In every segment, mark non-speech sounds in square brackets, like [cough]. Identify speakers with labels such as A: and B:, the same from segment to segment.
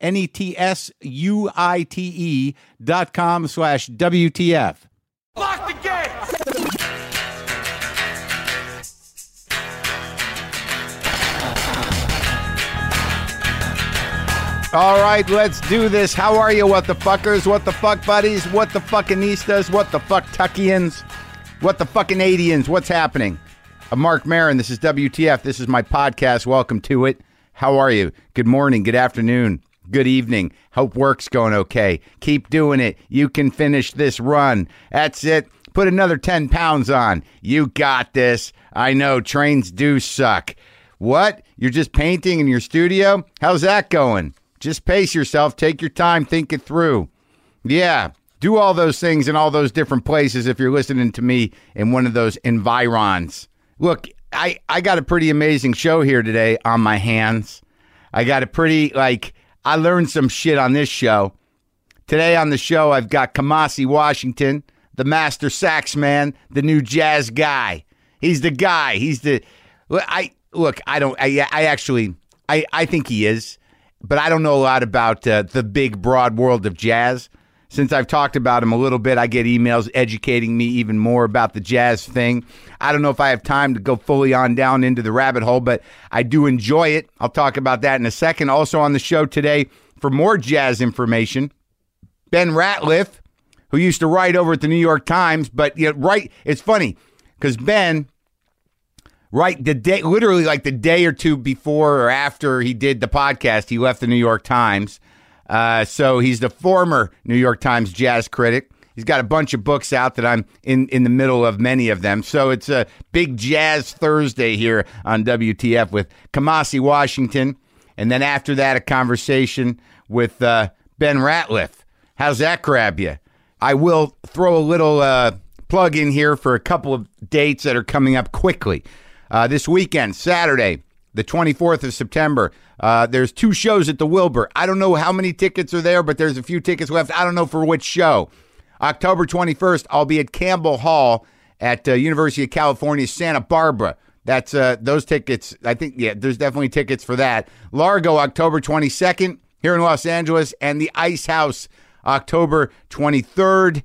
A: N E T S U I T E dot com slash WTF.
B: Lock the gate!
A: All right, let's do this. How are you, what the fuckers? What the fuck buddies? What the fuckinistas? What the fuck Tuckians? What the fucking Adians? What's happening? I'm Mark Marin. This is WTF. This is my podcast. Welcome to it. How are you? Good morning, good afternoon, good evening. Hope work's going okay. Keep doing it. You can finish this run. That's it. Put another 10 pounds on. You got this. I know trains do suck. What? You're just painting in your studio? How's that going? Just pace yourself, take your time, think it through. Yeah, do all those things in all those different places if you're listening to me in one of those environs. Look, I, I got a pretty amazing show here today on my hands. I got a pretty, like, I learned some shit on this show. Today on the show, I've got Kamasi Washington, the master sax man, the new jazz guy. He's the guy. He's the. Look, I look. I don't. I. I actually. I. I think he is, but I don't know a lot about uh, the big broad world of jazz. Since I've talked about him a little bit, I get emails educating me even more about the jazz thing. I don't know if I have time to go fully on down into the rabbit hole, but I do enjoy it. I'll talk about that in a second. Also on the show today, for more jazz information, Ben Ratliff, who used to write over at the New York Times, but you know, right, it's funny because Ben, right, the day, literally like the day or two before or after he did the podcast, he left the New York Times. Uh, so he's the former New York Times jazz critic. He's got a bunch of books out that I'm in in the middle of many of them. So it's a big jazz Thursday here on WTF with Kamasi Washington, and then after that, a conversation with uh, Ben Ratliff. How's that grab you? I will throw a little uh, plug in here for a couple of dates that are coming up quickly. Uh, this weekend, Saturday, the 24th of September, uh, there's two shows at the Wilbur. I don't know how many tickets are there, but there's a few tickets left. I don't know for which show. October 21st, I'll be at Campbell Hall at uh, University of California, Santa Barbara. That's uh, those tickets. I think yeah, there's definitely tickets for that. Largo October 22nd here in Los Angeles, and the Ice House October 23rd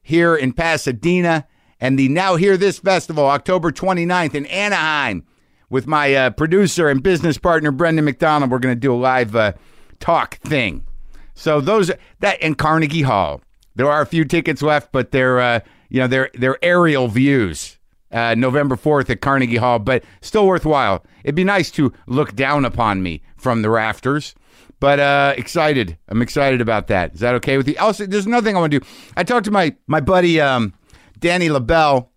A: here in Pasadena, and the Now Hear This Festival October 29th in Anaheim with my uh, producer and business partner Brendan McDonald. We're going to do a live uh, talk thing. So those that and Carnegie Hall. There are a few tickets left, but they're uh, you know they're they're aerial views. Uh, November fourth at Carnegie Hall, but still worthwhile. It'd be nice to look down upon me from the rafters. But uh, excited, I'm excited about that. Is that okay with you? Also, there's another thing I want to do. I talked to my my buddy um, Danny LaBelle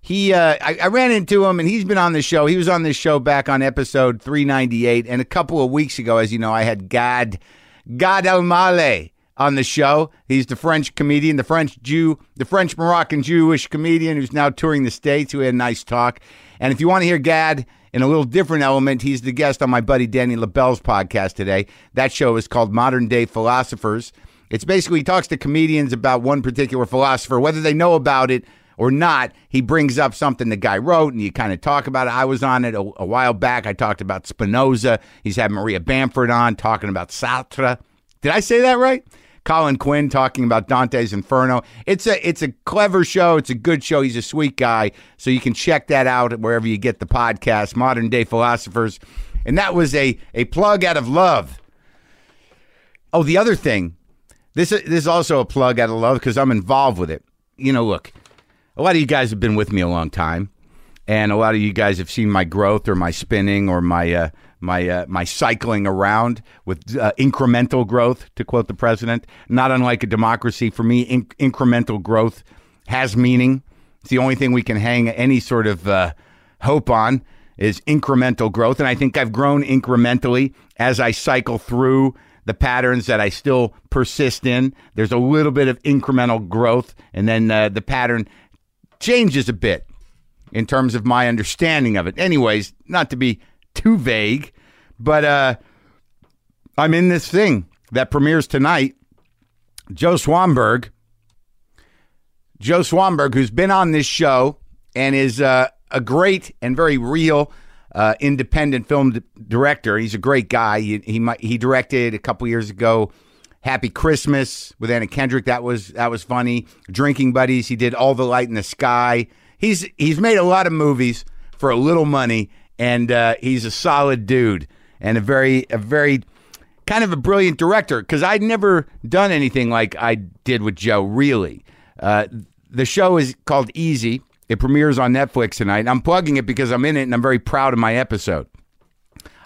A: he uh, I, I ran into him and he's been on the show he was on this show back on episode 398 and a couple of weeks ago as you know i had god god el male on the show he's the french comedian the french jew the french moroccan jewish comedian who's now touring the states who had a nice talk and if you want to hear gad in a little different element he's the guest on my buddy danny labelle's podcast today that show is called modern day philosophers it's basically he talks to comedians about one particular philosopher, whether they know about it or not. He brings up something the guy wrote, and you kind of talk about it. I was on it a, a while back. I talked about Spinoza. He's had Maria Bamford on talking about Sartre. Did I say that right? Colin Quinn talking about Dante's Inferno. It's a it's a clever show. It's a good show. He's a sweet guy. So you can check that out wherever you get the podcast. Modern Day Philosophers, and that was a a plug out of love. Oh, the other thing this is, this is also a plug out of love because I'm involved with it. you know, look, a lot of you guys have been with me a long time, and a lot of you guys have seen my growth or my spinning or my uh, my uh, my cycling around with uh, incremental growth, to quote the president. Not unlike a democracy, for me, in- incremental growth has meaning. It's the only thing we can hang any sort of uh, hope on is incremental growth, and I think I've grown incrementally as I cycle through the patterns that I still persist in. There's a little bit of incremental growth, and then uh, the pattern changes a bit in terms of my understanding of it. Anyways, not to be too vague, but uh, I'm in this thing that premieres tonight. Joe Swanberg, Joe Swanberg, who's been on this show and is uh, a great and very real uh, independent film d- director. He's a great guy. He he, mi- he directed a couple years ago. Happy Christmas with Anna Kendrick. That was that was funny. Drinking Buddies. He did All the Light in the Sky. He's he's made a lot of movies for a little money, and uh, he's a solid dude and a very a very kind of a brilliant director because I'd never done anything like I did with Joe, really. Uh, the show is called Easy. It premieres on Netflix tonight. I'm plugging it because I'm in it and I'm very proud of my episode.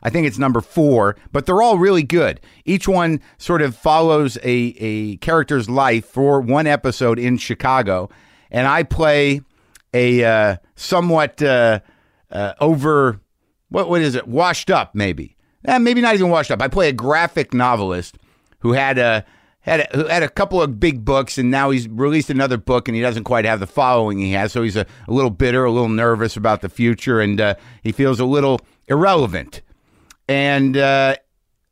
A: I think it's number four, but they're all really good. Each one sort of follows a, a character's life for one episode in Chicago, and I play a uh, somewhat uh, uh, over what what is it? Washed up, maybe? Eh, maybe not even washed up. I play a graphic novelist who had a had a, who had a couple of big books, and now he's released another book, and he doesn't quite have the following he has. So he's a, a little bitter, a little nervous about the future, and uh, he feels a little irrelevant and uh,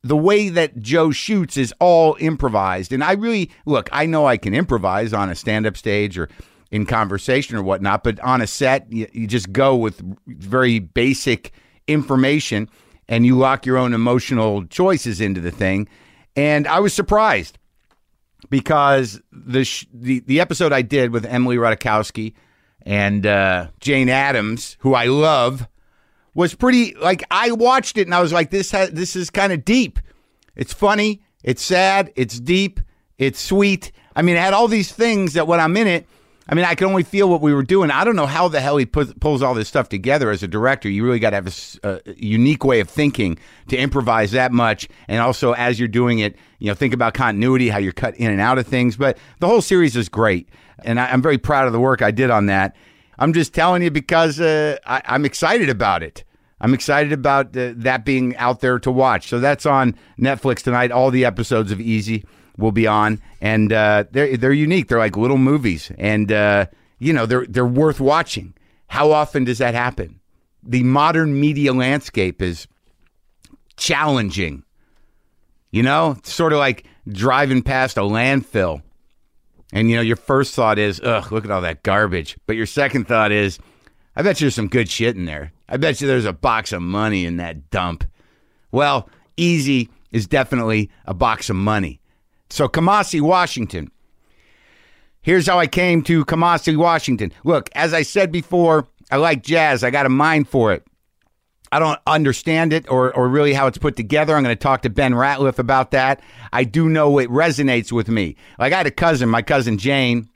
A: the way that Joe shoots is all improvised. And I really look. I know I can improvise on a stand-up stage or in conversation or whatnot, but on a set, you, you just go with very basic information, and you lock your own emotional choices into the thing. And I was surprised because the sh- the the episode I did with Emily Ratajkowski and uh, Jane Addams, who I love, was pretty. Like I watched it and I was like, this ha- this is kind of deep. It's funny. It's sad. It's deep. It's sweet. I mean, it had all these things that when I'm in it, I mean, I can only feel what we were doing. I don't know how the hell he put, pulls all this stuff together as a director. You really got to have a s- a, unique way of thinking to improvise that much, and also as you're doing it, you know, think about continuity, how you're cut in and out of things. But the whole series is great, and I, I'm very proud of the work I did on that. I'm just telling you because uh, I, I'm excited about it. I'm excited about uh, that being out there to watch. So that's on Netflix tonight. All the episodes of Easy will be on, and uh, they're they're unique. They're like little movies, and uh, you know they're they're worth watching. How often does that happen? The modern media landscape is challenging. You know, it's sort of like driving past a landfill. And you know, your first thought is, ugh, look at all that garbage. But your second thought is, I bet you there's some good shit in there. I bet you there's a box of money in that dump. Well, easy is definitely a box of money. So, Kamasi, Washington. Here's how I came to Kamasi, Washington. Look, as I said before, I like jazz, I got a mind for it. I don't understand it or, or really how it's put together. I'm going to talk to Ben Ratliff about that. I do know it resonates with me. Like I had a cousin, my cousin Jane.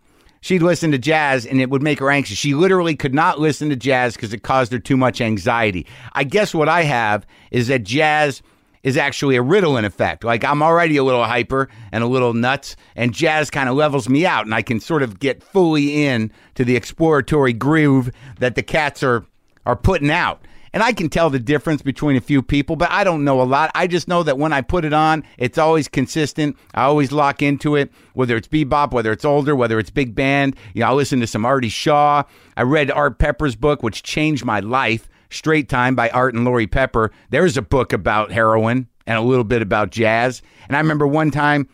A: She'd listen to jazz and it would make her anxious. She literally could not listen to jazz because it caused her too much anxiety. I guess what I have is that jazz is actually a Ritalin effect. Like I'm already a little hyper and a little nuts, and jazz kind of levels me out, and I can sort of get fully in to the exploratory groove that the cats are are putting out. And I can tell the difference between a few people, but I don't know a lot. I just know that when I put it on, it's always consistent. I always lock into it, whether it's bebop, whether it's older, whether it's big band. You know, I listen to some Artie Shaw. I read Art Pepper's book, which changed my life. Straight Time by Art and Lori Pepper. There's a book about heroin and a little bit about jazz. And I remember one time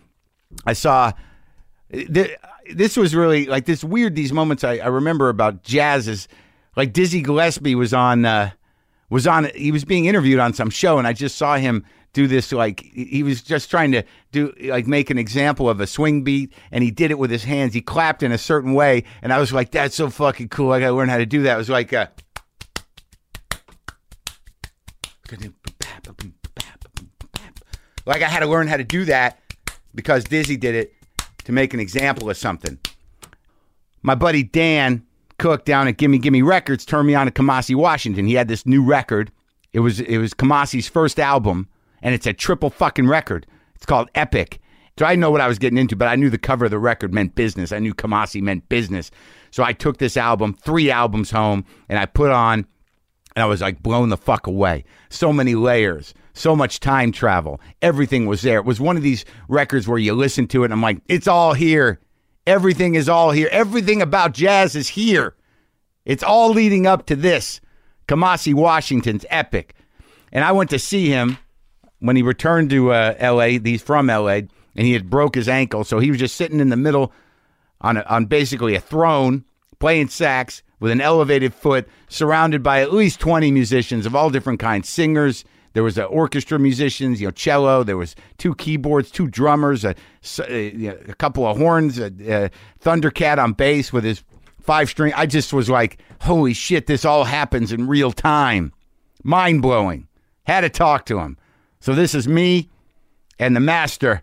A: I saw th- this was really like this weird these moments I, I remember about jazz is like Dizzy Gillespie was on uh, was on he was being interviewed on some show and I just saw him do this like he he was just trying to do like make an example of a swing beat and he did it with his hands he clapped in a certain way and I was like that's so fucking cool I gotta learn how to do that it was like uh, like I had to learn how to do that because Dizzy did it to make an example of something. my buddy Dan Cook down at Gimme Gimme Records turned me on to Kamasi Washington. He had this new record. It was it was Kamasi's first album, and it's a triple fucking record. It's called Epic. So I didn't know what I was getting into, but I knew the cover of the record meant business. I knew Kamasi meant business. So I took this album, three albums home, and I put on and I was like blown the fuck away. So many layers, so much time travel. Everything was there. It was one of these records where you listen to it and I'm like, it's all here. Everything is all here. Everything about jazz is here. It's all leading up to this. Kamasi Washington's epic. And I went to see him when he returned to uh, LA. He's from LA and he had broke his ankle. So he was just sitting in the middle on a, on basically a throne playing sax with an elevated foot, surrounded by at least twenty musicians of all different kinds, singers. There was uh, orchestra musicians, you know, cello. There was two keyboards, two drummers, a, s- uh, you know, a couple of horns, a, a Thundercat on bass with his five string. I just was like, holy shit, this all happens in real time. Mind blowing. Had to talk to him. So this is me and the master,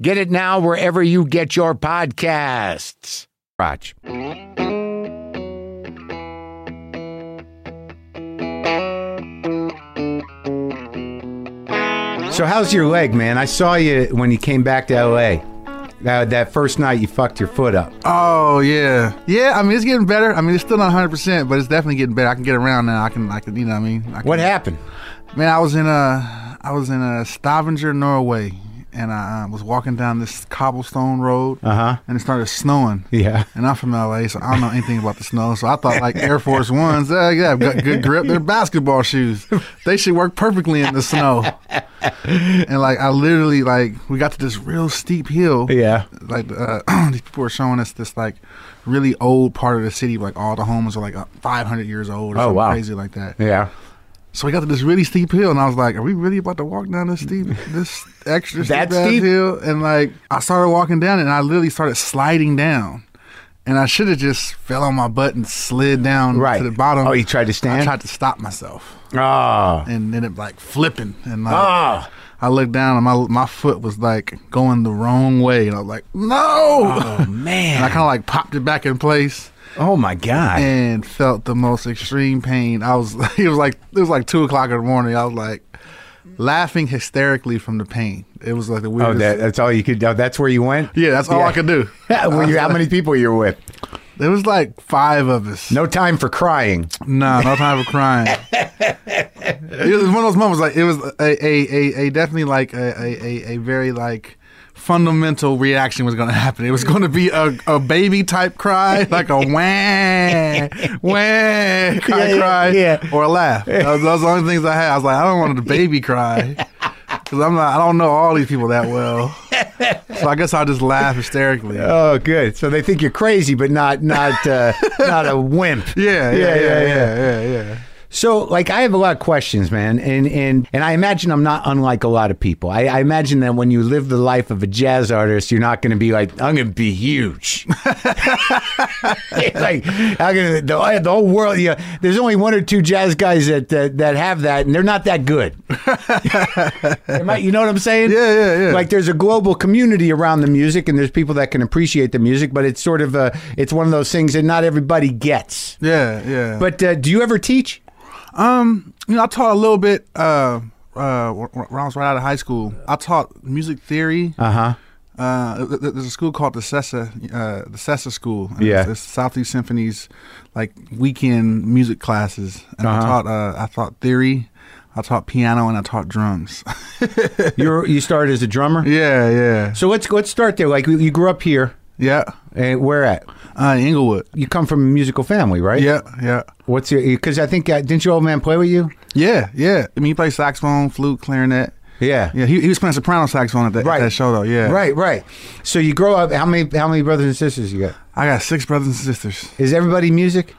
A: Get it now wherever you get your podcasts. Raj. So how's your leg, man? I saw you when you came back to LA. That, that first night you fucked your foot up.
C: Oh yeah, yeah. I mean, it's getting better. I mean, it's still not 100, percent but it's definitely getting better. I can get around now. I can, I can, you know, what I mean, I can,
A: What happened?
C: Man, I was in a, I was in a Stavanger, Norway, and I uh, was walking down this cobblestone road,
A: Uh-huh.
C: and it started snowing.
A: Yeah.
C: And I'm from LA, so I don't know anything about the snow. So I thought like Air Force Ones, uh, yeah, got good grip. They're basketball shoes. They should work perfectly in the snow. And like I literally like we got to this real steep hill.
A: Yeah.
C: Like uh, [clears throat] these people were showing us this like really old part of the city. Like all the homes are like uh, 500 years old. Or
A: Oh,
C: something
A: wow.
C: Crazy like that.
A: Yeah.
C: So we got to this really steep hill, and I was like, "Are we really about to walk down
A: [laughs]
C: this steep, this extra steep,
A: That
C: ass
A: steep?
C: hill?" And like, I started walking down, it, and I literally started sliding down. And I should have just fell on my butt and slid down
A: Right.
C: to the bottom.
A: Oh, you tried to stand?
C: I tried to stop myself,
A: Oh.
C: and then it like flipping, and like
A: Oh.
C: I looked down, and my my foot was like going the wrong way, and I was like, "No!" [laughs]
A: Oh,
C: And I
A: man.
C: kind of like popped it back in place
A: Oh, my God.
C: and felt the most extreme pain. I was [laughs] it was like it was like two o'clock in the morning. I was like laughing hysterically from the pain. It was like the
A: Oh,
C: weirdest.
A: that, that's all you could do. That's where you went?
C: yeah, that's all
A: Yeah.
C: I could do.
A: Were you- how many people you were with?
C: There was like five of us.
A: No time for crying.
C: Nah, no time for crying. it was one of those moments. Like it was a a, a, a definitely like a, a, a, a very like fundamental reaction was going to happen. It was going to be a, a baby type cry, like a wah wah cry
A: Yeah,
C: cry,
A: yeah.
C: or a laugh. That was, that was the only things I had. I was like, I don't want the baby cry. Cause I'm not, I don't know all these people that well, so I guess I'll just laugh hysterically.
A: Oh, good. So they think you're crazy, but not not uh, not a wimp.
C: Yeah, yeah, yeah, yeah, yeah, yeah. yeah.
A: So, like, I have a lot of questions, man, and and and I imagine I'm not unlike a lot of people. I, I imagine that when you live the life of a jazz artist, you're not going to be like, I'm going to be huge. [laughs] like, I'm gonna, the, the whole world. Yeah, there's only one or two jazz guys that that, that have that, and they're not that
C: [laughs]
A: good. Am I- you know what I'm saying?
C: Yeah, yeah, yeah.
A: Like, there's a global community around the music, and there's people that can appreciate the music, but it's sort of a, it's one of those things that not everybody gets.
C: Yeah, yeah.
A: But uh, do you ever teach?
C: Um, you know, I taught a little bit. Uh, uh, when I was right out of high school, I taught music theory.
A: Uh huh.
C: Uh, th- th- there's a school called the Sessa, uh, the Sessa School. And
A: Yeah.
C: it's, it's Southeast Symphony's like weekend music classes, and I
A: Uh-huh.
C: taught uh, I taught theory, I taught piano, and I taught drums. [laughs]
A: You're, you started as a drummer.
C: yeah, yeah,
A: So let's let's start there. Like you- you grew up here.
C: yeah.
A: And where at?
C: Uh, Inglewood.
A: You come from a musical family, right?
C: Yeah, yeah,
A: What's your? Because I think uh, didn't your old man play with you?
C: yeah, yeah. I mean, he plays saxophone, flute, clarinet.
A: Yeah.
C: Yeah, he, he was playing soprano saxophone at that, at
A: Right.
C: that show though. Yeah,
A: Right. Right. So you grow up. How many? How many brothers and sisters you got?
C: I got six brothers and sisters.
A: Is everybody music?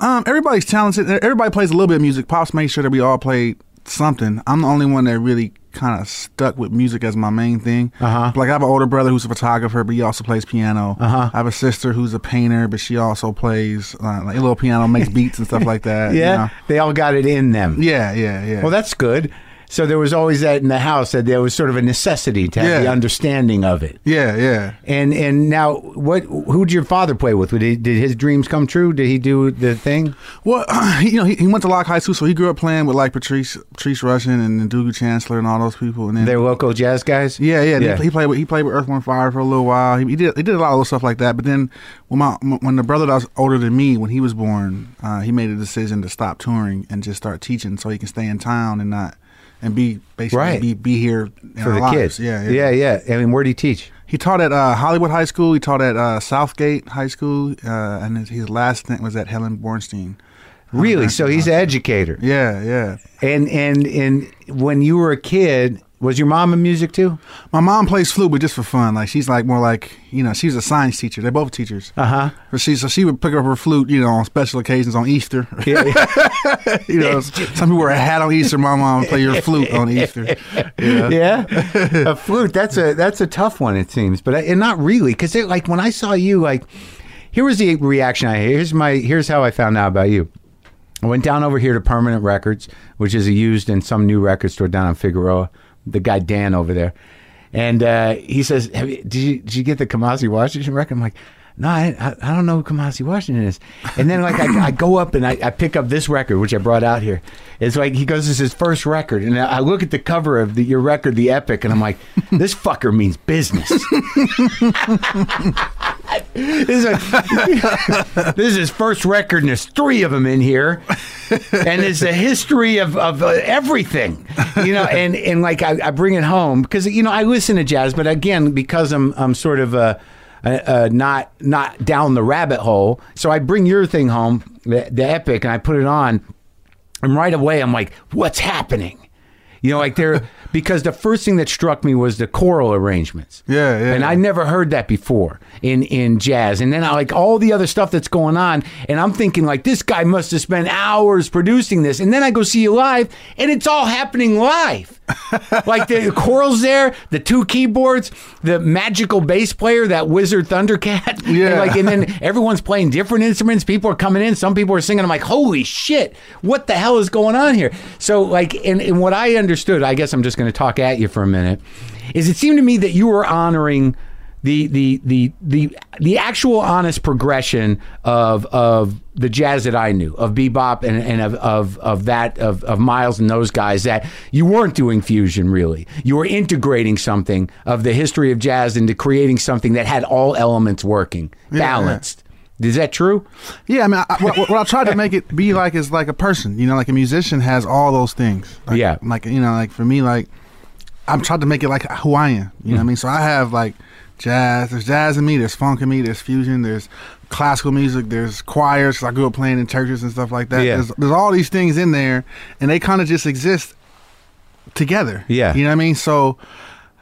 C: Um, everybody's talented. Everybody plays a little bit of music. Pops made sure that we all played something. I'm the only one that really kind of stuck with music as my main thing.
A: Uh-huh.
C: Like I have an older brother who's a photographer, but he also plays piano.
A: Uh-huh.
C: I have a sister who's a painter, but she also plays uh, like a little piano,
A: [laughs]
C: makes beats and stuff like that. you know?
A: They all got it in them.
C: Uh, Yeah, yeah, yeah.
A: Well, that's good. So there was always that in the house that there was sort of a necessity to have
C: Yeah.
A: the understanding of it.
C: yeah, yeah.
A: And and now what? Who'd your father play with? Did, he, did his dreams come true? Did he do the thing?
C: Well, [clears throat] he, you know, he, he went to Locke High School, so he grew up playing with like Patrice, Patrice Russian and, and Dugu Chancellor and all those people. And then
A: Their local jazz guys.
C: Yeah, yeah.
A: Yeah.
C: He, he played with he played with Earth Wind Fire for a little while. He, he did he did a lot of little stuff like that. But then when my when the brother that was older than me when he was born, uh, he made a decision to stop touring and just start teaching so he can stay in town and not and be basically
A: Right.
C: be be here in
A: for
C: our
A: the kids.
C: lives. Yeah, yeah,
A: yeah, yeah. I mean, where do you teach?
C: He taught at uh, Hollywood High School. He taught at uh, Southgate High School, uh, and his, his last stint was at Helen Bornstein.
A: Really? So he's an educator.
C: Yeah, yeah.
A: And and and when you were a kid, was your mom in music too?
C: My mom plays flute, but just for fun. Like she's like more like you know she's a science teacher. They're both teachers.
A: Uh-huh.
C: But she so she would pick up her flute, you know, on special occasions on Easter. [laughs] you know, some people wear a hat on Easter. My mom would play your flute on Easter. Yeah.
A: Yeah, [laughs] a flute. That's a that's a tough one. It seems, but I, and not really, because like when I saw you, like here was the reaction I had. here's my here's how I found out about you. I went down over here to Permanent Records, which is a used in some new record store down in Figueroa. The guy Dan over there, and uh, he says, Have you, did, you, "Did you get the Kamasi Washington record?" I'm like. No, I, I- I don't know who Kamasi Washington is. And then, like, I, I go up and I, I pick up this record, which I brought out here. It's like he goes, This is his first record. And I I look at the cover of the, your record, The Epic, and I'm like, This fucker means business. This is, a- [laughs] this is his first record, and there's three of them in here, and it's a history of, of uh, everything, you know. And and like I, I bring it home because you know I listen to jazz, but again because I'm I'm sort of a, a, a not not down the rabbit hole, so I bring your thing home, the, the epic, and I put it on, and right away I'm like, what's happening? You know, like there because the first thing that struck me was the choral arrangements.
C: Yeah, yeah.
A: And I never heard that before in in jazz. And then I like all the other stuff that's going on, and I'm thinking like this guy must have spent hours producing this. And then I go see you live, and it's all happening live. like the chorals there, the two keyboards, the magical bass player, that wizard Thundercat. [laughs] And,
C: Yeah.
A: like and then everyone's playing different instruments. People are coming in. Some people are singing. I'm like, holy shit, what the hell is going on here? So, like, and, and what I understood, I guess I'm just going to talk at you for a minute, is it seemed to me that you were honoring the the the the the actual honest progression of of the jazz that I knew of bebop and, and of, of of that of of Miles and those guys that you weren't doing fusion really you were integrating something of the history of jazz into creating something that had all elements working balanced is that true
C: Yeah, I mean, I, what, what I tried to make it be like is like a person, you know, like a musician has all those things. Like,
A: Yeah.
C: Like, you know, like for me, like, I'm trying to make it like who I am. You know
A: Mm.
C: what I mean? So I have like jazz, there's jazz in me, there's funk in me, there's fusion, there's classical music, there's choirs, 'cause I grew up playing in churches and stuff like that.
A: Yeah.
C: There's, there's all these things in there, and they kind of just exist together.
A: Yeah.
C: You know what I mean? So,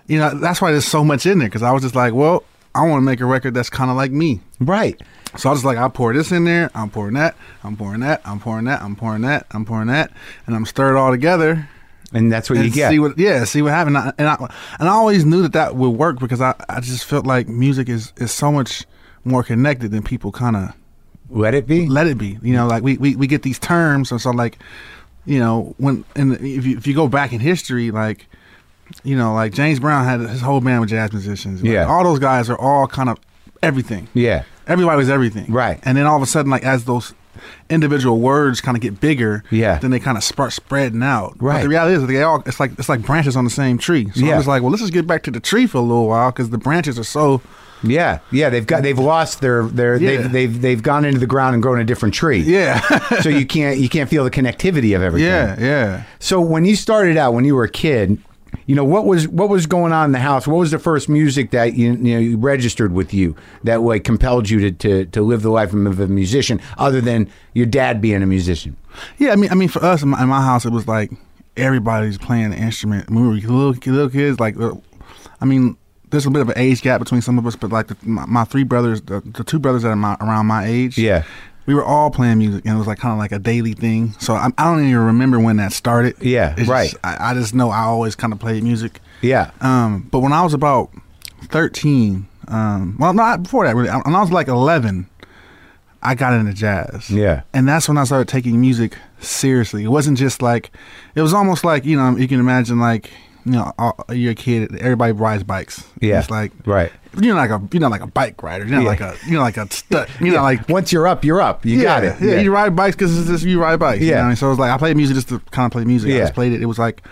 C: you know, that's why there's so much in there, because I was just like, well, I want to make a record that's kind of like me.
A: right
C: So I was like, I pour this in there, I'm pouring that, I'm pouring that, I'm pouring that, I'm pouring that, I'm pouring that, and I'm stirred all together
A: and that's what
C: and
A: you get
C: see what, yeah, see what happened. And I, and I and I always knew that that would work because I, I just felt like music is is so much more connected than people kind of
A: let it be
C: let it be. You know, like we, we, we get these terms, and so like, you know, when and if you, if you go back in history, like, you know, like James Brown had his whole band with jazz musicians. Like,
A: Yeah.
C: all those guys are all kind of everything
A: yeah
C: everybody was everything
A: Right.
C: and then all of a sudden like as those individual words kind of get bigger,
A: Yeah.
C: then they kind of start spreading out. But
A: Right.
C: the reality is that they all it's like it's like branches on the same tree. So
A: Yeah.
C: I was like, well, let's just get back to the tree for a little while because the branches are so
A: Yeah, yeah, they've got they've lost their their
C: Yeah.
A: they've, they've they've gone into the ground and grown a different tree. [laughs]
C: yeah
A: so you can't you can't feel the connectivity of everything.
C: yeah yeah.
A: So when you started out when you were a kid, you know what was what was going on in the house? What was the first music that you, you know you registered with you that like compelled you to, to to live the life of a musician other than your dad being a musician?
C: Yeah, I mean, I mean, for us in my, in my house, it was like everybody's playing an instrument. When we were little, little kids, like, uh, I mean, there's a bit of an age gap between some of us, but like the, my, my three brothers, the, the two brothers that are my, around my age,
A: Yeah.
C: we were all playing music, and it was like kind of like a daily thing. So I, I don't even remember when that started.
A: Yeah,
C: It's just-
A: right.
C: I, I just know I always kind of played music.
A: Yeah.
C: Um, but when I was about 13, um, well, not before that really, when I was like 11, I got into jazz.
A: Yeah.
C: And that's when I started taking music seriously. It wasn't just like, it was almost like, you know, you can imagine like, you know, all, you're a kid, everybody rides bikes.
A: Yeah.
C: It's like,
A: Right.
C: You're not like a, you're not like a bike rider. You're not
A: Yeah.
C: like a, you're not like a stud. You're not like
A: Once you're up, you're up. You got it.
C: yeah, you ride bikes because it's just you ride bikes. you
A: Yeah.
C: know what I mean? So it was like I played music just to kind of play music.
A: Yeah.
C: I just played it. It was like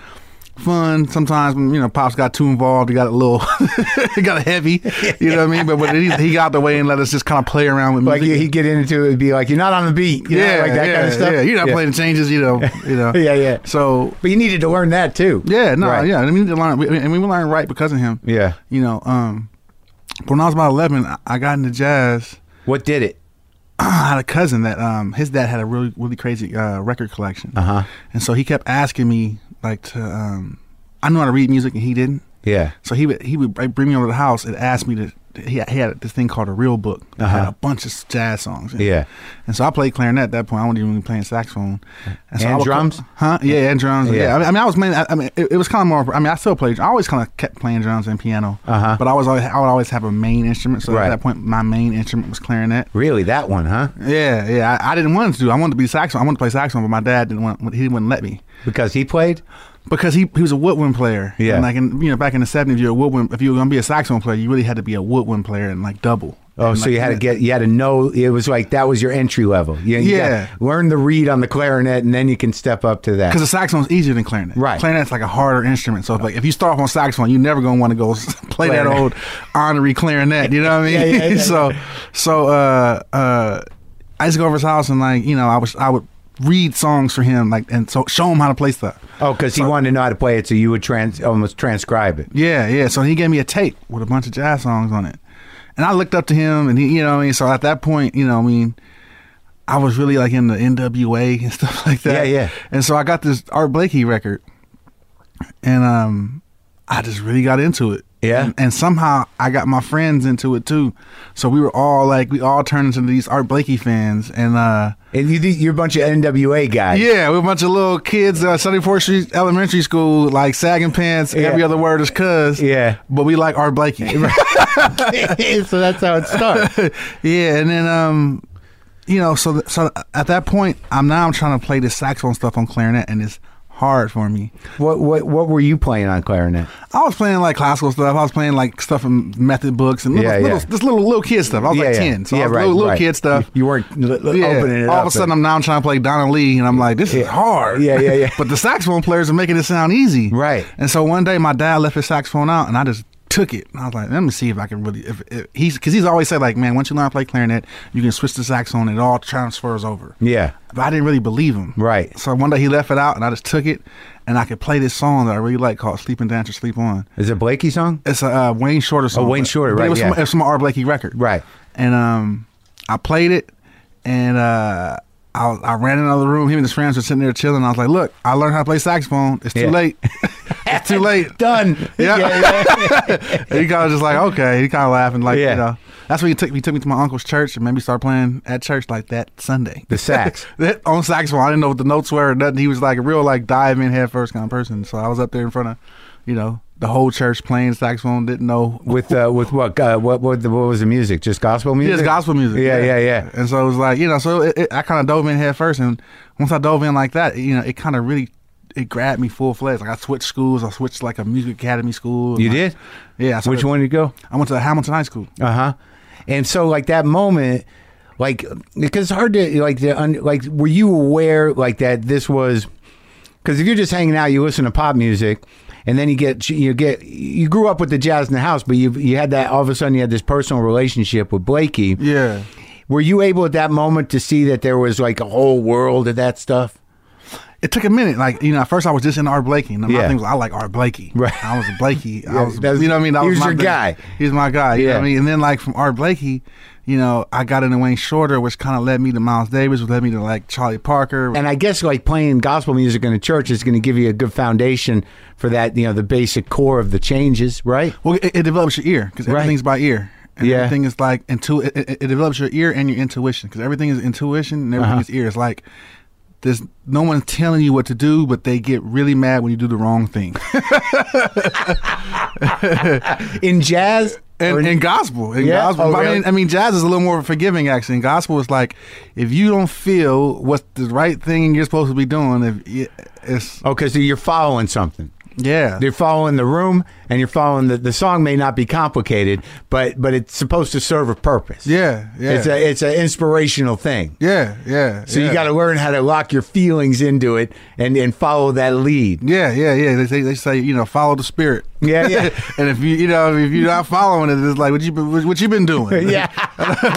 C: fun. Sometimes when, you know, pops got too involved. He got a little, [laughs] it got heavy. You know what I mean? But when he, he got out the way and let us just kind of play around with
A: Like
C: music.
A: he'd get into it, it'd be like you're not on the beat, you know,
C: yeah,
A: like that
C: yeah,
A: kind of stuff.
C: Yeah, you're not playing changes. You know, you know.
A: [laughs] Yeah, yeah.
C: So
A: but you needed to learn that too.
C: yeah, no,
A: Right.
C: yeah. And we need to learn, we, and we learn right because of him.
A: Yeah.
C: You know, um, when I was about eleven, I- I got into jazz.
A: What did it?
C: I had a cousin that um his dad had a really really crazy uh, record collection.
A: Uh-huh.
C: And so he kept asking me like to um I knew how to read music and he didn't.
A: Yeah.
C: So he would he would like, bring me over to the house and ask me to he had, he had this thing called a real book. that
A: Uh-huh.
C: Had a bunch of jazz songs. in it.
A: Yeah.
C: And so I played clarinet at that point. I wasn't even playing saxophone. so
A: And
C: I would-
A: drums?
C: huh? Yeah, and drums.
A: Yeah.
C: Yeah. I, mean, I mean, I was playing. I, I mean, it, it was kind of more. I mean, I still played. I always kind of kept playing drums and piano.
A: Uh-huh.
C: But I was always I would always have a main instrument. So
A: Right.
C: at that point, my main instrument was clarinet.
A: Really, that one, huh?
C: Yeah, yeah. I, I didn't want to do. I wanted to be saxophone. I wanted to play saxophone, but my dad didn't want. He wouldn't let me
A: Because he played.
C: because he he was a woodwind player.
A: Yeah.
C: And like in, you know back in the seventies, you're a woodwind. If you were gonna be a saxophone player, you really had to be a woodwind player and like double.
A: Oh,
C: And,
A: so
C: like,
A: you had to get, you had to know. It was like that was your entry level. You, you
C: Yeah.
A: gotta learn the read on the clarinet, and then you can step up to that.
C: Because the saxophone's easier than clarinet.
A: Right.
C: Clarinet's like a harder instrument. So if, like if you start off on saxophone, you're never gonna want to go [laughs] play that
A: Clarinet.
C: old honorary clarinet. You know what I mean?
A: [laughs] Yeah, yeah, yeah.
C: [laughs] so so uh uh I used to go over his house and like you know I was I would read songs for him like and so show him how to play stuff.
A: Oh, because he wanted to know how to play it, so you would trans almost transcribe it.
C: Yeah, yeah. So he gave me a tape with a bunch of jazz songs on it. And I looked up to him and he you know what I mean? So at that point, you know, I mean, I was really like in the NWA [laughs] and stuff like that.
A: Yeah, yeah.
C: And so I got this Art Blakey record and um I just really got into it.
A: Yeah.
C: And, and somehow I got my friends into it too. So we were all like we all turned into these Art Blakey fans and uh
A: And you, you're a bunch of NWA guys.
C: yeah, we're a bunch of little kids, uh, Sunny Fourth Street Elementary School, like sagging pants.
A: Yeah.
C: Every other word is cuz.
A: Yeah.
C: But we like Art Blakey.
A: [laughs] so that's how it starts.
C: [laughs] yeah, and then um, you know, so th- so at that point, I'm now I'm trying to play this saxophone stuff on clarinet, and it's hard for me.
A: what what what were you playing on clarinet?
C: I was playing like classical stuff. I was playing like stuff from method books and little,
A: Yeah, yeah.
C: little this little little kid stuff. I was like ten, so I was little, little kid stuff.
A: You weren't l- l-
C: Yeah.
A: opening it
C: All
A: up.
C: of a
A: and-
C: sudden, I'm now trying to play Donna Lee, and I'm like, this is
A: Yeah.
C: hard.
A: Yeah, yeah, yeah.
C: [laughs] but the saxophone players are making it sound easy,
A: Right.
C: And so one day, my dad left his saxophone out, and I just took it. And I was like, let me see if I can really. If, if he's because he's always said like, man, once you learn how to play clarinet, you can switch to saxophone, and it all transfers over.
A: yeah.
C: But I didn't really believe him.
A: Right.
C: So one day he left it out, and I just took it, and I could play this song that I really like called "Sleep and Dance or Sleep On."
A: Is it Blakey song?
C: It's a uh, Wayne Shorter song.
A: Oh, Wayne
C: but-
A: Shorter,
C: but
A: right,
C: It was,
A: yeah.
C: from, it was from an R. Blakey record.
A: Right.
C: And um, I played it, and uh, I, I ran in another room. Him and his friends were sitting there chilling. I was like, "Look, I learned how to play saxophone. It's too
A: Yeah. [laughs]
C: late. it's too late."
A: Done.
C: Yeah.
A: yeah.
C: And [laughs] he kind of just like, okay. He kind of laughing, like,
A: Yeah.
C: you know. That's when he took me. Took me to my uncle's church and made me start playing at church like that Sunday.
A: The sax.
C: [laughs] That- on saxophone. I didn't know what the notes were or nothing. He was like a real like dive in head first kind of person. So I was up there in front of, you know, the whole church playing saxophone. Didn't know
A: with uh, with what uh, what what the, what was the music? Just gospel music.
C: Just gospel music.
A: Yeah, yeah, yeah.
C: And so it was like, you know, so it, it, I kind of dove in head first, and once I dove in like that, you know, it kind of really it grabbed me full fledged. Like I switched schools. I switched like a music academy school.
A: You
C: Like-
A: did?
C: Yeah. I started-
A: Which one did you go? Uh-huh.
C: I went to Hamilton High School.
A: Uh huh. And so like that moment like because it's hard to like the un, like were you aware like that this was because if you're just hanging out you listen to pop music and then you get you get you grew up with the jazz in the house but you you had that all of a sudden you had this personal relationship with Blakey
C: Yeah.
A: were you able at that moment to see that there was like a whole world of that stuff
C: It took a minute. Like, you know, at first I was just in Art Blakey. And my
A: Yeah.
C: thing was, I like Art Blakey.
A: Right.
C: I was a
A: [laughs]
C: Blakey.
A: Yeah,
C: I was,
A: that's-
C: you know what I mean? That
A: he was
C: my
A: your
C: thing.
A: guy.
C: He was my guy. You know
A: Yeah.
C: what I mean? And then, like, from Art Blakey, you know, I got into Wayne Shorter, which kind of led me to Miles Davis, which led me to, like, Charlie Parker.
A: and I guess like playing gospel music in a church is going to give you a good foundation for that you know the basic core of the changes right
C: Well, it, it develops your ear because
A: Right.
C: everything's by ear. And
A: Yeah.
C: Everything is like intu- it, it, it develops your ear and your intuition because everything is intuition and everything
A: Uh-huh.
C: is ear. It's like there's no one's telling you what to do, but they get really mad when you do the wrong thing.
A: in jazz or
C: And,
A: in-
C: and gospel, and
A: Yeah?
C: gospel.
A: Oh,
C: But I
A: really?
C: mean, I mean, jazz is a little more forgiving, actually. And gospel is like, if you don't feel what's the right thing you're supposed to be doing, if you- it's
A: okay so you're following something
C: yeah,
A: You're following the room and you're following the, the song may not be complicated, but but it's supposed to serve a purpose.
C: yeah, yeah,
A: It's a it's an inspirational thing.
C: yeah, yeah.
A: So you
C: yeah.
A: got to learn how to lock your feelings into it and and follow that lead.
C: Yeah, yeah, yeah. They say they say you know follow the spirit.
A: Yeah, yeah.
C: [laughs] and if you you know if you're not following it, it's like what you been what, what you been
A: [laughs]
C: doing?
A: Yeah.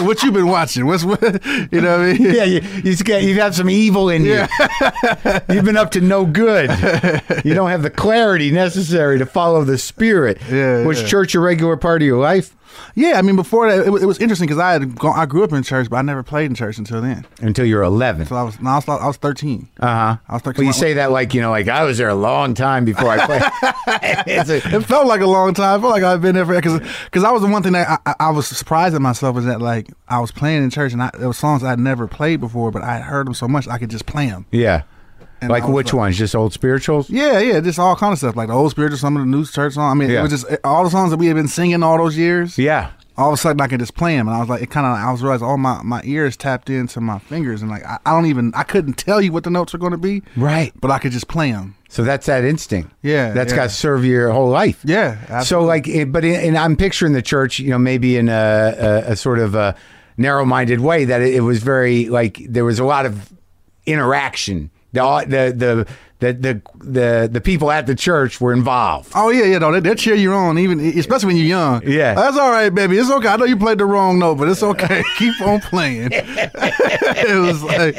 C: [laughs] what you been watching? What's what? [laughs] You know what I
A: [laughs]
C: mean?
A: Yeah, you you, just got- you have some evil in you. [laughs] You've been up to no
C: [laughs]
A: good. You don't have the clarity necessary to follow the spirit.
C: Yeah,
A: was
C: yeah.
A: church a regular part of your life
C: Yeah, I mean before that it, was- it was interesting because I had gone, I grew up in church, but I never played in church until then.
A: until you're 11?
C: So I was no, I was, I was 13.
A: Uh
C: I
A: huh.
C: was 13.
A: Well, you say that like you know, like I was there a long time before I
C: [laughs]
A: played. [laughs] It's a-
C: it felt like a long time. I felt like I've been there forever. Because because I was the one thing that I, I, I was surprised at myself is that like I was playing in church and I, there were songs I'd never played before, but I heard them so much I could just play them.
A: Yeah.
C: And
A: like
C: I was
A: which
C: like-
A: ones? Just old spirituals?
C: Yeah, yeah, just all kind of stuff like the old spiritual, some of the new church song. I mean,
A: Yeah.
C: it was just all the songs that we had been singing all those years.
A: Yeah.
C: All of a sudden, I could just play them, and I was like, it kind of. I was realizing, oh my, my ears tapped into my fingers, and like I, I don't even, I couldn't tell you what the notes are going to be,
A: Right.
C: But I could just play them.
A: So that's that instinct.
C: Yeah,
A: that's
C: yeah.
A: got to serve your whole life.
C: Yeah, absolutely.
A: So like, it- but in, and I'm picturing the church, you know, maybe in a, a, a sort of a narrow-minded way that it, it was very like there was a lot of interaction. The the the the the the, the people at the church were involved.
C: Oh yeah, yeah, no, they, they'll cheer you on, even e, especially when you're young.
A: Yeah.
C: that's all right, baby. It's okay. I know you played the wrong note, but it's okay. [laughs] Keep on playing. [laughs] it was like,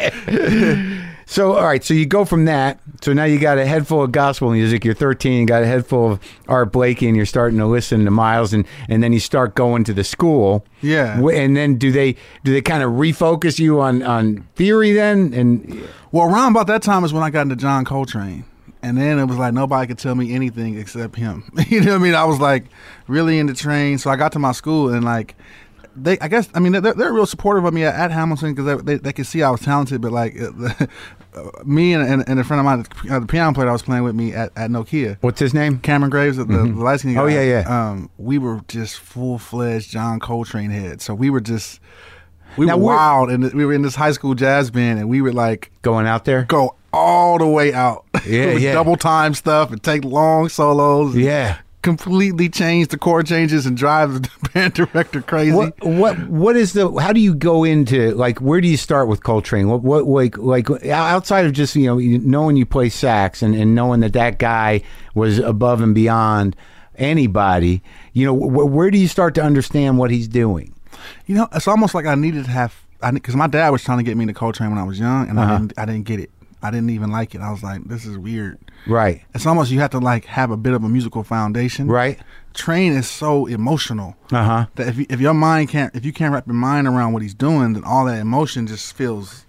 A: So all right, so you go from that. So now you got a head full of gospel music. You're 13, you got a head full of Art Blakey, and you're starting to listen to Miles, and and then you start going to the school.
C: Yeah.
A: Wh- And then do they do they kind of refocus you on on theory then? And
C: well, around about that time is when I got into John Coltrane, and then it was like nobody could tell me anything except him. [laughs] you know what I mean? I was like really into train, so I got to my school and like. They, I guess, I mean, they're, they're real supportive of me at, at Hamilton because they, they, they could see I was talented, but like, [laughs] uh, me and, and, and a friend of mine, uh, the piano player that was playing with me at, at Nokia,
A: what's his name?
C: Cameron Graves, the, the light skinned guy.
A: Oh, yeah, yeah.
C: Um, we were just full fledged John Coltrane heads. So we were just we
A: Now
C: were
A: we're-
C: wild, and we were in this high school jazz band, and we would like
A: Going out there.
C: go all the way out. [laughs]
A: Yeah,
C: With
A: yeah.
C: Double time stuff and take long solos. and
A: Yeah.
C: Completely change the chord changes and drive the [laughs] band director crazy.
A: What what what is the? How do you go into like? Where do you start with Coltrane? What what like like o- outside of just you know you- knowing you play sax and, and knowing that that guy was above and beyond anybody. You know wh- where do you start to understand what he's doing?
C: You know, it's almost like I needed to have, I because my dad was trying to get me into Coltrane when I was young, and
A: Uh-huh.
C: I didn't, I didn't get it. I didn't even like it. I was like, this is weird.
A: Right.
C: it's almost you have to like have a bit of a musical foundation.
A: Right.
C: Train is so emotional.
A: Uh-huh.
C: That if you, if your mind can't if you can't wrap your mind around what he's doing, then all that emotion just feels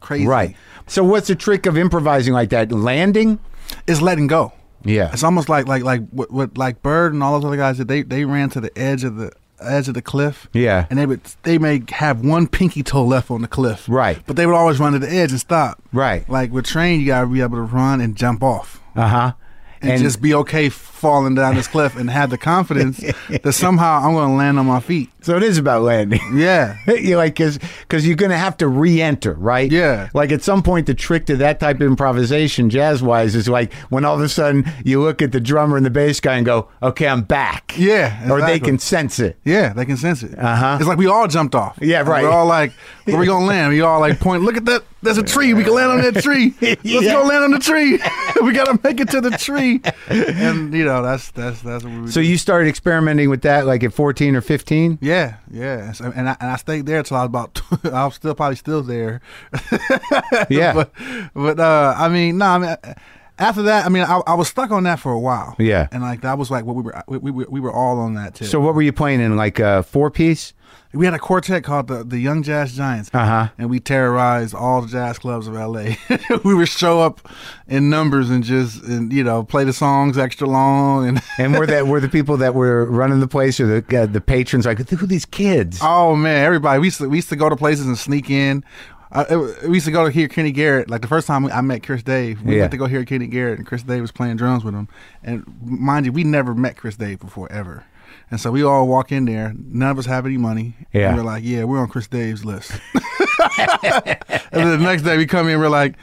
C: crazy.
A: Right. So what's the trick of improvising like that? Landing.
C: It's letting go.
A: Yeah.
C: It's almost like like like what, what like Bird and all those other guys that they they ran to the edge of the edge of the cliff.
A: Yeah.
C: And they would they may have one pinky toe left on the cliff.
A: Right.
C: But they would always run to the edge and stop.
A: Right.
C: Like with train, you gotta be able to run and jump off.
A: Uh huh.
C: and,
A: And-
C: just be okay falling down this cliff and have
A: [laughs]
C: the confidence that somehow I'm going to land on my feet.
A: So it is about landing.
C: Yeah.
A: [laughs] you like because because you're gonna have to re-enter, right?
C: Yeah.
A: Like at some point, the trick to that type of improvisation, jazz-wise, is like when all of a sudden you look at the drummer and the bass guy and go, "Okay, I'm back."
C: Yeah,
A: Or they
C: exactly.
A: can sense it.
C: Yeah, they can sense it.
A: Uh-huh.
C: It's like we all jumped off.
A: Yeah, right.
C: We're all like, where we gonna land? We all like point. Look at that. There's a tree. We can land on that tree.
A: [laughs]
C: Let's
A: Yeah.
C: go land on the tree. [laughs] we gotta make it to the tree. And you know, that's that's that's what we. would
A: So
C: do.
A: you started experimenting with that like at 14 or
C: [laughs]
A: 15.
C: Yeah, yeah. So- and I and I stayed there till I was about. [laughs] I was still probably still there.
A: Yeah.
C: [laughs] but but uh, I mean, no, I mean. After that, I mean, I, I was stuck on that for a while.
A: Yeah.
C: and like that was like what we were we, we, were- we were all on that too.
A: So what were you playing in like a four piece?
C: We had a quartet called the, the Young Jazz Giants,
A: Uh-huh.
C: and we terrorized all the jazz clubs of LA. [laughs] we would show up in numbers and just and you know play the songs extra long and
A: And were that were the people that were running the place or the uh, the patrons like who are these kids?
C: oh man, everybody we used to, we used to go to places and sneak in. Uh, it wa- we used to go to hear Kenny Garrett. Like the first time I met Chris Dave, we
A: Yeah.
C: went to go hear Kenny Garrett, and Chris Dave was playing drums with him. And mind you, we never met Chris Dave before ever. And so we all walk in there. None of us have any money.
A: Yeah.
C: And we're like, yeah, we're on Chris Dave's list. [laughs] And then the next day we come in, we're like,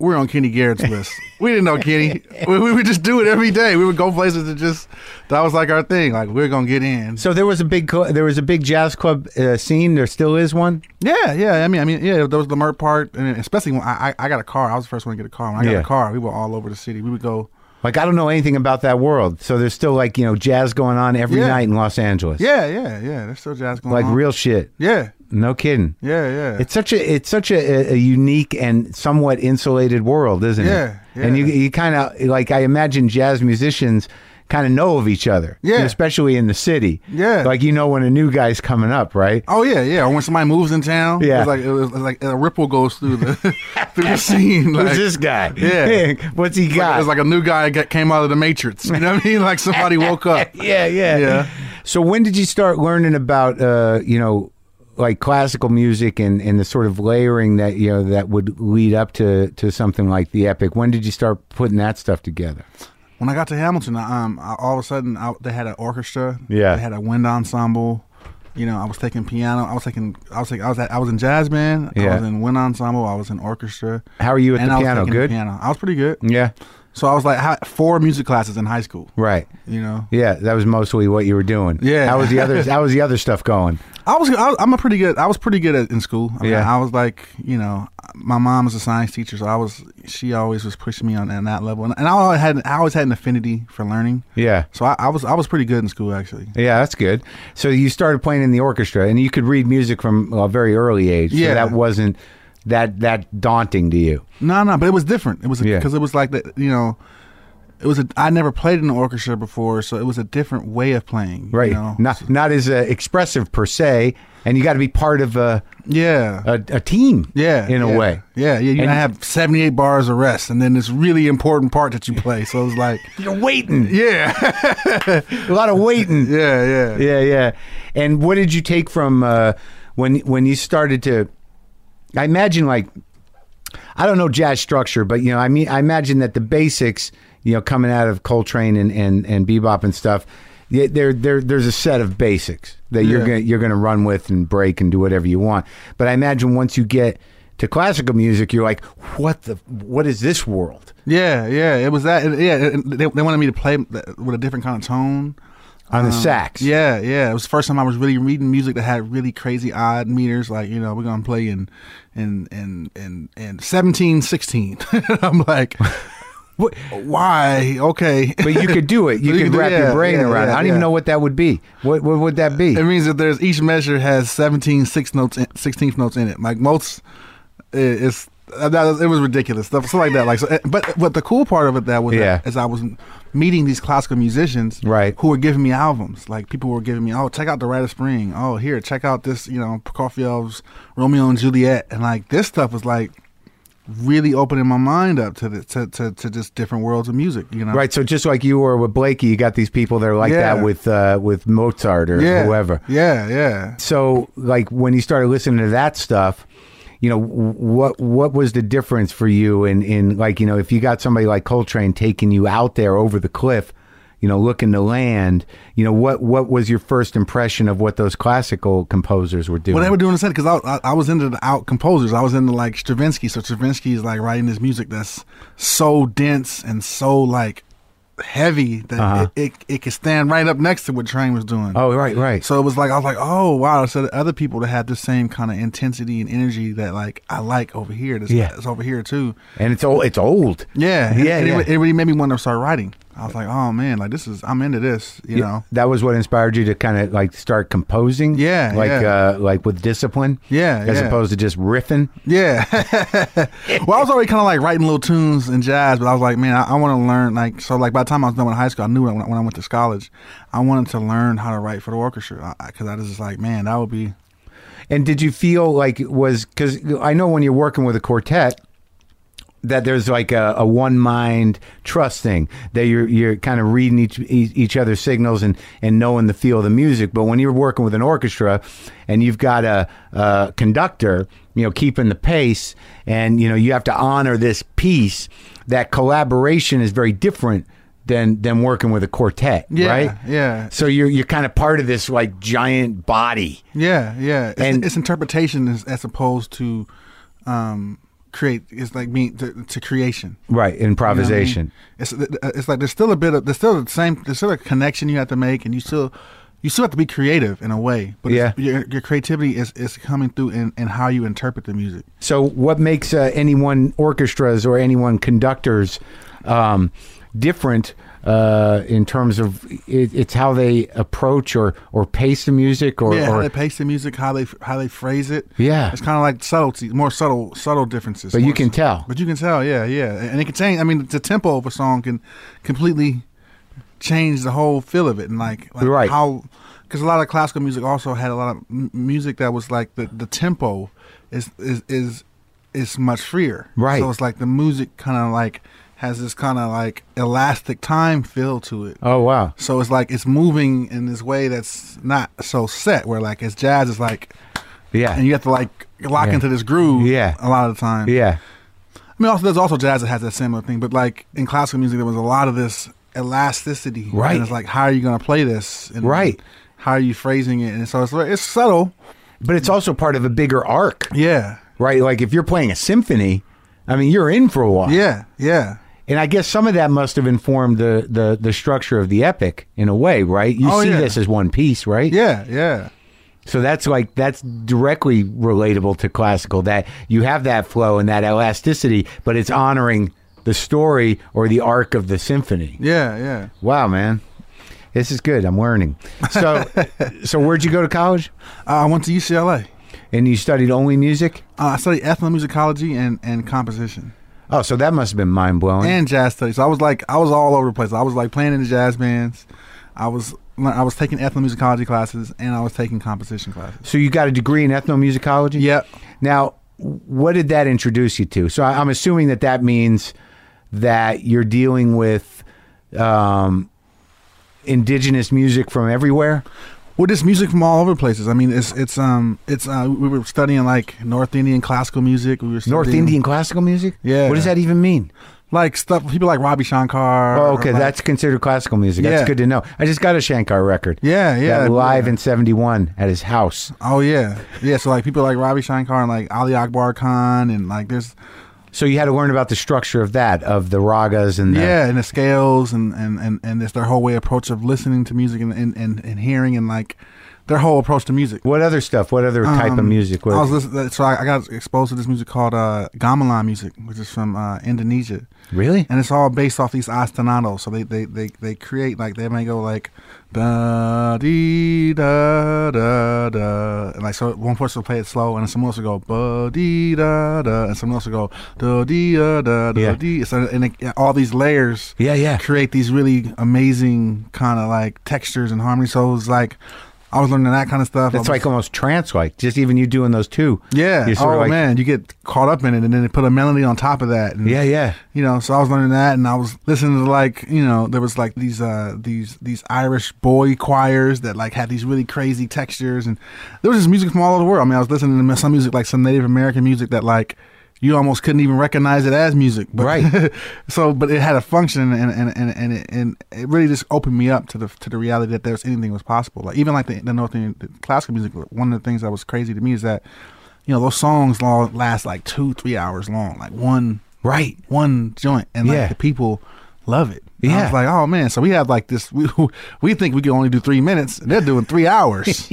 C: we're on Kenny Garrett's list. We didn't know Kenny. We, we would just do it every day. We would go places and just that was like our thing. Like we're gonna get in.
A: So there was a big cl- there was a big jazz club uh, scene. There still is one.
C: Yeah, yeah. I mean, I mean, yeah. There was the Mert part, and especially when I, I, I got a car. I was the first one to get a car. When I got
A: Yeah.
C: a car, we were all over the city. We would go.
A: Like I don't know anything about that world. So there's still like you know jazz going on every
C: Yeah.
A: night in Los Angeles.
C: Yeah, yeah, yeah. There's still jazz going
A: Like
C: on.
A: real shit.
C: Yeah,
A: No kidding.
C: yeah, yeah.
A: It's such a it's such a, a unique and somewhat insulated world, isn't
C: Yeah,
A: it? And you
C: yeah.
A: you kind of like I imagine jazz musicians kind of know of each other.
C: Yeah.
A: Especially in the city.
C: Yeah.
A: Like you know when a new guy's coming up, right?
C: Oh yeah, yeah. Or when somebody moves in town,
A: Yeah.
C: it's like it was like a ripple goes through the [laughs]
A: [laughs]
C: through the scene. Like,
A: Who's this guy?
C: Yeah.
A: [laughs] What's he
C: Like,
A: got?
C: it's like a new guy got, came out of the matrix. You know what I mean? Like somebody woke up.
A: yeah, yeah,
C: Yeah.
A: So when did you start learning about uh, you know, like classical music and, and the sort of layering that you know that would lead up to to something like the epic? When did you start putting that stuff together?
C: When I got to Hamilton, I, um, I, all of a sudden I, they had an orchestra.
A: Yeah.
C: they had a wind ensemble. You know, I was taking piano. I was taking. I was taking. I was. At, I was in jazz band.
A: Yeah.
C: I was in wind ensemble. I was in orchestra.
A: How are you at
C: and
A: the
C: I was
A: piano?
C: taking the
A: Good.
C: piano. I was pretty good.
A: Yeah.
C: So I was like ha- four music classes in high school.
A: Right.
C: You know,
A: Yeah, that was mostly what you were doing.
C: Yeah.
A: How was the
C: [laughs]
A: other how was the other stuff going?
C: I was, I was I'm a pretty good I was pretty good at, in school. I mean,
A: Yeah.
C: I was like you know my mom is a science teacher, so I was she always was pushing me on, on that level, and, and I always had I always had an affinity for learning.
A: Yeah.
C: So I, I was I was pretty good in school actually.
A: Yeah, that's good. So you started playing in the orchestra and you could read music from a very early age. So
C: Yeah.
A: that wasn't that that daunting to you.
C: No, no, but it was different. It was
A: Yeah.
C: because it was like that. You know, it was a I never played in an orchestra before, so it was a different way of playing.
A: Right.
C: You know?
A: Not not as uh, expressive per se, and you got to be part of a
C: Yeah.
A: a, a team.
C: yeah,
A: Uh, in a
C: yeah,
A: way.
C: yeah, yeah. You
A: And-
C: have seventy-eight bars of rest, and then this really important part that you play. So it was
A: [laughs]
C: like,
A: You're waiting.
C: yeah,
A: A lot of waiting.
C: yeah, yeah.
A: yeah, yeah. And what did you take from uh, when when you started to? I imagine like I don't know jazz structure, but you know, I mean, I imagine that the basics, you know, coming out of Coltrane and and and bebop and stuff, yeah, there there there's a set of basics that you're
C: Yeah.
A: gonna you're gonna run with and break and do whatever you want. But I imagine once you get to classical music, you're like, what the what is this world?
C: Yeah, yeah, it was that. it- yeah, it- they, they wanted me to play th- with a different kind of tone.
A: On the sax,
C: Um, Yeah, yeah. It was the first time I was really reading music that had really crazy odd meters. Like you know, we're gonna play in in in in, in seventeen sixteen. [laughs] I'm like,
A: What-
C: why? Okay.
A: but you could do it. You,
C: You
A: could
C: could do-
A: wrap your
C: yeah,
A: brain
C: yeah,
A: around. it.
C: yeah,
A: I don't even
C: yeah.
A: know what that would be. What what would that be?
C: It means that there's each measure has 17 sixth notes, in, 16th notes in it. Like most, i- it's uh, that was- it was ridiculous stuff, stuff like that. Like, so, uh, but but the cool part of it that was
A: Yeah.
C: that is I was meeting these classical musicians,
A: Right.
C: Who were giving me albums. Like people were giving me, oh, check out the Rite of Spring. Oh, here, check out this, you know, Prokofiev's Romeo and Juliet, and like this stuff was like really opening my mind up to the to, to, to just different worlds of music. You know,
A: Right, so just like you were with Blakey, you got these people that are like
C: Yeah.
A: that with uh, with Mozart or
C: Yeah,
A: whoever.
C: Yeah, yeah.
A: So, like when you started listening to that stuff, you know what what was the difference for you in in like you know if you got somebody like Coltrane taking you out there over the cliff you know looking to land you know what what was your first impression of what those classical composers were doing
C: Well, they were doing the set because I, I, I was into the out composers. I was into like Stravinsky. So Stravinsky is like writing this music that's so dense and so like heavy that it, it, it could stand right up next to what Train was doing.
A: Uh-huh. oh right right
C: So it was like I was like, oh wow. So the other people that have the same kind of intensity and energy that like I like over here. This,
A: Yeah.
C: it's over here too.
A: and it's old it's old
C: Yeah, and-
A: Yeah,
C: and
A: yeah.
C: It, it really made me want to start writing. I was like, oh man, like this is I'm into this. You know.
A: that was what inspired you to kind of like start composing
C: Yeah,
A: like
C: yeah.
A: uh like with discipline
C: Yeah,
A: as
C: yeah.
A: opposed to just riffing
C: Yeah. [laughs] well, I was already kind of like writing little tunes and jazz, but I was like, man, I, I want to learn. Like, so like by the time I was done with high school, I knew when, I- when I went to college, I wanted to learn how to write for the orchestra because I, was just like, man, that would be.
A: And did you feel like it was because I know when you're working with a quartet that there's like a, a one mind trust thing that you're you're kind of reading each each each other's signals and and knowing the feel of the music. But when you're working with an orchestra and you've got a, a conductor, you know, keeping the pace, and you know you have to honor this piece. That collaboration is very different. Than, than working with a quartet,
C: Yeah,
A: right?
C: yeah.
A: So you're you're kind of part of this like giant body.
C: Yeah, yeah. It's,
A: And-
C: it's interpretation as, as opposed to um, create. It's like being to, to creation.
A: Right,
C: You know what I mean?
A: improvisation.
C: It's it's like there's still a bit of there's still the same there's still a connection you have to make, and you still you still have to be creative in a way. But it's-
A: Yeah.
C: your, your creativity is, is coming through in, in how you interpret the music.
A: So, what makes uh, anyone orchestras or anyone conductors um, different uh, in terms of it, it's how they approach or or pace the music or,
C: yeah, how
A: or
C: they pace the music, how they how they phrase it.
A: Yeah.
C: it's kind of like subtlety, more subtle subtle differences.
A: But you
C: more
A: can
C: s-
A: tell.
C: But you can tell, yeah, yeah, and it can change. I mean, the tempo of a song can completely change the whole feel of it, and like, like
A: Right.
C: how because a lot of classical music also had a lot of m- music that was like the the tempo is is is is much freer,
A: Right.
C: So it's like the music kind of like has this kind of like elastic time feel to it.
A: oh wow
C: So it's like it's moving in this way that's not so set. Where like it's jazz is like,
A: yeah
C: and you have to like lock
A: Yeah.
C: into this groove.
A: Yeah.
C: a lot of the time.
A: yeah
C: I mean, also there's also jazz that has that similar thing, but like in classical music, there was a lot of this elasticity.
A: Right.
C: and it's like how are you going to play this? And
A: Right.
C: how are you phrasing it? And so it's it's subtle.
A: but it's also part of a bigger arc
C: Yeah,
A: right like if you're playing a symphony i mean you're in for a while
C: yeah, yeah.
A: and i guess some of that must have informed the the, the structure of the epic in a way right you
C: Oh,
A: see
C: yeah.
A: this as one piece right
C: Yeah, yeah,
A: So that's like that's directly relatable to classical that you have that flow and that elasticity, but it's honoring the story or the arc of the symphony.
C: yeah, yeah.
A: Wow, man. This is good. I'm learning. So so where'd you go to college?
C: Uh, I went to UCLA.
A: And you studied only music?
C: Uh, I studied ethnomusicology and, and composition.
A: Oh, so that must have been mind blowing.
C: and jazz studies. So I was like, I was all over the place. I was like playing in the jazz bands. I was, I was taking ethnomusicology classes and I was taking composition classes.
A: so you got a degree in ethnomusicology?
C: Yep.
A: Now, what did that introduce you to? So I- I'm assuming that that means that you're dealing with um, indigenous music from everywhere.
C: Well, this music from all over the places. I mean, it's it's um it's uh, we were studying like North Indian classical music. We were
A: North
C: studying,
A: Indian classical music.
C: Yeah.
A: What does that even mean?
C: like stuff. People like Robbie Shankar.
A: Oh,
C: or,
A: okay,
C: like-
A: that's considered classical music. That's
C: Yeah.
A: good to know. I just got a Shankar record.
C: Yeah, yeah,
A: That live
C: yeah.
A: in '71 at his house.
C: oh yeah yeah. So like people like Robbie Shankar and like Ali Akbar Khan and like there's
A: So you had to learn about the structure of that, of the ragas and the,
C: Yeah, and the scales and and and and it's their whole way approach of listening to music and and and, and hearing and like their whole approach to music.
A: What other stuff? What other type of
C: Um,
A: music? What,
C: I was listening, so I, I got exposed to this music called uh, gamelan music, which is from uh, Indonesia,
A: really?
C: and it's all based off these ostinato. So they they they, they create like they may go like da dee da da da, and like so one person will play it slow, and then someone else will go ba dee da da, and someone else will go da dee da da da
A: Yeah.
C: dee. So and it, all these layers
A: Yeah, yeah.
C: create these really amazing kind of like textures and harmony. So it was like I was learning that kind of stuff.
A: It's
C: I was-
A: like almost trance like. Just even you doing those two.
C: yeah.
A: You're sort
C: oh
A: of like,
C: man, you get caught up in it, and then they put a melody on top of that. And,
A: Yeah, yeah.
C: You know, so I was learning that, and I was listening to like, you know, there was like these uh these these Irish boy choirs that like had these really crazy textures, and there was just music from all over the world. I mean, I was listening to some music like some Native American music that like. You almost couldn't even recognize it as music, but,
A: Right.
C: [laughs] so, but it had a function, and and and and it, and it really just opened me up to the to the reality that there's anything was possible. Like even like the, the North Indian the classical music. One of the things that was crazy to me is that you know those songs long, last like two three hours long, like one
A: Right.
C: one joint, and like
A: Yeah.
C: the people love it. And I
A: Yeah.
C: was like, oh man, so we have like this. We, [laughs] we think we can only do three minutes. and They're doing three
A: [laughs]
C: hours.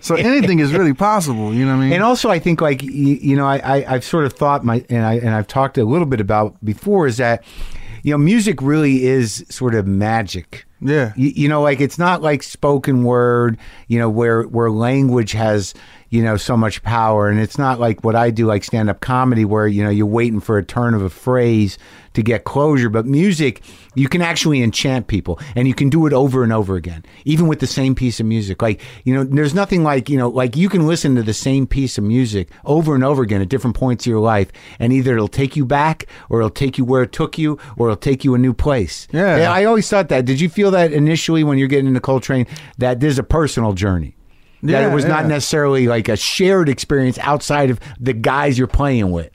C: so anything is really possible. You know what I mean?
A: And also, I think like you, you know, I, I I've sort of thought my and I and I've talked a little bit about before is that you know music really is sort of magic.
C: Yeah.
A: You, you know, like it's not like spoken word. You know, where where language has you know so much power, and it's not like what I do, like stand up comedy, where you know you're waiting for a turn of a phrase to get closure. But music, you can actually enchant people, and you can do it over and over again, even with the same piece of music. Like you know, there's nothing like you know, like you can listen to the same piece of music over and over again at different points of your life, and either it'll take you back, or it'll take you where it took you, or it'll take you a new place.
C: Yeah.
A: I always thought that. Did you feel that initially when you're getting into Coltrane that there's a personal journey? that
C: Yeah,
A: it was not
C: yeah.
A: necessarily like a shared experience outside of the guys you're playing with.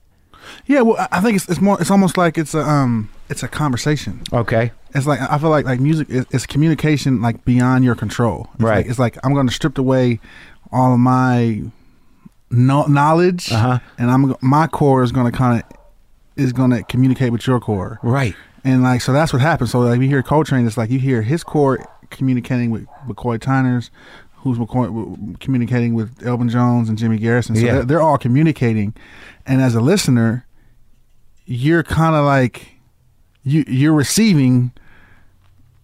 C: yeah. Well, I- I think it's, it's more. It's almost like it's a um. It's a conversation.
A: Okay.
C: It's like I feel like like music is, is communication like beyond your control. It's
A: Right.
C: Like, it's like I'm going to strip away all of my no- knowledge,
A: Uh-huh.
C: and I'm go- my core is going to kind of is going to communicate with your core,
A: Right.
C: and like so that's what happens. So like we hear Coltrane, it's like you hear his core communicating with McCoy Tyner's, who's McCoy w- communicating with Elvin Jones and Jimmy Garrison. So
A: Yeah.
C: they're, they're all communicating, and as a listener, you're kind of like you you're receiving.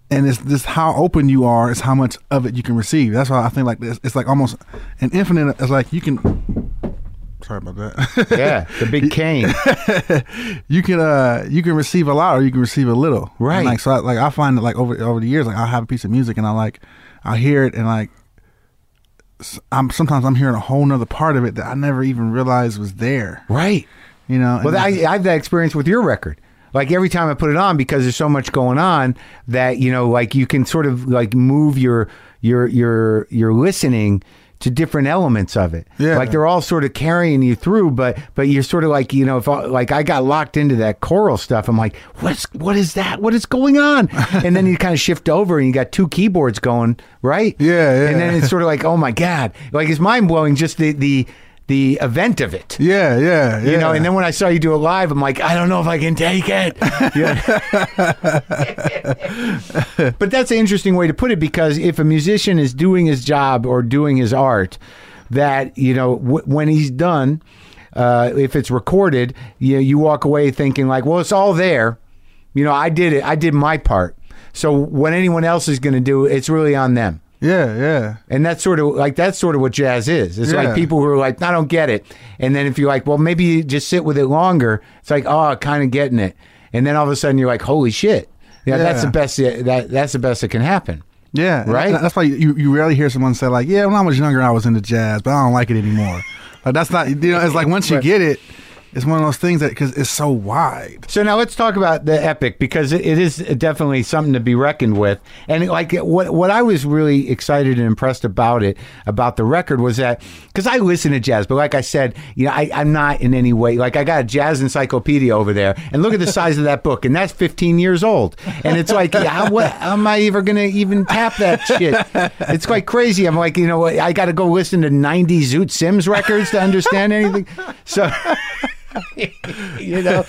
C: And it's just how open you are is how much of it you can receive. That's why I think like this. It's like almost an infinite. It's like you can. Sorry about that. [laughs]
A: Yeah. The big cane.
C: you can uh you can receive a lot or you can receive a little
A: Right.
C: And, like so I, like i find that like over over the years like i'll have a piece of music and i like i hear it and like s- i'm sometimes i'm hearing a whole nother part of it that i never even realized was there
A: right.
C: you know
A: Well,
C: And
A: I, I have that experience with your record. Like every time I put it on, because there's so much going on that you know, like you can sort of like move your your your your listening to different elements of it.
C: Yeah.
A: Like they're all sort of carrying you through, but but you're sort of like you know, if I, like I got locked into that choral stuff, I'm like, what's what is that? What is going
C: [laughs]
A: on? and then you kind of shift over, and you got two keyboards going, right?
C: Yeah, yeah.
A: And then it's sort of like, oh my god, like it's mind blowing just the the the event of it.
C: yeah yeah
A: You
C: yeah.
A: know, and then when I saw you do it live, I'm like, I don't know if I can take it. Yeah. but that's an interesting way to put it because if a musician is doing his job or doing his art, that you know, w- when he's done, uh, if it's recorded, you you walk away thinking like, well, it's all there. You know, I did it. I did my part. So when anyone else is going to do, it, it's really on them.
C: yeah yeah
A: And that's sort of like that's sort of what jazz is. It's like
C: Yeah.
A: people who are like, I don't get it. And then if you're like, well, maybe you just sit with it longer, it's like, oh, kind of getting it. And then all of a sudden you're like, holy shit, yeah, that's
C: Yeah.
A: the best. That that's the best that can happen.
C: Yeah, and
A: Right?
C: that- That's why you, you rarely hear someone say like, "Yeah, when I was younger, I was into jazz, but I don't like it anymore." like that's not you know. It's like once you
A: Right.
C: get it, it's one of those things that because it's so wide.
A: So now let's talk about the epic because it it is definitely something to be reckoned with. And like what what I was really excited and impressed about it about the record was that because I listen to jazz, but like I said, you know, I, I'm not in any way like I got a jazz encyclopedia over there, and look at the size of that book, and that's 15 years old, and it's like how, what, how am I ever gonna even tap that shit? It's quite crazy. I'm like, you know, what, I got to go listen to 90 Zoot Sims records to understand anything. So you know.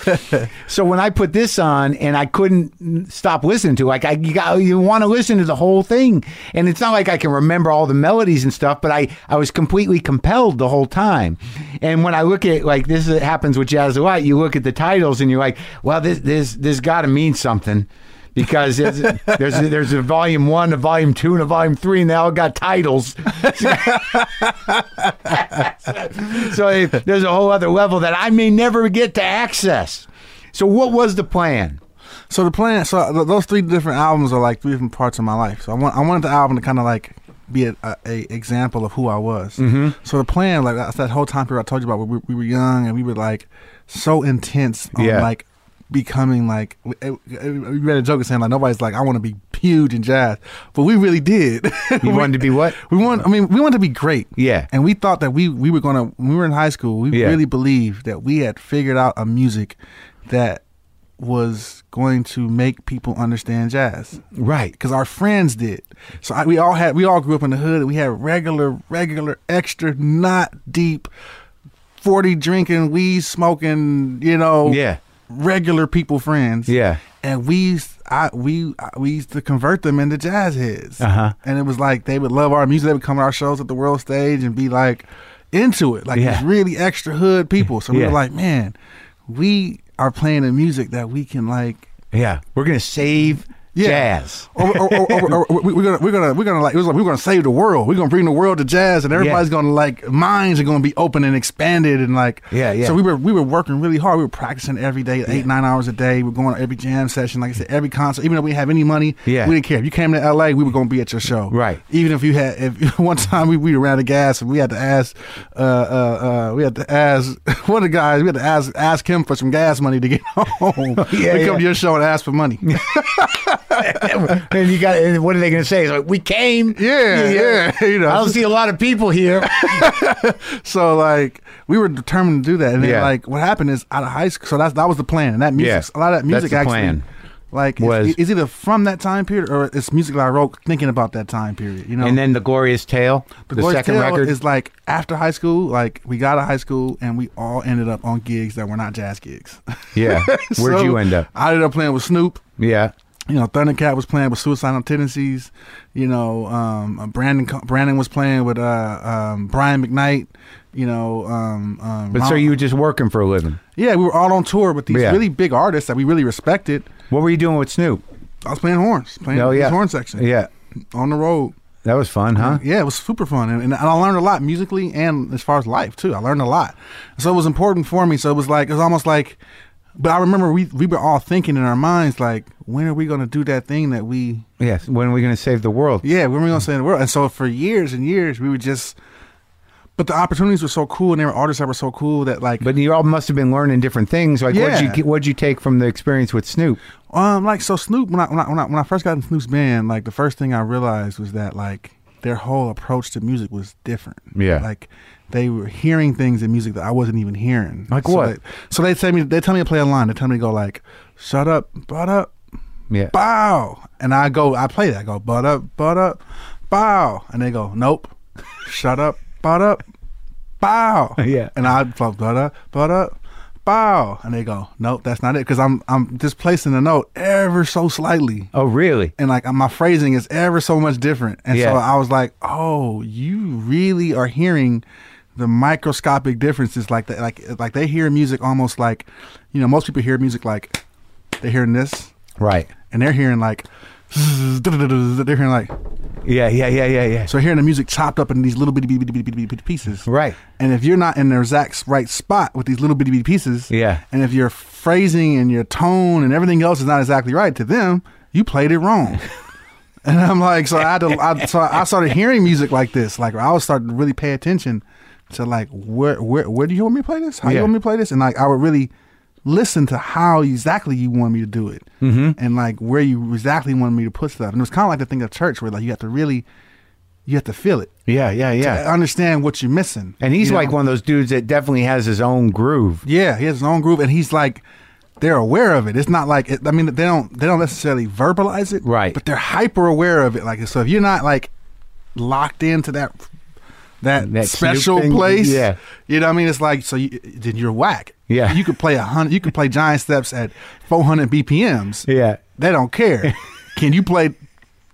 A: so when I put this on and I couldn't stop listening to, it, like I you, got, you want to listen to the whole thing, and it's not like I can remember all the melodies and stuff, but I I was completely compelled the whole time. And when I look at like this is- happens with jazz a lot, you look at the titles and you're like, well, this this this got to mean something. Because it's, there's a, there's a volume one, a volume two, and a volume three, and they all got titles. so if there's a whole other level that I may never get to access. So what was the plan?
C: So the plan, so th- those three different albums are like three different parts of my life. So I want, I wanted the album to kind of like be a, a, a example of who I was. Mm-hmm. So the plan, like that's that whole time period I told you about, where we, we were young and we were like so intense on
A: Yeah.
C: like becoming like we we made a joke saying like nobody's like I want to be huge and jazz, but we really did. [laughs]
A: [laughs] You wanted to be what?
C: We want. I mean, we wanted to be great.
A: Yeah.
C: And we thought that we we were gonna. When we were in high school, we
A: Yeah.
C: really believed that we had figured out a music that was going to make people understand jazz
A: Right.
C: because our friends did. So I, we all had. We all grew up in the hood. and We had regular, regular, extra, not deep, forty drinking, weed smoking. You know.
A: Yeah.
C: Regular people friends
A: Yeah.
C: and we used, I we I- we used to convert them into jazz heads.
A: Uh-huh.
C: And it was like they would love our music. They would come to our shows at the world stage and be like into it, like
A: Yeah.
C: these really extra hood people. So we
A: Yeah.
C: were like, man, we are playing the music that we can like.
A: Yeah. We're gonna save
C: Yeah.
A: jazz.
C: Or, or, or, or, or we- we're gonna we're gonna we're gonna like it was like we're gonna save the world. We're gonna bring the world to jazz, and everybody's gonna like minds are gonna be open and expanded, and like
A: Yeah, yeah.
C: So we were we were working really hard. We were practicing every day, eight nine hours a day. We were going to every jam session, like I said, every concert. Even though we didn't have any money,
A: Yeah.
C: we didn't care. If you came to L.A., we were gonna be at your show,
A: Right.
C: Even if you had if [laughs] one time we we ran out of gas and we had to ask uh uh, uh we had to ask [laughs] one of the guys we had to ask ask him for some gas money to get [laughs] home.
A: [laughs] Yeah,
C: we
A: yeah.
C: come to your show and ask for money.
A: [laughs] and you got. And what are they gonna say? It's like we came.
C: Yeah, yeah. [laughs] You know,
A: I don't see a lot of people here.
C: so like we were determined to do that, and then
A: Yeah.
C: like what happened is out of high school. So that's that was the plan, and that music,
A: Yeah,
C: a lot of
A: that's
C: that music
A: the
C: actually,
A: plan.
C: like
A: Was-
C: was it's, either from that time period or it's music that I wrote thinking about that time period. You
A: [laughs]
C: know,
A: and then the glorious tale, the,
C: Glory's
A: second
C: Tale
A: record.
C: is like after high school. Like we got out of high school, and we all ended up on gigs that were not jazz gigs.
A: [laughs]
C: [laughs]
A: [laughs] yeah. Where'd
C: So,
A: you end up?
C: I ended up playing with Snoop.
A: Yeah.
C: you know, Thundercat was playing with Suicidal Tendencies. You know, um, Brandon Brandon was playing with uh, um, Brian McKnight. You know, um, um,
A: But so
C: Ron-
A: you were just working for a living.
C: yeah, we were all on tour with these
A: Yeah.
C: really big artists that we really respected.
A: What were you doing with Snoop?
C: I was playing horns, playing
A: Oh,
C: his
A: yeah.
C: horn section,
A: Yeah.
C: on the road.
A: That was fun, huh?
C: Yeah, it was super fun, and, and I learned a lot musically and as far as life too. I learned a lot, so it was important for me. So it was like it was almost like, but I remember we we were all thinking in our minds like, when are we gonna do that thing that we
A: Yes. When are we going to save the world?
C: Yeah, we were gonna say the world. And so for years and years, we would just. But the opportunities were so cool, and there were artists that were so cool that like,
A: But you all must have been learning different things. Like, what'd you
C: Yeah.
A: get- what'd you take from the experience with Snoop?
C: um, like so Snoop. When I, when I when I when I first got in Snoop's band, like the first thing I realized was that like their whole approach to music was different.
A: Yeah.
C: like they were hearing things in music that I wasn't even hearing.
A: Like
C: So
A: what?
C: they- so they tell me they tell me to play a line. They tell me to go like, "Shut up, butt up,
A: Yeah.
C: bow. And I go, I play that. I go, butt up, butt up, bow. And they go, nope. Shut up, butt up, bow.
A: [laughs] Yeah.
C: And I go, butt up, butt up, bow. And they go, nope, that's not it. Because I'm I'm displacing the note ever so slightly.
A: Oh, really?
C: And like my phrasing is ever so much different. And
A: Yeah.
C: so I was like, oh, you really are hearing the microscopic differences like that like like they hear music almost like you know most people hear music like they're hearing this
A: Right.
C: and they're hearing like [laughs] they're hearing like
A: Yeah. Yeah. Yeah. Yeah. Yeah.
C: so hearing the music chopped up in these little bitty bitty bitty bitty bitty, bitty pieces
A: Right.
C: and if you're not in their exact right spot with these little bitty bitty pieces
A: Yeah.
C: and if your phrasing and your tone and everything else is not exactly right to them you played it wrong [laughs] and i'm like so i had to I, so i started hearing music like this like i was starting to really pay attention to like where where, where do you want me to play this how
A: Yeah.
C: you want me to play this and like i would really listen to how exactly you want me to do it mm-hmm. and like where you exactly wanted me to put stuff and it was kind of like the thing of church where like you have to really you have to feel it
A: Yeah. Yeah. Yeah.
C: understand what you're missing
A: And he's
C: you know?
A: like one of those dudes that definitely has his own groove.
C: Yeah, he has his own groove, and he's like, they're aware of it. It's not like it, I mean, they don't they don't necessarily verbalize it,
A: Right.
C: But they're hyper aware of it. Like, so if you're not like locked into that that,
A: That Snoop
C: special
A: thing,
C: place,
A: yeah.
C: you know what I mean. It's like so you, then you're whack.
A: Yeah.
C: you could play a hundred, you could play giant steps at 400 BPMs.
A: Yeah.
C: They don't care. Can you
A: [laughs]
C: play?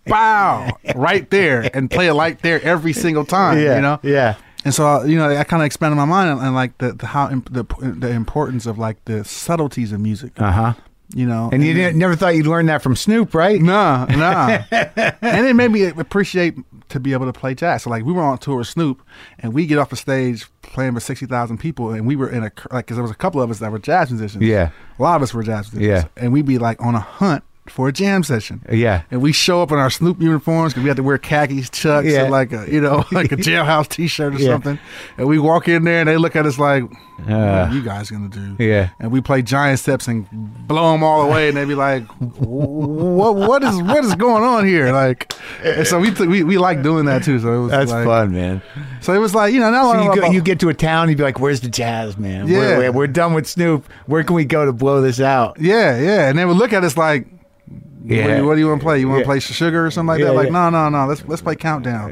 C: Wow, right there, and play it like there every single time.
A: Yeah.
C: You know,
A: Yeah.
C: and so you know, I kind of expanded my mind and, and like the, the how imp- the the importance of like the subtleties of music.
A: Uh huh.
C: You know,
A: And you
C: then-
A: didn't, never thought you'd learn that from Snoop, right?
C: Nah,
A: [laughs]
C: nah. and it made me appreciate to be able to play jazz. So like we were on tour with Snoop, and we get off the stage playing for sixty thousand people, and we were in a cr- like because there was a couple of us that were jazz musicians.
A: Yeah.
C: a lot of us were jazz musicians.
A: Yeah.
C: and we'd be like on a hunt for a jam session.
A: Yeah.
C: And we show up in our Snoop uniforms because we have to wear khakis, chucks,
A: Yeah.
C: and like a you know [laughs]
A: [laughs]
C: like a jailhouse T-shirt or
A: Yeah.
C: something. And we walk in there and they look at us like, "What
A: Uh,
C: are you guys gonna do?"
A: yeah.
C: And we play giant steps and blow them all away, and they be like, "What? What is what is going on here?" Like, and so we, took we we like doing that too. So it was
A: That's
C: like,
A: fun, man.
C: So it was like you know not
A: So
C: only
A: you, go,
C: about-
A: you get to a town, you'd be like, "Where's the jazz, man? We're-
C: Yeah.
A: We're, we're done with Snoop. Where can we go to blow this out?"
C: yeah yeah, and they would look at us like. What do
A: Yeah.
C: you- What do you want to play? You want to
A: Yeah.
C: play Sugar or something like
A: Yeah,
C: that? Like,
A: yeah.
C: no, no, no. Let's let's play Countdown.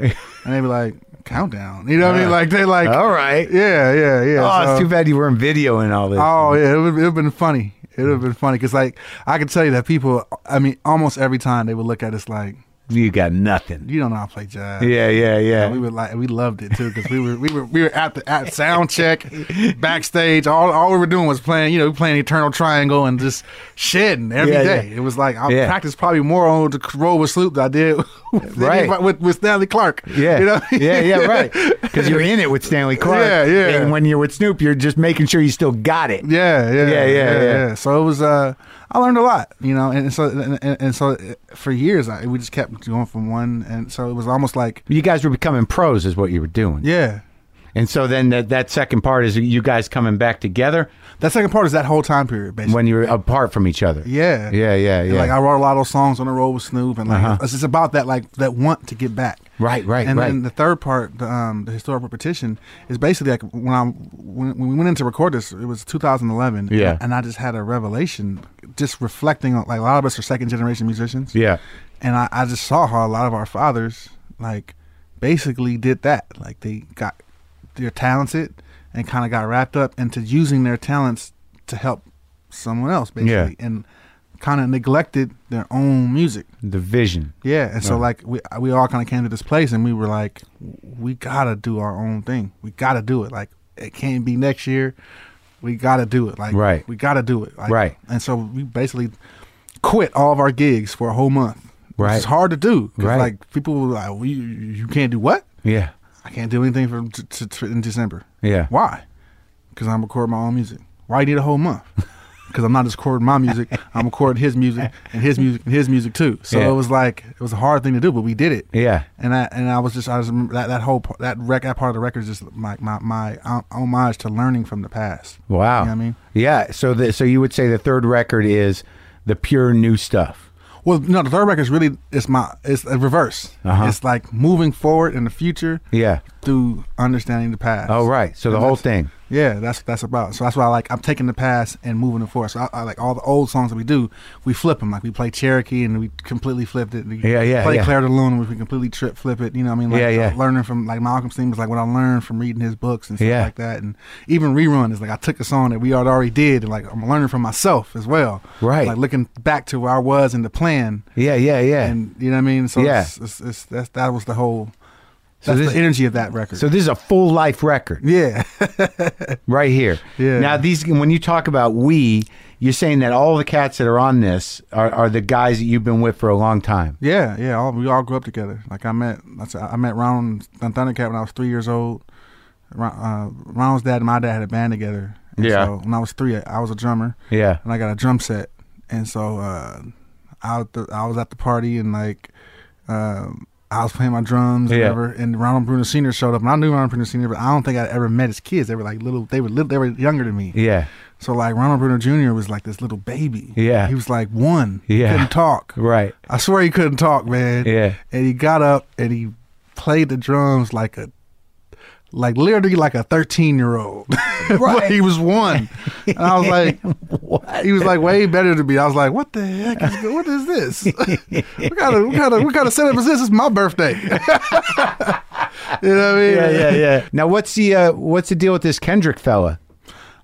A: [laughs]
C: and they be like, Countdown. You know what I mean? Like they like,
A: Uh, All right.
C: yeah, yeah, yeah.
A: Oh, it's
C: So-
A: too bad you weren't videoing all this. [laughs]
C: Oh yeah, it would have been funny. It would have been funny because like I can tell you that people. I mean, almost every time they would look at us like,
A: You got nothing.
C: you don't know how to play jazz.
A: Yeah, yeah,
C: And we
A: yeah.
C: were like, we loved it too because we were we were we were at the at sound check, backstage. All all we were doing was playing. You know, playing Eternal Triangle and just shedding every
A: Yeah,
C: day.
A: yeah.
C: It was like I
A: Yeah.
C: practiced probably more on the roll with Sloop than I did [laughs] with,
A: Right.
C: anybody- with with Stanley Clark.
A: [laughs] Yeah,
C: You know?
A: yeah, yeah, [laughs] right. Because you're in it with Stanley Clark.
C: Yeah, yeah.
A: And when you're with Snoop, you're just making sure you still got it.
C: [laughs] Yeah, yeah,
A: Yeah, yeah, yeah.
C: So it was. Uh, I learned a lot, you know, and so and, and, and so uh, for years I, we just kept going from one, and so it was almost like
A: You guys were becoming pros, is what you were doing.
C: yeah.
A: And so then that, that second part is you guys coming back together
C: That second part is that whole time period, basically.
A: when you're apart from each other.
C: yeah,
A: Yeah, yeah,
C: And,
A: yeah.
C: Like I wrote a lot of songs on the road with Snoop, and like
A: Uh-huh.
C: it's just about that like that want to get back.
A: Right, right,
C: and
A: right.
C: then the third part, the, um, the historic repetition, is basically like when I when, when we went in to record this, it was 2011.
A: Yeah.
C: and I just had a revelation, just reflecting on like a lot of us are second generation musicians.
A: yeah.
C: and I, I just saw how a lot of our fathers like basically did that like they got they're talented and kind of got wrapped up into using their talents to help someone else basically and kind of neglected their own music
A: The vision.
C: yeah and so
A: Yeah.
C: like we we all kind of came to this place and we were like we gotta do our own thing we gotta do it like it can't be next year we gotta do it like
A: Right.
C: we gotta do it like,
A: Right.
C: and so we basically quit all of our gigs for a whole month
A: Right.
C: it's hard to do 'cause,
A: Right.
C: like people were like we you can't do what
A: Yeah.
C: i can't do anything for t- t- t- in december
A: Yeah.
C: why because i'm recording my own music why you need a
A: [laughs]
C: whole month because i'm not just recording my music i'm recording his music and his music and his music too so
A: Yeah.
C: it was like it was a hard thing to do but we did it
A: Yeah.
C: and I and I was just I just remember that that whole part, that rec that part of the record is just my my my hom- homage to learning from the past.
A: Wow.
C: You know what I mean?
A: Yeah. So the, so you would say the third record is the pure new stuff.
C: Well, no, the third record is really it's my it's a reverse.
A: Uh-huh.
C: It's like moving forward in the future
A: Yeah.
C: through understanding the past.
A: Oh right. So the
C: And
A: whole
C: that's-
A: thing.
C: Yeah, that's what that's about. So that's why I like I'm taking the past and moving it forward. So I, I like all the old songs that we do, we flip them. Like we play Cherokee and we completely flipped it. We
A: Yeah, yeah,
C: Play
A: yeah.
C: Claire de Lune, which we completely trip flip it. You know, what I mean, like
A: Yeah, yeah.
C: Learning from like Malcolm Steen was like what I learned from reading his books and stuff
A: Yeah.
C: like that. And even rerun is like I took a song that we had already did and like I'm learning from myself as well.
A: Right.
C: Like looking back to where I was and the plan.
A: Yeah. Yeah. Yeah.
C: And you know what I mean? So
A: Yeah.
C: it's, it's, it's, that's, that was the whole.
A: So
C: That's
A: this-
C: the energy of that record.
A: so this is a full life record
C: yeah.
A: right here.
C: Yeah.
A: Now these when you talk about we, you're saying that all the cats that are on this are, are the guys that you've been with for a long time.
C: Yeah, yeah, all, we all grew up together. Like I met, that's, I met Ron on Thundercat when I was three years old. Ron, uh, Ron's dad and my dad had a band together. And
A: Yeah.
C: So when I was three, I, I was a drummer,
A: Yeah.
C: and I got a drum set, and so uh, I was the- I was at the party and like. Um, I was playing my drums, and
A: Yeah.
C: whatever, and Ronald Bruno Senior showed up, and I knew Ronald Bruno Senior, but I don't think I ever met his kids. They were like little, they were little, they were younger than me.
A: Yeah.
C: So like Ronald Bruno Junior was like this little baby.
A: Yeah.
C: he was like one.
A: Yeah.
C: couldn't talk.
A: [laughs] Right.
C: I swear he couldn't talk, man.
A: Yeah.
C: And he got up and he played the drums like a like literally like a 13 year old. [laughs] but
A: Right.
C: he was one. And I was
A: [laughs]
C: like he was like way better to me. I was like, what the heck is go- what is this? [laughs] what kind of what kind of what kind of setup is this? It's my birthday. [laughs] you know what I mean?
A: Yeah. Yeah. Yeah. [laughs] now what's the uh, what's the deal with this Kendrick fella?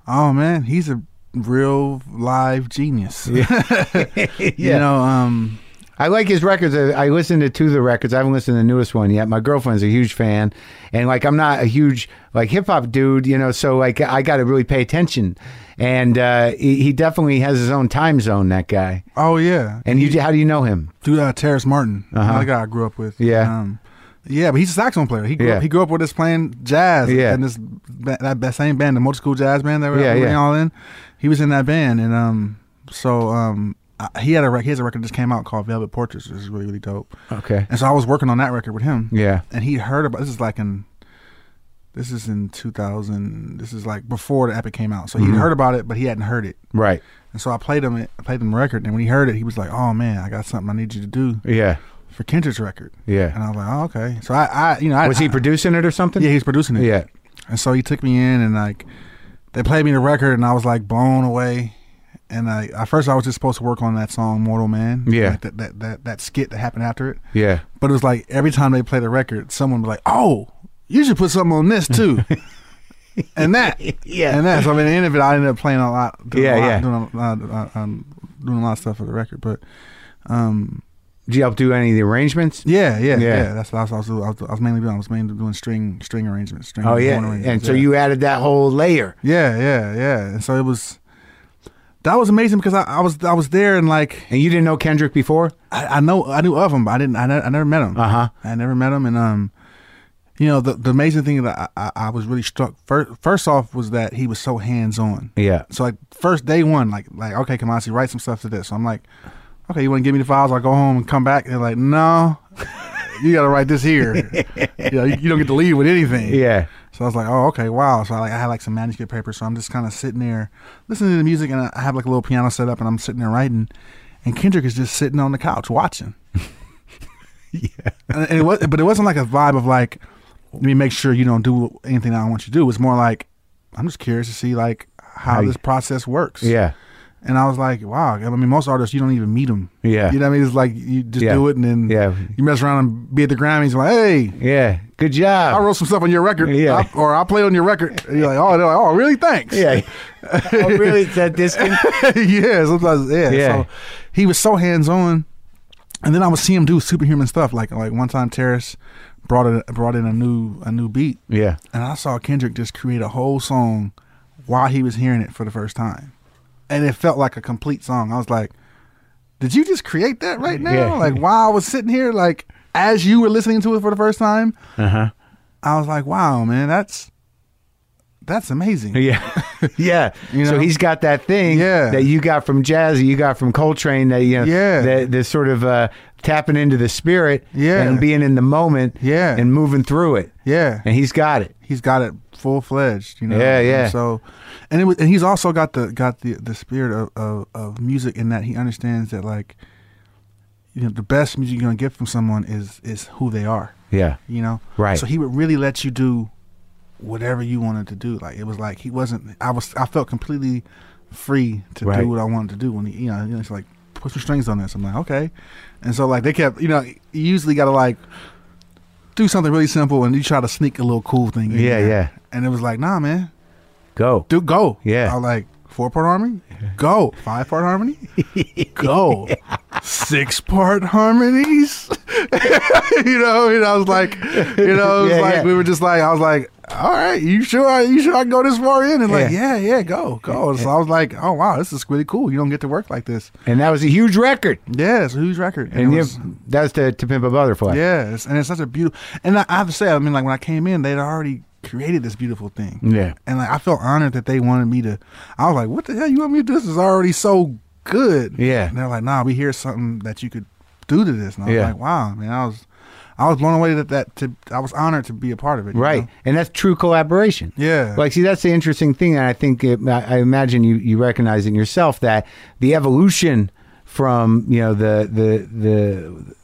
C: Oh man, he's a real live genius. [laughs]
A: [laughs]
C: You know, um
A: I like his records. I I listened to two of the records. I haven't listened to the newest one yet. My girlfriend's a huge fan, and like I'm not a huge like hip hop dude, you know. So like I got to really pay attention, and uh, he, he definitely has his own time zone. That guy.
C: oh yeah.
A: And you, how do you know him?
C: Dude, uh, Terrace Martin,
A: Uh-huh.
C: another guy I grew up with.
A: Yeah.
C: um, yeah, but he's a saxophone player. He grew,
A: Yeah.
C: up, he grew up with us playing jazz.
A: Yeah.
C: and this ba- that ba- same band, the Motor School Jazz Band that we
A: Yeah,
C: we were
A: yeah.
C: all in. He was in that band, and um, so um, I, he had a rec- he has a record that just came out called Velvet Portraits, which is really really dope.
A: Okay.
C: And so I was working on that record with him.
A: Yeah.
C: And he heard about this is like in this is in 2000. This is like before the epic came out. So
A: Mm-hmm.
C: he heard about it, but he hadn't heard it.
A: Right.
C: And so I played him it. I played him the record, and when he heard it, he was like, "Oh man, I got something I need you to do
A: Yeah.
C: for Kendrick's record."
A: Yeah.
C: And I was like, "Oh okay." So I, I you know, I,
A: Was
C: [laughs]
A: he
C: I-
A: producing it or something?
C: yeah, he was producing it.
A: Yeah.
C: And so he took me in and like they played me the record and I was like blown away. And I at first I was just supposed to work on that song Mortal Man.
A: Yeah.
C: Like that, that that that skit that happened after it.
A: Yeah.
C: But it was like every time they play the record, someone was like, Oh, you should put something on
A: [laughs]
C: this too. and that.
A: Yeah.
C: And that. So I mean at the end of it I ended up playing a lot doing
A: Yeah,
C: a lot,
A: yeah.
C: Doing, a lot, uh, um, doing a lot of stuff for the record. But
A: Did you help do any of the arrangements?
C: yeah, yeah,
A: Yeah.
C: yeah. That's what I was, I was doing. I was, I was mainly doing I was mainly doing string string arrangements, string
A: Oh yeah.
C: horn
A: And
C: arrangements,
A: so
C: yeah.
A: you added that whole layer.
C: Yeah, yeah, yeah. And so it was that was amazing because I, I was I was there and like
A: And you didn't know Kendrick before?
C: I, I know I knew of him, but I didn't I, ne- I never met him.
A: Uh-huh.
C: I never met him, and um, you know the the amazing thing that I, I, I was really struck first first off was that he was so hands on.
A: Yeah.
C: So like first day one, like like okay, Kamasi, write some stuff to this. So I'm like, okay, you want to give me the files? I'll go home and come back. They're like, no, you got to write this here. [laughs] you, know, you, you don't get to leave with anything.
A: Yeah.
C: So I was like, oh, okay, wow. So I, like, I had like some manuscript paper. So I'm just kind of sitting there listening to the music, and I- I have like a little piano set up, and I'm sitting there writing. And Kendrick is just sitting on the couch
A: [laughs]
C: watching. yeah. And, and it was, but it wasn't like a vibe of like, let me make sure you don't do anything I want you to do. It's more like, I'm just curious to see like how,
A: How you-
C: this process works.
A: Yeah.
C: And I was like, wow. I mean, most artists, you don't even meet them.
A: Yeah.
C: You know what I mean? It's like you just
A: Yeah.
C: do it, and then
A: Yeah.
C: you mess around and be at the Grammys, like, hey,
A: Yeah. Good
C: I
A: job.
C: wrote some stuff on your record,
A: Yeah.
C: I- or I played on your record. And you're like, oh, they're like, oh, really? Thanks.
A: Yeah. [laughs] oh, really? That this thing?
C: [laughs] yeah, sometimes, yeah.
A: Yeah.
C: So he was so hands on, and then I would see him do superhuman stuff. Like like one time, Terrace brought in, brought in a new a new beat,
A: Yeah.
C: and I saw Kendrick just create a whole song while he was hearing it for the first time, and it felt like a complete song. I was like, did you just create that right now?
A: Yeah.
C: Like while I was sitting here, like as you were listening to it for the first time,
A: Uh huh.
C: I was like, wow, man, that's that's amazing.
A: Yeah. [laughs] yeah.
C: You
A: So
C: know?
A: he's got that thing
C: Yeah.
A: that you got from jazz, that you got from Coltrane, that you know,
C: Yeah.
A: that, that sort of uh, tapping into the spirit
C: Yeah.
A: and being in the moment
C: Yeah.
A: and moving through it.
C: Yeah,
A: And he's got it.
C: he's got it full fledged. You know.
A: Yeah,
C: And
A: yeah.
C: so, and it was, and he's also got the got the the spirit of, of of music in that he understands that like, you know, the best music you're gonna get from someone is is who they are.
A: Yeah.
C: You know.
A: Right.
C: So he would really let you do whatever you wanted to do. Like it was like he wasn't. I was. I felt completely free to
A: Right.
C: do what I wanted to do when he, you know, it's like put some strings on this. I'm like, okay. And so like they kept, you know, you usually got to like do something really simple and you try to sneak a little cool thing. in
A: Yeah,
C: there.
A: yeah.
C: And it was like, nah, man,
A: Go.
C: do go.
A: Yeah.
C: I was like four part harmony, go. Five part
A: [laughs]
C: harmony, go. Six part harmonies. [laughs] you know, and I was like, you know, it was
A: Yeah,
C: like
A: yeah.
C: we were just like, I was like, all right, you sure? I, you sure I can go this far in? And like,
A: Yeah.
C: yeah, yeah, go, go. So I was like, oh wow, this is really cool. You don't get to work like this.
A: And that was a huge record.
C: Yeah, it's a huge record.
A: And
C: it
A: you,
C: was-
A: that's the To Pimp a Butterfly.
C: Yes, and it's such a beautiful. And I, I have to say, I mean, like when I came in, they'd already created this beautiful thing.
A: Yeah.
C: and like I felt honored that they wanted me to. I was like, "What the hell you want me to do? This is already so good."
A: Yeah.
C: and they're like, "Nah, we hear something that you could do to this." And I was
A: Yeah.
C: like, "Wow, man, I was, I was blown away that that to, I was honored to be a part of it." you
A: Right.
C: know?
A: And that's true collaboration.
C: Yeah.
A: Like, see, that's the interesting thing. And I think it, I I imagine you, you recognize in yourself that the evolution from, you know, the, the, the,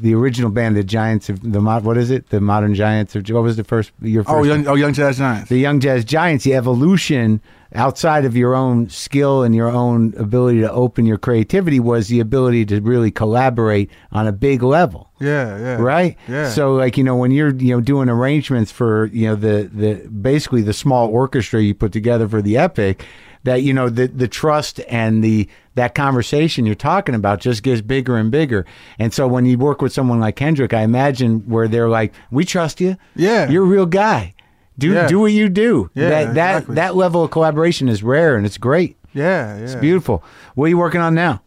A: the original band, the Giants of the mod, what is it? The Modern Giants of what was the first your first
C: Oh, young, oh, young jazz giants.
A: the Young Jazz Giants, the evolution outside of your own skill and your own ability to open your creativity was the ability to really collaborate on a big level
C: yeah, yeah.
A: right
C: Yeah.
A: so like you know when you're you know doing arrangements for you know the the basically the small orchestra you put together for the epic that you know the the trust and the that conversation you're talking about just gets bigger and bigger and so when you work with someone like Hendrick I imagine where they're like we trust you
C: Yeah.
A: you're a real guy do
C: Yeah.
A: do what you do
C: Yeah,
A: that that
C: exactly.
A: that level of collaboration is rare and it's great
C: yeah, yeah.
A: it's beautiful what are you working on now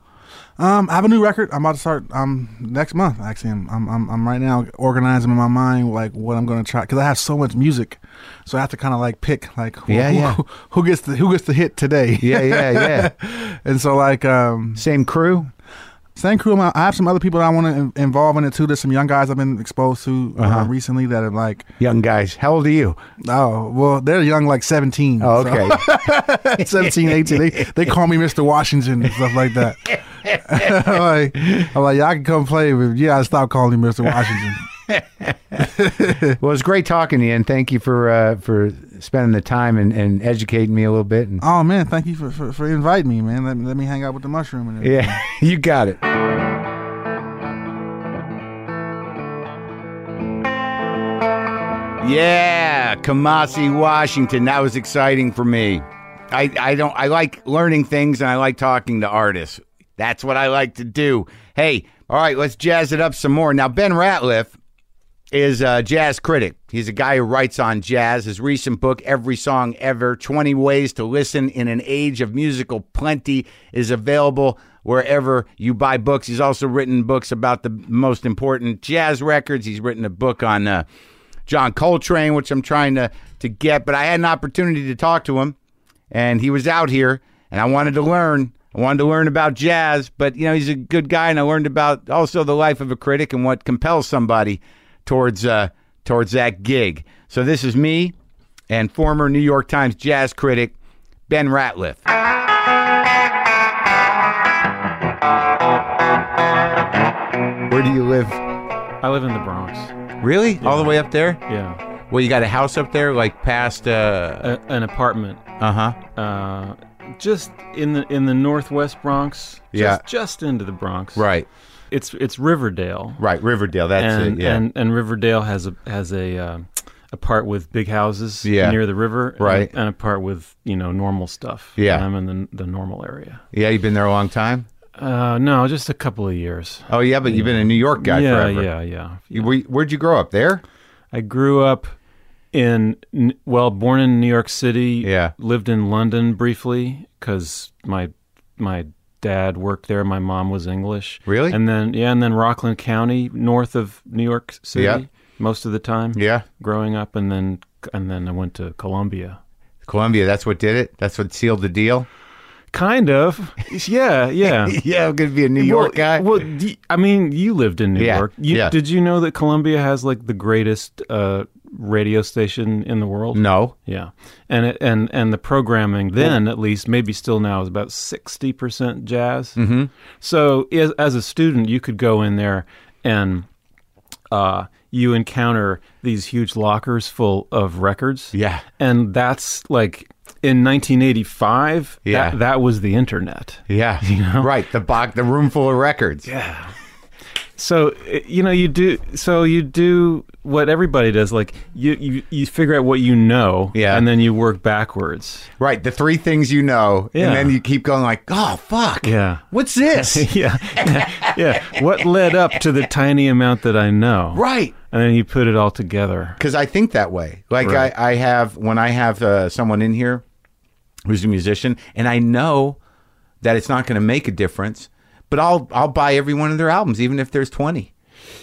C: Um, I have a new record. I'm about to start um next month. Actually, I'm I'm I'm, I'm right now organizing in my mind like what I'm gonna try because I have so much music, so I have to kind of like pick like who,
A: Yeah,
C: who,
A: yeah.
C: who, who gets the who gets the hit today. [laughs]
A: Yeah, yeah, yeah.
C: and so like um
A: [laughs] Same crew.
C: same crew. I have some other people that I want to involve in it too. There's some young guys I've been exposed to uh,
A: Uh-huh.
C: recently that are like
A: Young guys, how old are you?
C: oh well they're young like 17.
A: Oh,
C: [laughs] so-
A: okay.
C: [laughs] 17, 18. They, they call me Mr. Washington and stuff like that. [laughs] I'm like, I'm like, y'all can come play, but yeah, I stop calling me Mr.
A: [laughs]
C: Washington.
A: well, it's great talking to you, and thank you for uh, for spending the time and, and educating me a little bit. And [laughs]
C: oh, man, thank you for, for, for inviting me, man. Let, me- let me hang out with the mushroom and everything.
A: yeah, you got it. Yeah, Kamasi, Washington. That was exciting for me. I, I don't I like learning things and I like talking to artists. That's what I like to do. Hey, all right, let's jazz it up some more. Now Ben Ratliff is a jazz critic. He's a guy who writes on jazz. His recent book, Every Song Ever 20 Ways to Listen in an Age of Musical Plenty, is available wherever you buy books. He's also written books about the most important jazz records. He's written a book on uh, John Coltrane, which I'm trying to, to get, but I had an opportunity to talk to him, and he was out here, and I wanted to learn. I wanted to learn about jazz, but you know he's a good guy, and I learned about also the life of a critic and what compels somebody towards uh, towards that gig. So this is me and former New York Times jazz critic Ben Ratliff. Where do you live?
D: I live in the Bronx.
A: Really? All the way up there?
D: Yeah,
A: Well, you got a house up there, like past. Uh uh-huh.
D: a, an apartment,
A: huh.
D: uh, just in the in the Northwest Bronx. Just,
A: Yeah.
D: just into the Bronx.
A: Right.
D: It's it's Riverdale,
A: Right. Riverdale. That's
D: and
A: it. Yeah.
D: and and Riverdale has a has a uh, a part with big houses
A: Yeah.
D: near the river, and-
A: Right.
D: and, a part with you know normal stuff.
A: Yeah.
D: And I'm in the the normal area.
A: yeah. You've been there a long time.
D: Uh, no, just a couple of years.
A: Oh yeah, but you've been a New York guy
D: yeah,
A: forever.
D: yeah, yeah,
A: You- where- where'd you grow up? There.
D: I grew up in n- well, born in New York City.
A: Yeah.
D: lived in London briefly because my my dad worked there. My mom was English.
A: Really?
D: And then yeah, and then Rockland County, north of New York City,
A: Yeah.
D: most of the time.
A: Yeah.
D: growing up, and then and then I went to Columbia.
A: Columbia. That's what did it. That's what sealed the deal.
D: Kind of. Yeah, yeah.
A: [laughs] yeah, I'm gonna be a [laughs] New
D: well, well, d- I mean, you lived in New
A: Yeah,
D: York. You,
A: yeah.
D: Did you know that Columbia has like the greatest uh, radio station in the world?
A: no.
D: Yeah, and it, and and the programming then, at least, maybe still now, is about sixty percent jazz. Mm-hmm. So as, as a student, you could go in there and uh, you encounter these huge lockers full of records.
A: Yeah.
D: and that's like in 1985.
A: Yeah.
D: that, that was the internet.
A: [laughs] Yeah. Right. The box. The room full of records. Yeah.
D: So i- you know you do so you do what everybody does. Like you you, you figure out what you know,
A: Yeah.
D: and then you work backwards.
A: Right. The three things you know,
D: Yeah.
A: and then you keep going like, oh fuck.
D: Yeah.
A: What's [laughs] this?
D: [laughs] yeah, yeah, yeah. What led up to the tiny amount that I know?
A: right.
D: And then you put it all together.
A: because I think that way. Like
D: Right.
A: I, I have when I have uh, someone in here who's a musician, and I know that it's not going to make a difference, but I'll I'll buy every one of their albums, even if there's twenty,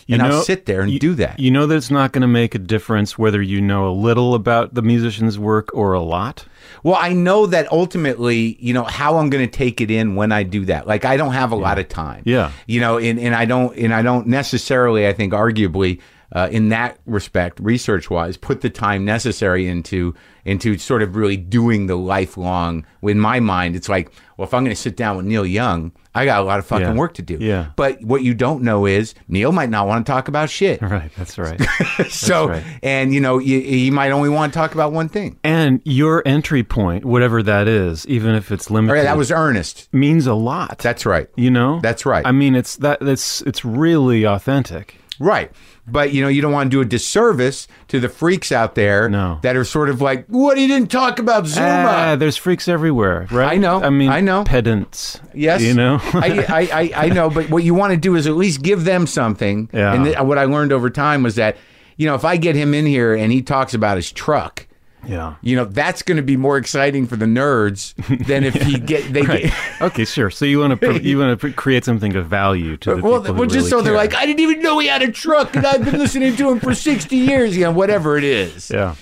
D: You
A: and
D: know-
A: I'll sit there and
D: you-
A: do that.
D: You know that it's not going to make a difference whether you know a little about the musician's work or a lot. [laughs]
A: well, I know that ultimately, you know how I'm going to take it in when I do that. Like I don't have a lot of time.
D: Yeah.
A: you know, and, and I don't and I don't necessarily. I think arguably. Uh, in that respect, research-wise, put the time necessary into into sort of really doing the lifelong. In my mind, it's like, well, if I'm going to sit down with Neil Young, I got a lot of fucking
D: Yeah.
A: work to do.
D: Yeah.
A: But what you don't know is Neil might not want to talk about shit.
D: Right. [laughs]
A: [laughs]
D: That's right.
A: so,
D: right.
A: and you know, you, you might only want to talk about one thing.
D: and your entry point, whatever that is, even if it's limited,
A: All right, that was earnest.
D: means a lot.
A: That's right.
D: you know.
A: That's right.
D: I mean, it's that. It's it's really authentic.
A: Right. But you know, you don't want to do a disservice to the freaks out there
D: No.
A: that are sort of like, what he didn't talk about Zuma.
D: Ah, there's freaks everywhere, right?
A: I know,
D: I mean,
A: I know.
D: pedants.
A: yes.
D: You
A: [laughs]
D: know. [laughs]
A: I, I, I, I know, but what you want to do is at least give them something.
D: Yeah.
A: And th- what I learned over time was that, you know, if I get him in here and he talks about his truck
D: Yeah.
A: You know, that's going to be more exciting for the nerds than
D: [laughs]
A: if he get they
D: Right.
A: get.
D: okay, sure. So
A: [laughs]
D: you want to you want to create something of value to the
A: Well,
D: people who
A: well, just
D: really
A: so they're
D: care.
A: like, I didn't even know he had a truck, and I've been listening to him for sixty years. You know, whatever it is.
D: yeah.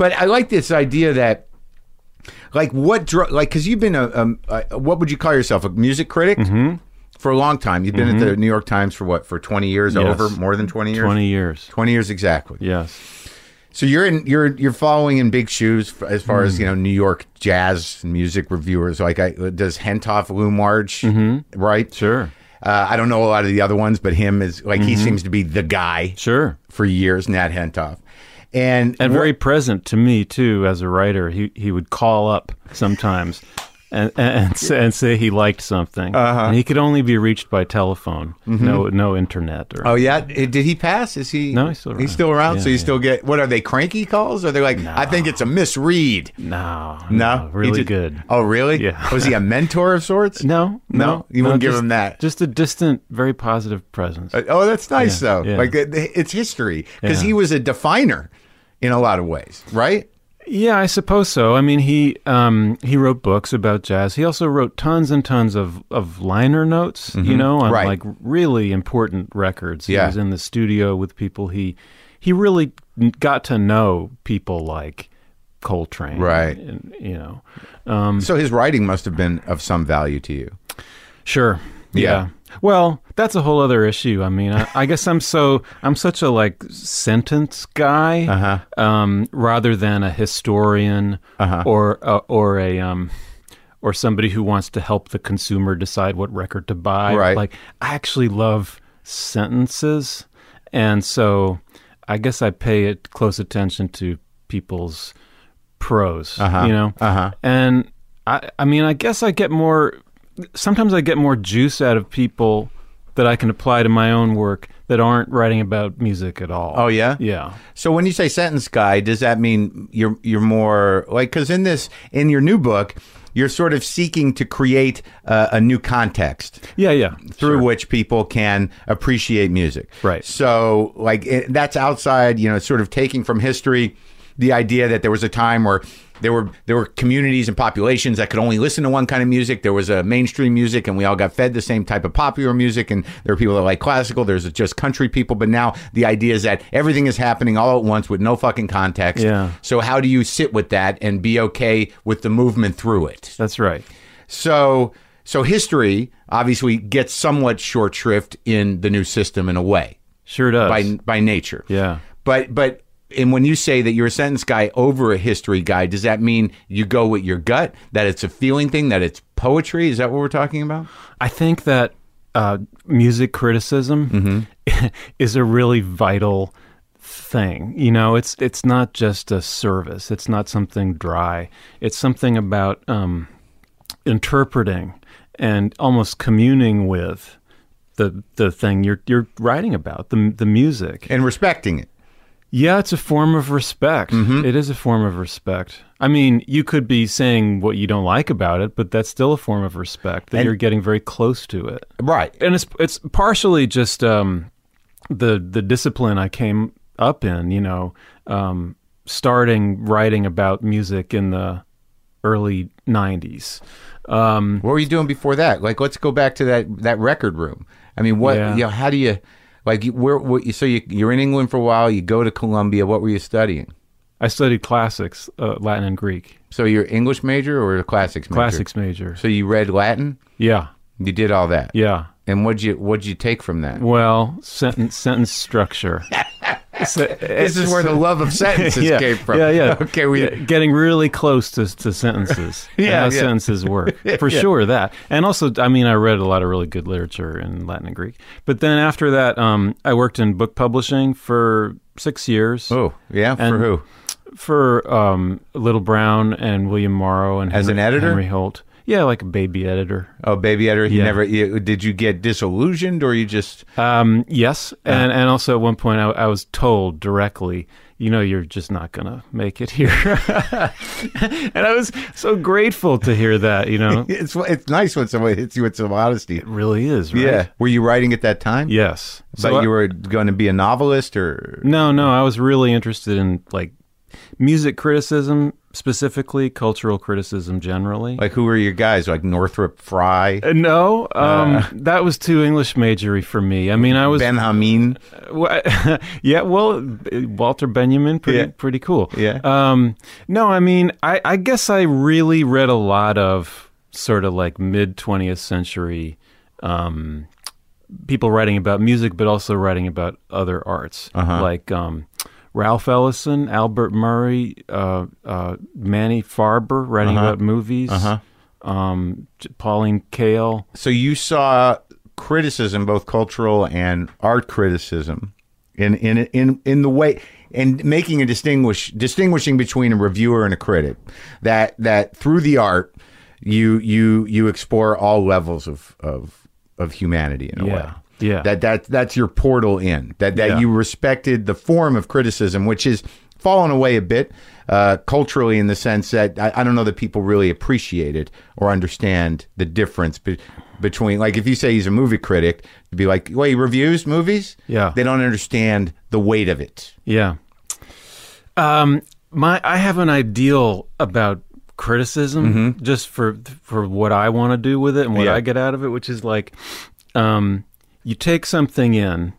A: But I like this idea that, like, what dro- like because you've been a, um, uh what would you call yourself a music critic
D: Mm-hmm.
A: for a long time. You've been at the New York Times for what for twenty years
D: Yes.
A: over more than twenty years.
D: Twenty years.
A: 20 years exactly.
D: Yes.
A: So you're in you're you're following in big shoes f- as
D: Mm.
A: far as you know New York jazz music reviewers like I, does Hentoff Lumarch
D: Mm-hmm.
A: right
D: Sure.
A: uh, I don't know a lot of the other ones but him is like
D: Mm-hmm.
A: he seems to be the guy
D: Sure.
A: for years Nat Hentoff and
D: and very present to me too as a writer. He he would call up sometimes [laughs] and and, s- and say he liked something,
A: Uh-huh.
D: and he could only be reached by telephone.
A: Mm-hmm.
D: No no internet or
A: Oh yeah, Eh, did he pass? Is he?
D: No, he's still around.
A: around, so
D: Yeah,
A: you
D: yeah.
A: still get what are they cranky calls? Or they're like, I think it's a misread.
D: no
A: No, He
D: really
A: just-
D: good.
A: Oh really?
D: Yeah.
A: Was he
D: [laughs]
A: a mentor of sorts?
D: No, no,
A: No, you wouldn't give
D: just-
A: him that.
D: Just a distant, very positive presence.
A: Uh, Oh, that's nice
D: Yeah,
A: though.
D: yeah.
A: Like it- it's history because
D: Yeah.
A: he was a definer in a lot of ways, right?
D: Yeah, I suppose so. I mean, he um, he wrote books about jazz. He also wrote tons and tons of, of liner notes, you know, on
A: Mm-hmm. Right.
D: like really important records.
A: Yeah.
D: He was in the studio with people he he really n- got to know people like Coltrane,
A: Right.
D: And, you know, Um,
A: So his writing must have been of some value to you.
D: Sure.
A: Yeah.
D: Yeah. Well, that's a whole other issue. I mean, I, I guess I'm so I'm such a like sentence guy,
A: Uh-huh.
D: um, rather than a historian or uh, or a um, or somebody who wants to help the consumer decide what record to buy.
A: Right.
D: Like, I actually love sentences, and so I guess I pay it close attention to people's prose, you know? Uh-huh. And I, I mean, I guess I get more, sometimes I get more juice out of people that I can apply to my own work that aren't writing about music at all.
A: Oh, yeah?
D: Yeah.
A: So when you say sentence guy, does that mean you're you're more like because in this in your new book, you're sort of seeking to create uh, a new context.
D: Yeah, yeah.
A: through which people can appreciate music.
D: Right.
A: So, like, it, that's outside, you know, sort of taking from history the idea that there was a time where there were there were communities and populations that could only listen to one kind of music. There was a mainstream music, and we all got fed the same type of popular music. And there are people that like classical. There's just country people. But now the idea is that everything is happening all at once with no fucking context.
D: Yeah.
A: So how do you sit with that and be okay with the movement through it?
D: That's right.
A: So so history obviously gets somewhat short shrift in the new system in a way
D: Sure does.
A: by by nature.
D: Yeah.
A: But but and when you say that you're a sentence guy over a history guy, does that mean you go with your gut? That it's a feeling thing? That it's poetry? Is that what we're talking about?
D: I think that uh, music criticism [laughs] is a really vital thing. You know, it's it's not just a service. It's not something dry. It's something about um, interpreting and almost communing with the the thing you're you're writing about the the music.
A: And respecting it.
D: Yeah, it's a form of respect. It is a form of respect. I mean, you could be saying what you don't like about it, but that's still a form of respect that you're getting very close to it.
A: Right.
D: And it's it's partially just um, the the discipline I came up in. You know, um, starting writing about music in the early '90s. Um,
A: What were you doing before that? Like, let's go back to that that record room. I mean, what?
D: Yeah.
A: You know, how do you? Like, you- where? What, so you you're in England for a while. You go to Columbia. What were you studying?
D: I studied classics, uh, Latin and Greek,
A: So you're English major or a classics major?
D: classics major.
A: So you read Latin,
D: Yeah,
A: you did all that,
D: yeah.
A: and what'd you what'd you take from that?
D: Well, sentence sentence
A: [laughs]
D: structure.
A: This is
D: [laughs]
A: where the love of sentences
D: yeah,
A: came from.
D: Yeah, yeah.
A: [laughs] Okay, we
D: Yeah, getting really close to, to sentences.
A: [laughs] Yeah,
D: and
A: [laughs]
D: how
A: yeah.
D: sentences work for sure. That and also, I mean, I read a lot of really good literature in Latin and Greek. But then after that, um, I worked in book publishing for six years
A: oh yeah for
D: And-
A: who?
D: for um, Little Brown and William Morrow and
A: As an
D: Henry-
A: editor?
D: Henry Holt. Yeah, like a baby editor.
A: Oh, baby editor. You
D: Yeah.
A: never you, did you get disillusioned or you just
D: Um, yes, and and also at one point I, I was told directly, you know, you're just not gonna make it here, [laughs] and I was so grateful to hear that. You [laughs] know, it
A: it's it's nice when someone hits you with some honesty.
D: really is. Right?
A: Yeah. Were you writing at that time?
D: Yes.
A: But
D: So I-
A: you were going to be a novelist or
D: no, no. I was really interested in like music criticism specifically, cultural criticism generally.
A: Like, who are your guys? Like Northrop Frye,
D: Uh, no, um, that was too English majory for me. I mean, I was
A: Ben Hameen.
D: Well, [laughs] yeah, well, Walter Benjamin, pretty
A: Yeah.
D: pretty cool.
A: Yeah.
D: Um, no, I mean, I, I guess I really read a lot of sort of like mid twentieth century um, people writing about music, but also writing about other arts,
A: Uh-huh.
D: like um, Ralph Ellison, Albert Murray, uh, uh, Manny Farber, writing
A: Uh-huh.
D: about movies. Um, J- Pauline Kael.
A: So you saw criticism, both cultural and art criticism, in in in in the way and making a distinguish distinguishing between a reviewer and a critic. That that through the art, you you you explore all levels of of of humanity in a
D: Yeah.
A: way.
D: Yeah.
A: That Uh, that that's your portal in. That that
D: Yeah.
A: you respected the form of criticism, which is fallen away a bit uh, culturally in the sense that I, I don't know that people really appreciate it or understand the difference be- between like if you say he's a movie critic, you'd be like, well, he reviews movies.
D: Yeah.
A: they don't understand the weight of it.
D: Yeah. Um, my I have an ideal about criticism just for for what I want to do with it and what
A: Mm-hmm. Yeah.
D: I get out of it, which is like um, you take something in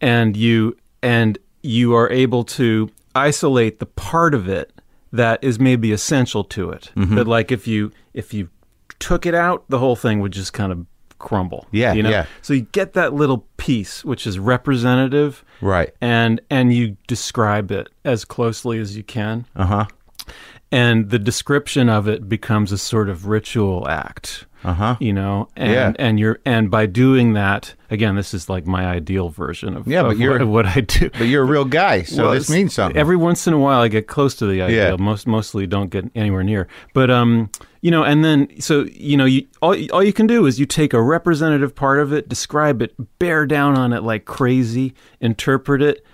D: and you and you are able to isolate the part of it that is maybe essential to it.
A: Mm-hmm.
D: But like if you if you took it out, the whole thing would just kind of crumble.
A: Yeah,
D: You know?
A: yeah.
D: So you get that little piece which is representative
A: Right.
D: and and you describe it as closely as you can. Uh huh.
A: Uh-huh.
D: And the description of it becomes a sort of ritual act. Uh huh. You know, and
A: Uh-huh. Yeah.
D: and you're and by doing that again, this is like my ideal version of
A: Yeah, but
D: of
A: you're-
D: what, what I do.
A: But you're a real guy, so
D: Well,
A: this
D: it's-
A: means something.
D: Every once in a while, I get close to the ideal.
A: Yeah.
D: Most mostly don't get anywhere near. But um, you know, and then so you know, you all all you can do is you take a representative part of it, describe it, bear down on it like crazy, interpret it,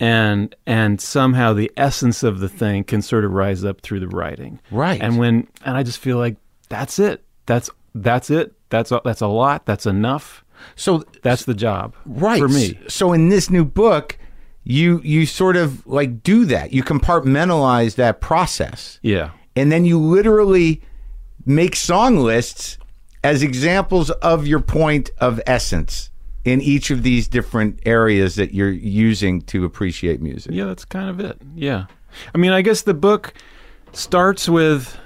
D: and and somehow the essence of the thing can sort of rise up through the writing.
A: Right.
D: And when and I just feel like that's it. That's that's it. That's a, that's a lot. That's enough.
A: so
D: That's the job.
A: right
D: For me.
A: So in this new book, you you sort of like do that. You compartmentalize that process.
D: Yeah.
A: and then you literally make song lists as examples of your point of essence in each of these different areas that you're using to appreciate music.
D: Yeah, that's kind of it. Yeah, I mean, I guess the book starts with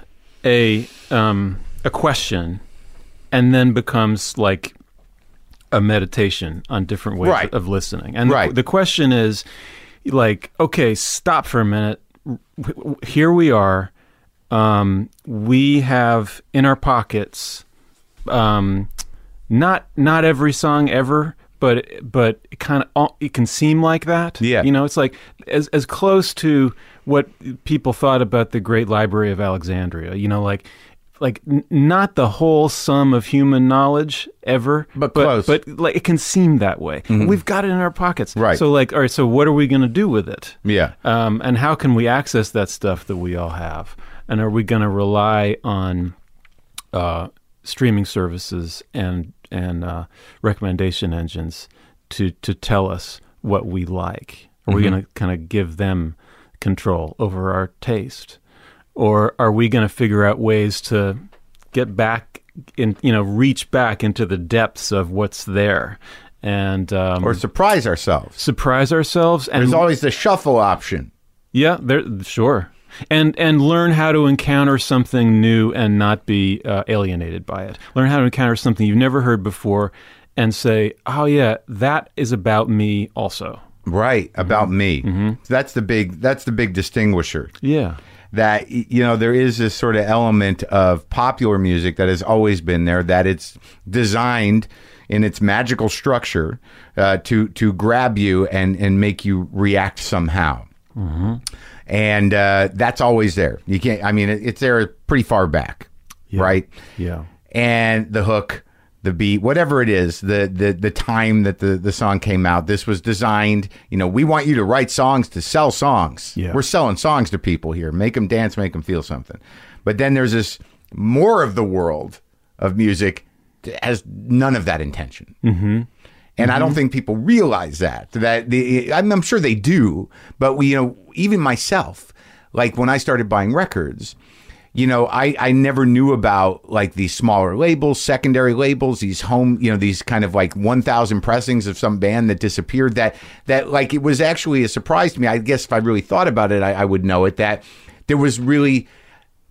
D: a um, a question, and then becomes like a meditation on different ways
A: Right.
D: of listening. And the-
A: Right.
D: the, question is, like, okay, stop for a minute. W- w- Here we are. Um, we have in our pockets um, not not every song ever, but but it kind of it can seem like that.
A: Yeah.
D: you know, it's like as as close to what people thought about the Great Library of Alexandria. You know, like like n- not the whole sum of human knowledge ever,
A: But
D: but
A: close. Mm-hmm.
D: but like it can seem that way. We've got it in our pockets,
A: Right.
D: So like, all right, so what are we going to do with it?
A: Yeah.
D: um, and how can we access that stuff that we all have? And are we going to rely on uh, streaming services and and uh, recommendation engines to to tell us what we like? Are
A: Mm-hmm.
D: we going to kind of give them control over our taste, or are we going to figure out ways to get back in you know reach back into the depths of what's there and um,
A: Or surprise ourselves.
D: surprise ourselves and
A: There's always the shuffle option.
D: yeah, there sure. And and learn how to encounter something new and not be uh, alienated by it. Learn how to encounter something you've never heard before and say, "Oh yeah, that is about me also."
A: Right, about me. That's the big that's the big distinguisher.
D: Yeah.
A: that y- you know there is this sort of element of popular music that has always been there that it's designed in its magical structure uh, to to grab you and and make you react somehow
D: Mm-hmm.
A: and uh, that's always there you can't i mean it, it's there pretty far back right
D: Yeah.
A: and the hook the beat whatever it is the the the time that the the song came out this was designed you know we want you to write songs to sell songs
D: Yeah.
A: we're selling songs to people here make them dance make them feel something but then there's this more of the world of music that has none of that intention and I don't think people realize that. That the, I'm, I'm sure they do, but we, you know, even myself, like when I started buying records, you know, I, I never knew about like these smaller labels, secondary labels, these home, you know, these kind of like 1,000 pressings of some band that disappeared that, that like it was actually a surprise to me. I guess if I really thought about it, I, I would know it that there was really,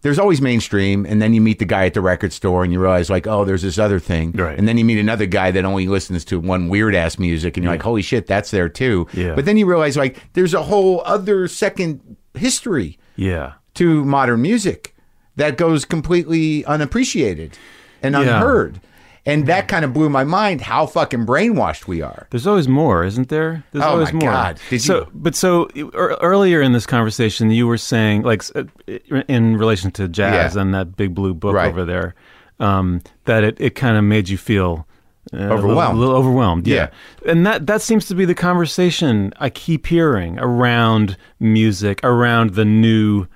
A: there's always mainstream. And then you meet the guy at the record store and you realize like, oh, there's this other thing.
D: Right.
A: And then you meet another guy that only listens to one weird ass music and you're like, holy shit, that's there too.
D: Yeah.
A: But then you realize like there's a whole other second history
D: Yeah.
A: to modern music that goes completely unappreciated and
D: Yeah.
A: unheard. And that kind of blew my mind how fucking brainwashed we are.
D: There's always more, isn't there? There's
A: Oh,
D: always
A: my
D: more.
A: God. Did you-
D: So, but so e- ear- earlier in this conversation, you were saying, like, s- uh, in relation to jazz
A: Yeah.
D: and that big blue book
A: Right.
D: over there, um, that it, it kind of made you feel uh, a little-
A: Overwhelmed.
D: A little, overwhelmed, yeah. And that that seems to be the conversation I keep hearing around music, around the new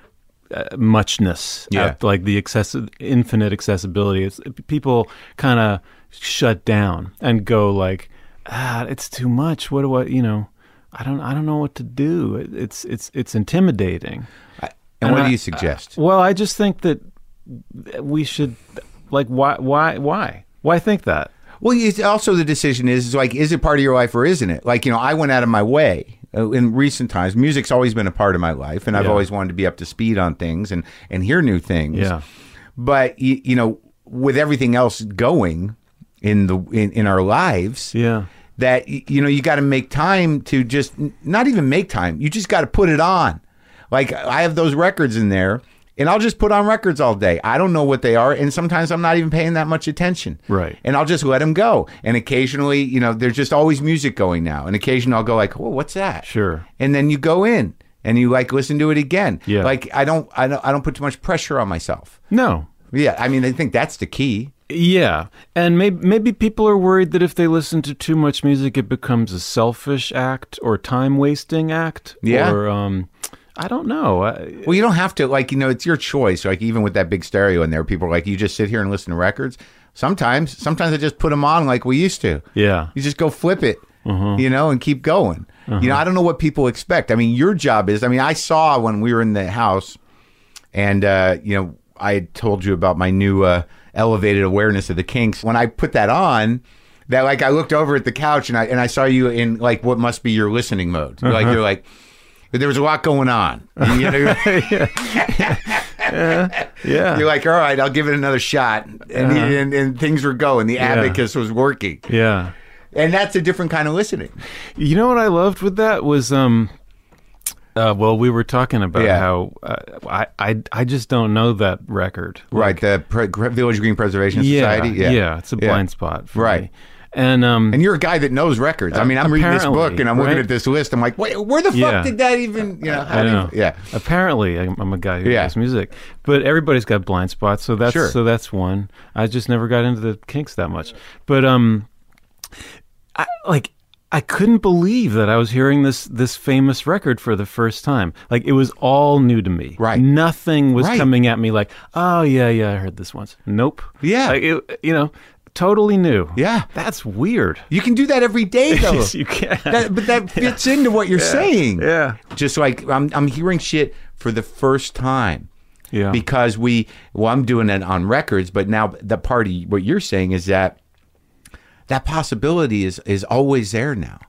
D: uh, muchness,
A: Yeah.
D: out- like the accessi- infinite accessibility. It's, people kind of shut down and go like, ah, it's too much. What do I, you know, I don't, I don't know what to do. It, it's, it's, it's intimidating.
A: And,
D: And
A: what
D: I-
A: do you suggest?
D: Well, I just think that we should, like, why, why, why, why think that?
A: Well, it's also the decision is, is like, is it part of your life or isn't it? Like, you know, I went out of my way uh, in recent times. Music's always been a part of my life, and I've
D: Yeah.
A: always wanted to be up to speed on things and and hear new things.
D: Yeah.
A: But you, you know, with everything else going in the in, in our lives,
D: Yeah.
A: that y- you know you got to make time to just n- not even make time. You just got to put it on. Like I have those records in there, and I'll just put on records all day. I don't know what they are, and sometimes I'm not even paying that much attention.
D: Right.
A: And I'll just let them go. And occasionally, you know, there's just always music going now. And occasionally I'll go like, "Well, what's that?"
D: Sure.
A: And then you go in and you like listen to it again.
D: Yeah.
A: Like I don't, I don't, I don't put too much pressure on myself.
D: No.
A: Yeah. I mean, I think that's the key.
D: Yeah, and maybe maybe people are worried that if they listen to too much music, it becomes a selfish act or time wasting act.
A: Yeah.
D: or um, I don't know. I,
A: Well, you don't have to like you know it's your choice. Like even with that big stereo in there, people are like you just sit here and listen to records. Sometimes, sometimes I just put them on like we used to.
D: yeah,
A: You just go flip it, you know, and keep going. You know, I don't know what people expect. I mean, your job is. I mean, I saw when we were in the house, and uh, you know, I had told you about my new uh, elevated awareness of the kinks. When I put that on, that like I looked over at the couch and I and I saw you in like what must be your listening mode. Like you're like. There was a lot going on. You know,
D: yeah,
A: You're like, all right, I'll give it another shot, and
D: Uh-huh.
A: and, and things were going. The abacus was working,
D: yeah.
A: and that's a different kind of listening.
D: You know what I loved with that was um, uh, well, we were talking about
A: Yeah.
D: how uh, I, I I just don't know that record.
A: right, the pre- Gr- Village Green Preservation
D: Yeah,
A: Society.
D: yeah, It's a blind spot, for
A: Right.
D: me. And um,
A: And you're a guy that knows records. I mean, I'm reading this
D: Apparently,
A: book and I'm looking
D: right?
A: at this list. I'm like, wait, where the fuck
D: Yeah.
A: did that even? You know, how
D: I
A: do you-
D: know.
A: yeah.
D: Apparently, I'm, I'm a guy who
A: Yeah.
D: makes music, but everybody's got blind spots, so that's
A: Sure.
D: so that's one. I just never got into the Kinks that much, but um, I like. I couldn't believe that I was hearing this this famous record for the first time. Like it was all new to me.
A: Right.
D: Nothing was
A: Right.
D: coming at me like, "Oh yeah, yeah, I heard this once." Nope.
A: Yeah.
D: Like, it, you know, totally new.
A: Yeah.
D: That's weird.
A: You can do that every
D: [laughs]
A: day though.
D: Yes, you can.
A: That- but
D: [laughs]
A: that fits into what you're saying.
D: Yeah.
A: Just like I'm, I'm hearing shit for the first time.
D: yeah.
A: because we well i'm doing it on records but now the party what you're saying is that that possibility is is always there now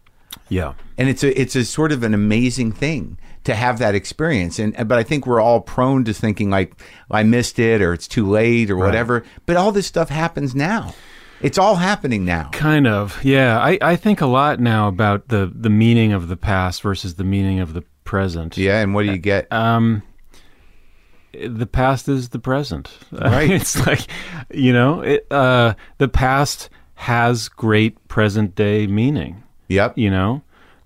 D: yeah.
A: and it's a it's a sort of an amazing thing to have that experience and but i think we're all prone to thinking like i missed it or it's too late or whatever but all this stuff happens now it's all happening now
D: Kind of, yeah. I, I think a lot now about the, the meaning of the past versus the meaning of the present.
A: yeah and what do you get
D: Um, the past is the present. [laughs]
A: Right.
D: it's like, you know, it, uh, the past has great present day meaning.
A: yep
D: You know,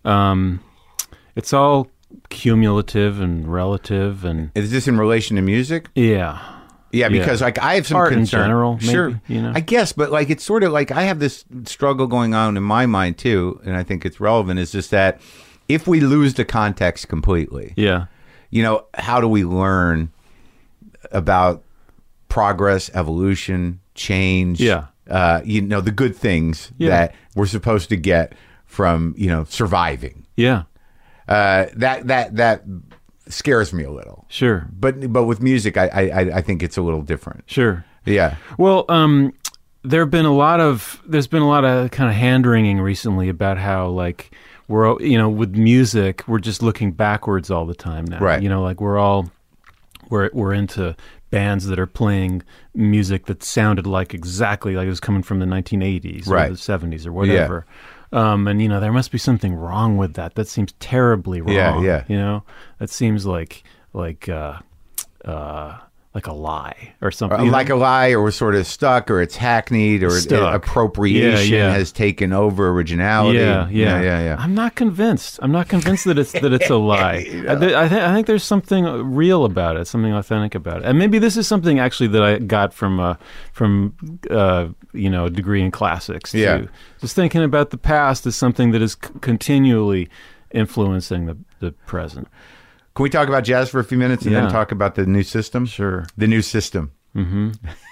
D: um, it's all cumulative and relative, and
A: is this in relation to music
D: yeah.
A: Yeah,
D: Yeah.
A: because like I have some
D: Art in
A: concern.
D: general, maybe,
A: sure,
D: you know?
A: I guess, but like it's sort of like I have this struggle going on in my mind too, and I think it's relevant. Is just that if we lose the context completely,
D: Yeah.
A: you know, how do we learn about progress, evolution, change?
D: Yeah.
A: uh, you know, the good things
D: Yeah.
A: that we're supposed to get from you know surviving.
D: Yeah.
A: Uh, that that that scares me a little.
D: Sure.
A: But but with music, I I, I- I think it's a little different.
D: Sure.
A: Yeah.
D: Well, um, there've been a lot of there's been a lot of kind of hand wringing recently about how like we're all- you know with music we're just looking backwards all the time now.
A: Right.
D: You know, like we're all we're we're into bands that are playing music that sounded like exactly like it was coming from the 1980s
A: Right.
D: or the 70s or whatever. Um, and you know there must be something wrong with that. That seems terribly wrong.
A: Yeah, yeah.
D: You know, that seems like like uh, uh, like a lie or something. you know?
A: Uh, like a lie, or we're sort of stuck, or it's hackneyed, or it-
D: Stuck.
A: appropriation
D: Yeah, yeah.
A: has taken over originality.
D: Yeah, yeah,
A: yeah, yeah. yeah.
D: I'm not convinced. I'm not convinced that it's that it's
A: [laughs]
D: a lie. I, th- I, think I think there's something real about it, something authentic about it, and maybe this is something actually that I got from uh, from uh, you know a degree in classics. Too.
A: Yeah.
D: just thinking about the past is something that is c- continually influencing the the present.
A: Can we talk about jazz for a few minutes and
D: Yeah.
A: then talk about the new system?
D: Sure. Mm-hmm.
A: The new system. [laughs]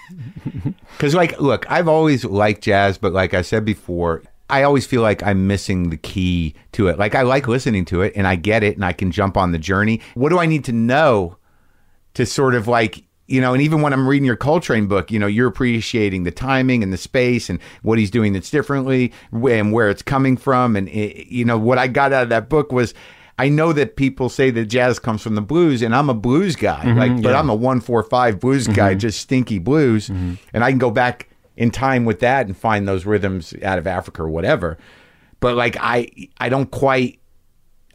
A: Because, like, look, I've always liked jazz, but like I said before, I always feel like I'm missing the key to it. Like, I like listening to it and I get it and I can jump on the journey. What do I need to know to sort of like, you know, and even when I'm reading your Coltrane book, you know, you're appreciating the timing and the space and what he's doing that's differently wh- and where it's coming from. And, eh, you know, what I got out of that book was I know that people say that jazz comes from the blues, and I'm a blues guy, like, but I'm a 145 blues guy, just stinky blues. And I can go back in time with that and find those rhythms out of Africa or whatever. But like, I, I don't quite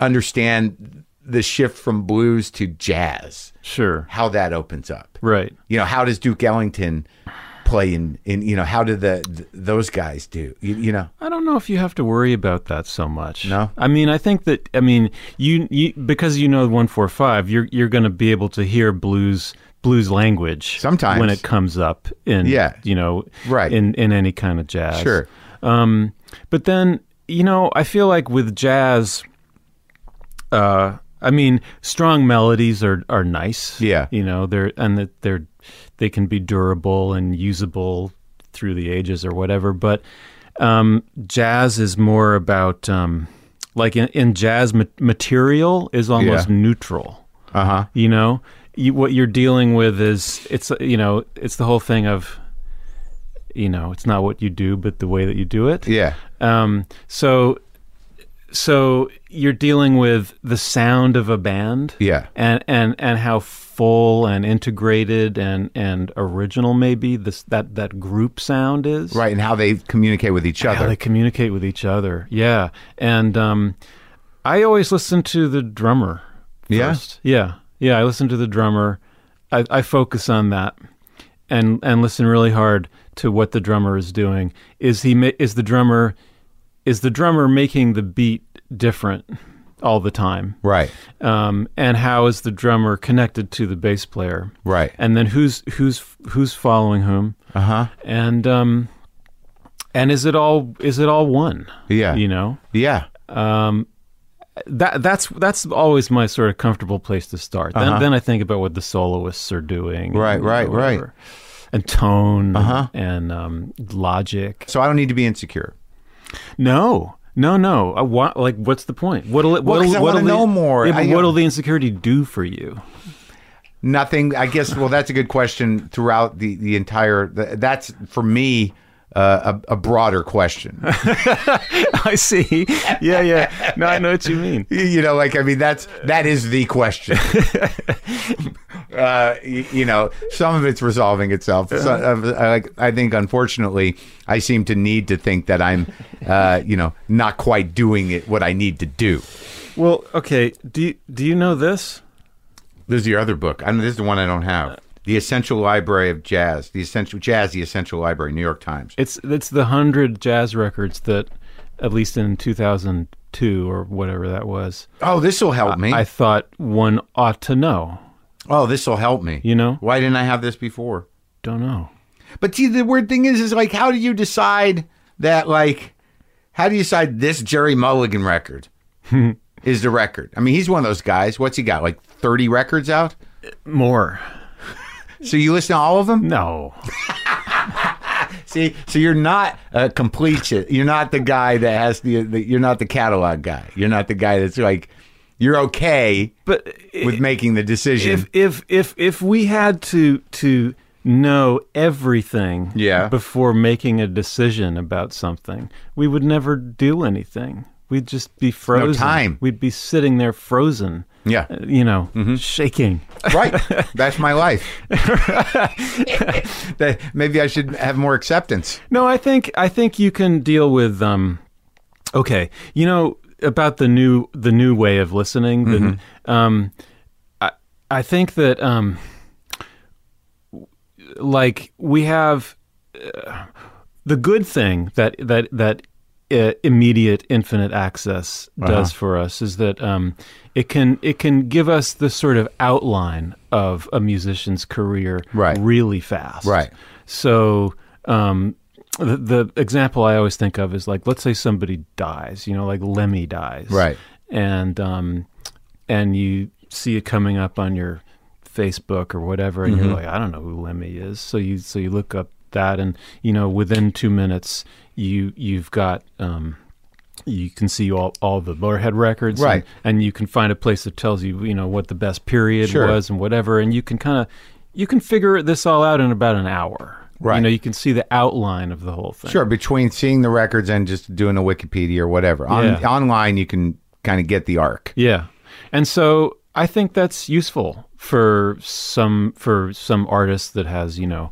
A: understand the shift from blues to jazz
D: Sure.
A: how that opens up.
D: Right.
A: You know, how does Duke Ellington play in, in you know, how do the, th those guys do? You, you know,
D: I don't know if you have to worry about that so much.
A: No?
D: I mean, I think that I mean you, you because you know one four five, you're you're going to be able to hear blues blues language
A: Sometimes.
D: when it comes up in
A: Yeah.
D: you know
A: Right.
D: in in any kind of jazz.
A: Sure.
D: Um, but then you know I feel like with jazz, uh, I mean strong melodies are are nice.
A: Yeah.
D: You know they're and that they're they can be durable and usable through the ages or whatever. But um, jazz is more about um, like in, in jazz ma- material is almost
A: Yeah.
D: neutral.
A: uh huh.
D: You know, you, what you're dealing with is it's uh, you know it's the whole thing of you know it's not what you do but the way that you do it.
A: Yeah.
D: Um, so, so you're dealing with the sound of a band,
A: Yeah.
D: and and and how full and integrated and and original maybe this that that group sound is,
A: Right. And how they communicate with each
D: How
A: other.
D: they communicate with each other, yeah. And um, I always listen to the drummer.
A: Yeah?
D: First. yeah, yeah. I listen to the drummer. I, I focus on that and and listen really hard to what the drummer is doing. Is he ma- is the drummer is the drummer making the beat different all the time?
A: right.
D: Um, and how is the drummer connected to the bass player?
A: Right.
D: And then who's who's who's following whom?
A: Uh huh.
D: And um, and is it all is it all one?
A: Yeah.
D: You know
A: Yeah.
D: that that's that's always my sort of comfortable place to start. Then, then I think about what the soloists are doing.
A: Uh-huh. Right,
D: and
A: right, Uh-huh. right.
D: whatever. And tone and, um, logic.
A: So I don't need to be insecure.
D: No, no, no. I want, like, what's the point? What'll it?
A: Well,
D: what'll,
A: 'cause I
D: what'll
A: wanna
D: the-
A: know more.
D: Yeah, but
A: I- uh,
D: what'll the insecurity do for you? [laughs]
A: Nothing. I guess. Well, that's a good question. Throughout the the entire, th- that's for me uh, a, a broader question.
D: I see. Yeah, yeah. No, I know what you
A: [laughs]
D: mean.
A: Y- you know like i mean that's that is the question [laughs] uh y- you know some of it's resolving itself so, uh, I- like i think unfortunately i seem to need to think that i'm uh you know not quite doing it what i need to do
D: Well, okay. Do you, do you know this?
A: this is your other book i know this is the one i don't have the essential library of jazz the essential jazz the essential library new york times
D: It's it's the hundred jazz records that, at least in two thousand two or whatever that was,
A: oh this will help me
D: I thought one ought to know.
A: oh this will help me
D: You know?
A: why didn't i have this before
D: Don't know.
A: But see, the weird thing is, is like, how do you decide that? Like, how do you decide this Jerry Mulligan record
D: [laughs]
A: is the record? I mean, he's one of those guys. What's he got? Like thirty records out.
D: More.
A: So you listen to all of them.
D: No.
A: See, so you're not a completionist. You're not the guy that has the, the. You're not the catalog guy. You're not the guy that's like, You're okay
D: But i-
A: with making the decision.
D: if if if if we had to to know everything
A: Yeah.
D: before making a decision about something, we would never do anything. We'd just be frozen.
A: time.
D: We'd be sitting there frozen.
A: Yeah. Mm-hmm.
D: uh, you know, shaking.
A: right. That's my life. [laughs] That- Maybe I should have more acceptance.
D: No, I think I think you can deal with um okay. You know about the new the new way of listening, the- um I I think that um like we have uh, the good thing that that that uh, immediate infinite access does for us is that um, it can it can give us the sort of outline of a musician's career
A: Right.
D: really fast
A: Right.
D: so um, the, the example I always think of is like let's say somebody dies you know like Lemmy dies
A: Right.
D: and um, and you see it coming up on your Facebook or whatever, and
A: Mm-hmm.
D: you're like, I don't know who Lemmy is. So you so you look up that, and you know within two minutes you you've got um, you can see all all the Motorhead records,
A: Right.
D: And, and you can find a place that tells you you know what the best period
A: Sure.
D: was and whatever, and you can kind of you can figure this all out in about an hour.
A: Right.
D: You know, you can see the outline of the whole thing.
A: Sure, between seeing the records and just doing a Wikipedia or whatever. On,
D: Yeah.
A: Online, you can kind of get the arc.
D: Yeah. And so I think that's useful for some for some artist that has, you know,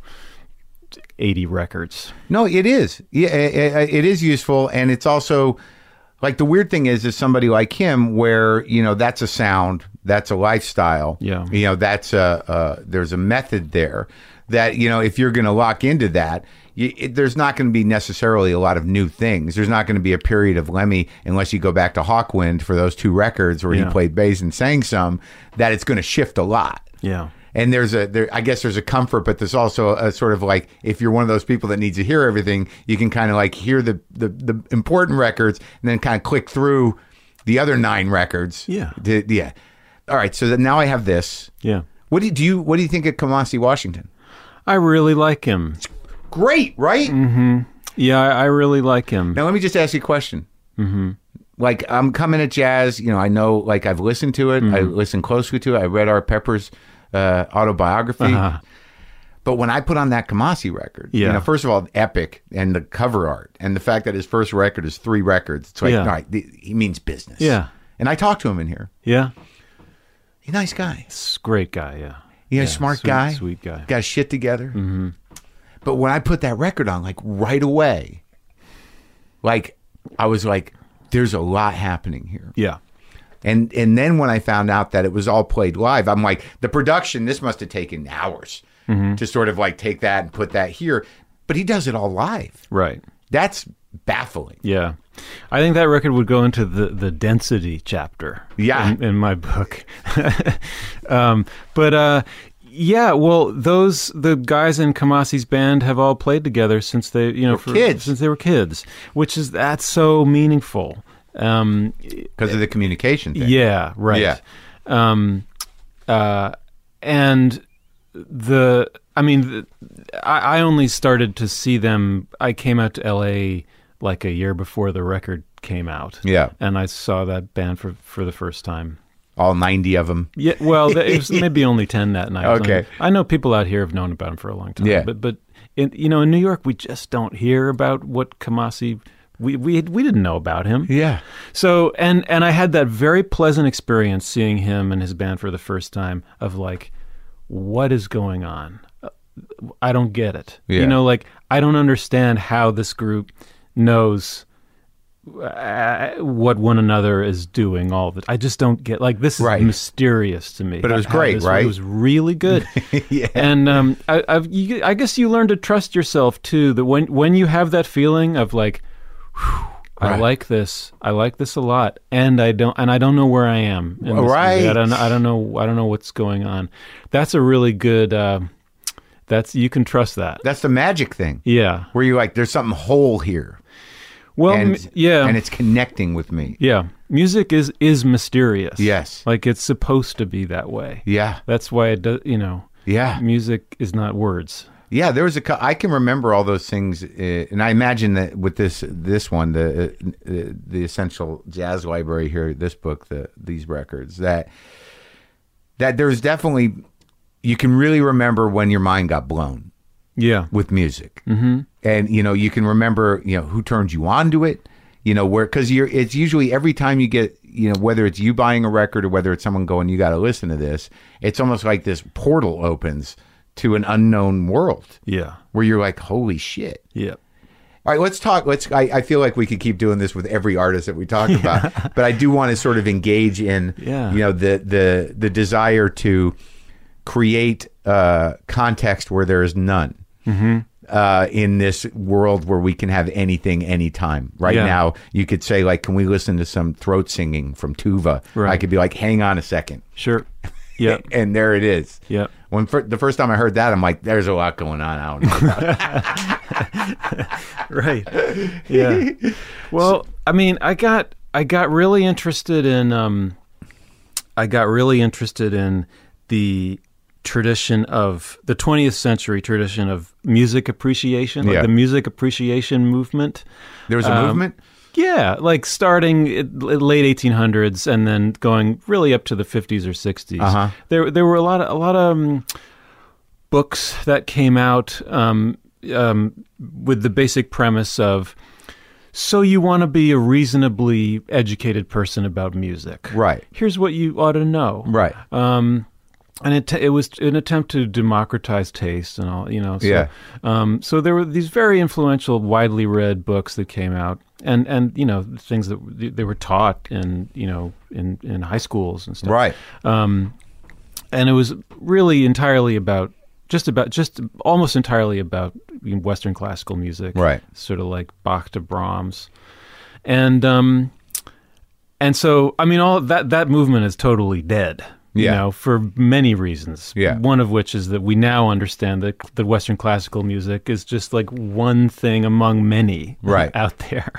D: 80 records.
A: No, it is. Yeah, i- i- it is useful, and it's also like the weird thing is, is somebody like him, where you know that's a sound, that's a lifestyle.
D: Yeah.
A: you know that's a, a there's a method there that you know if you're going to lock into that. You, it, there's not going to be necessarily a lot of new things. There's not going to be a period of Lemmy unless you go back to Hawkwind for those two records where
D: Yeah.
A: he played bass and sang some. That it's going to shift a lot
D: Yeah.
A: and there's a there i guess there's a comfort but there's also a sort of like if you're one of those people that needs to hear everything you can kind of like hear the, the the important records and then kind of click through the other nine records
D: Yeah.
A: To- yeah all right so then now i have this
D: Yeah.
A: what do you, do you what do you think of kamasi washington
D: I really like him.
A: great right
D: Yeah, I, I really like him.
A: now let me just ask you a question
D: Mm-hmm.
A: like i'm coming at jazz you know i know like i've listened to it
D: Mm-hmm.
A: i listened closely to it i read our peppers uh, autobiography But when I put on that Kamasi record, you
D: Uh-huh. Yeah.
A: know, first of all, epic and the cover art and the fact that his first record is three records. It's like,
D: Yeah.
A: all right, th- he means business.
D: Yeah.
A: And I talked to him in here.
D: Yeah.
A: He's a nice guy.
D: It's a great guy, yeah.
A: You know,
D: Yeah,
A: smart
D: sweet-
A: guy.
D: Sweet guy.
A: Got his shit together. Mm-hmm. But when I put that record on, like right away, like I was like, there's a lot happening here.
D: Yeah.
A: And and then when I found out that it was all played live, I'm like, the production, this must have taken hours
D: Mm-hmm.
A: to sort of like take that and put that here. But he does it all live.
D: Right.
A: That's baffling.
D: Yeah. I think that record would go into the, the density chapter.
A: Yeah.
D: In, in my book. [laughs] um, but uh, yeah, well, those, the guys in Kamasi's band have all played together since they, you know, for,
A: kids.
D: since they were kids, which is, that's so meaningful. Um,
A: Because of the communication thing.
D: yeah, right.
A: Yeah.
D: Um, uh, and the, I mean, the, I, I only started to see them. I came out to LA like a year before the record came out.
A: Yeah.
D: And I saw that band for, for the first time.
A: All 90 of them.
D: Yeah, well, th- it
A: [laughs]
D: was maybe only ten that night.
A: Okay.
D: I know people out here have known about him for a long time.
A: Yeah.
D: but but in, you know, in New York, we just don't hear about what Kamasi. We we we didn't know about him.
A: Yeah.
D: So and and I had that very pleasant experience seeing him and his band for the first time of like, what is going on? Uh, I don't get it.
A: Yeah.
D: You know, like I don't understand how this group knows uh, what one another is doing all the I just don't get like this is
A: Right.
D: mysterious to me.
A: But it was
D: How
A: great,
D: this-
A: right?
D: It was really good.
A: [laughs]
D: And um, I, I've, you, I guess you learn to trust yourself too. That when when you have that feeling of like, "Whew, I
A: Right.
D: like this, I like this a lot, and I don't, and I don't know where I am. in this movie.
A: Right.
D: I don't, I don't know, I don't know what's going on. That's a really good. Uh, that's you can trust that.
A: That's the magic thing.
D: Yeah.
A: Where you're like, there's something whole here.
D: Well,
A: and,
D: m- yeah.
A: And it's connecting with me.
D: Yeah, music is is mysterious.
A: Yes.
D: like it's supposed to be that way.
A: Yeah.
D: That's why it does. You know,
A: Yeah.
D: music is not words.
A: Yeah, there was a. cou- I can remember all those things, uh, and I imagine that with this this one, the uh, uh, the essential jazz library here, this book, the these records, that that there's definitely you can really remember when your mind got blown
D: Yeah.
A: with music, mm-hmm. and you know you can remember you know who turned you on to it, you know where because you're it's usually every time you get you know whether it's you buying a record or whether it's someone going you got to listen to this, it's almost like this portal opens to an unknown world
D: Yeah.
A: where you're like, holy shit.
D: Yeah.
A: All right, let's talk. Let's. I, I feel like we could keep doing this with every artist that we
D: [laughs]
A: talk about, but I do want to sort of engage in,
D: Yeah.
A: you know, the the the desire to create uh, context where there is none
D: Mm-hmm.
A: uh, in this world where we can have anything anytime. Right
D: Yeah.
A: now, you could say like, "Can we listen to some throat singing from Tuva?"
D: Right.
A: I could be like, "Hang on a second.
D: Sure. Yeah.
A: and there it is.
D: Yeah.
A: When fir- the first time I heard that, I'm like, "There's a lot going on." I don't know.
D: [laughs] right. Yeah. Well, I mean, I got I got really interested in um I got really interested in the tradition of the 20th century tradition of music appreciation, like
A: Yeah.
D: the music appreciation movement.
A: There
D: [laughs]
A: was a
D: Um,
A: movement.
D: Yeah, like starting at l- late 1800s and then going really up to the 50s or 60s.
A: Uh-huh.
D: There, there were a lot of a lot of um, books that came out um, um, with the basic premise of. So you want to be a reasonably educated person about music,
A: Right.
D: Here's what you ought to know,
A: Right.
D: um, and it, it was an attempt to democratize taste and all, you know. So,
A: Yeah.
D: Um, so there were these very influential, widely read books that came out, and and you know things that they were taught in you know in in high schools and stuff
A: Right.
D: Um, and it was really entirely about just about just almost entirely about western classical music
A: Right.
D: sort of like bach to brahms and um and so i mean all that that movement is totally dead you
A: Yeah.
D: know for many reasons
A: Yeah.
D: one of which is that we now understand that the western classical music is just like one thing among many
A: Right.
D: out there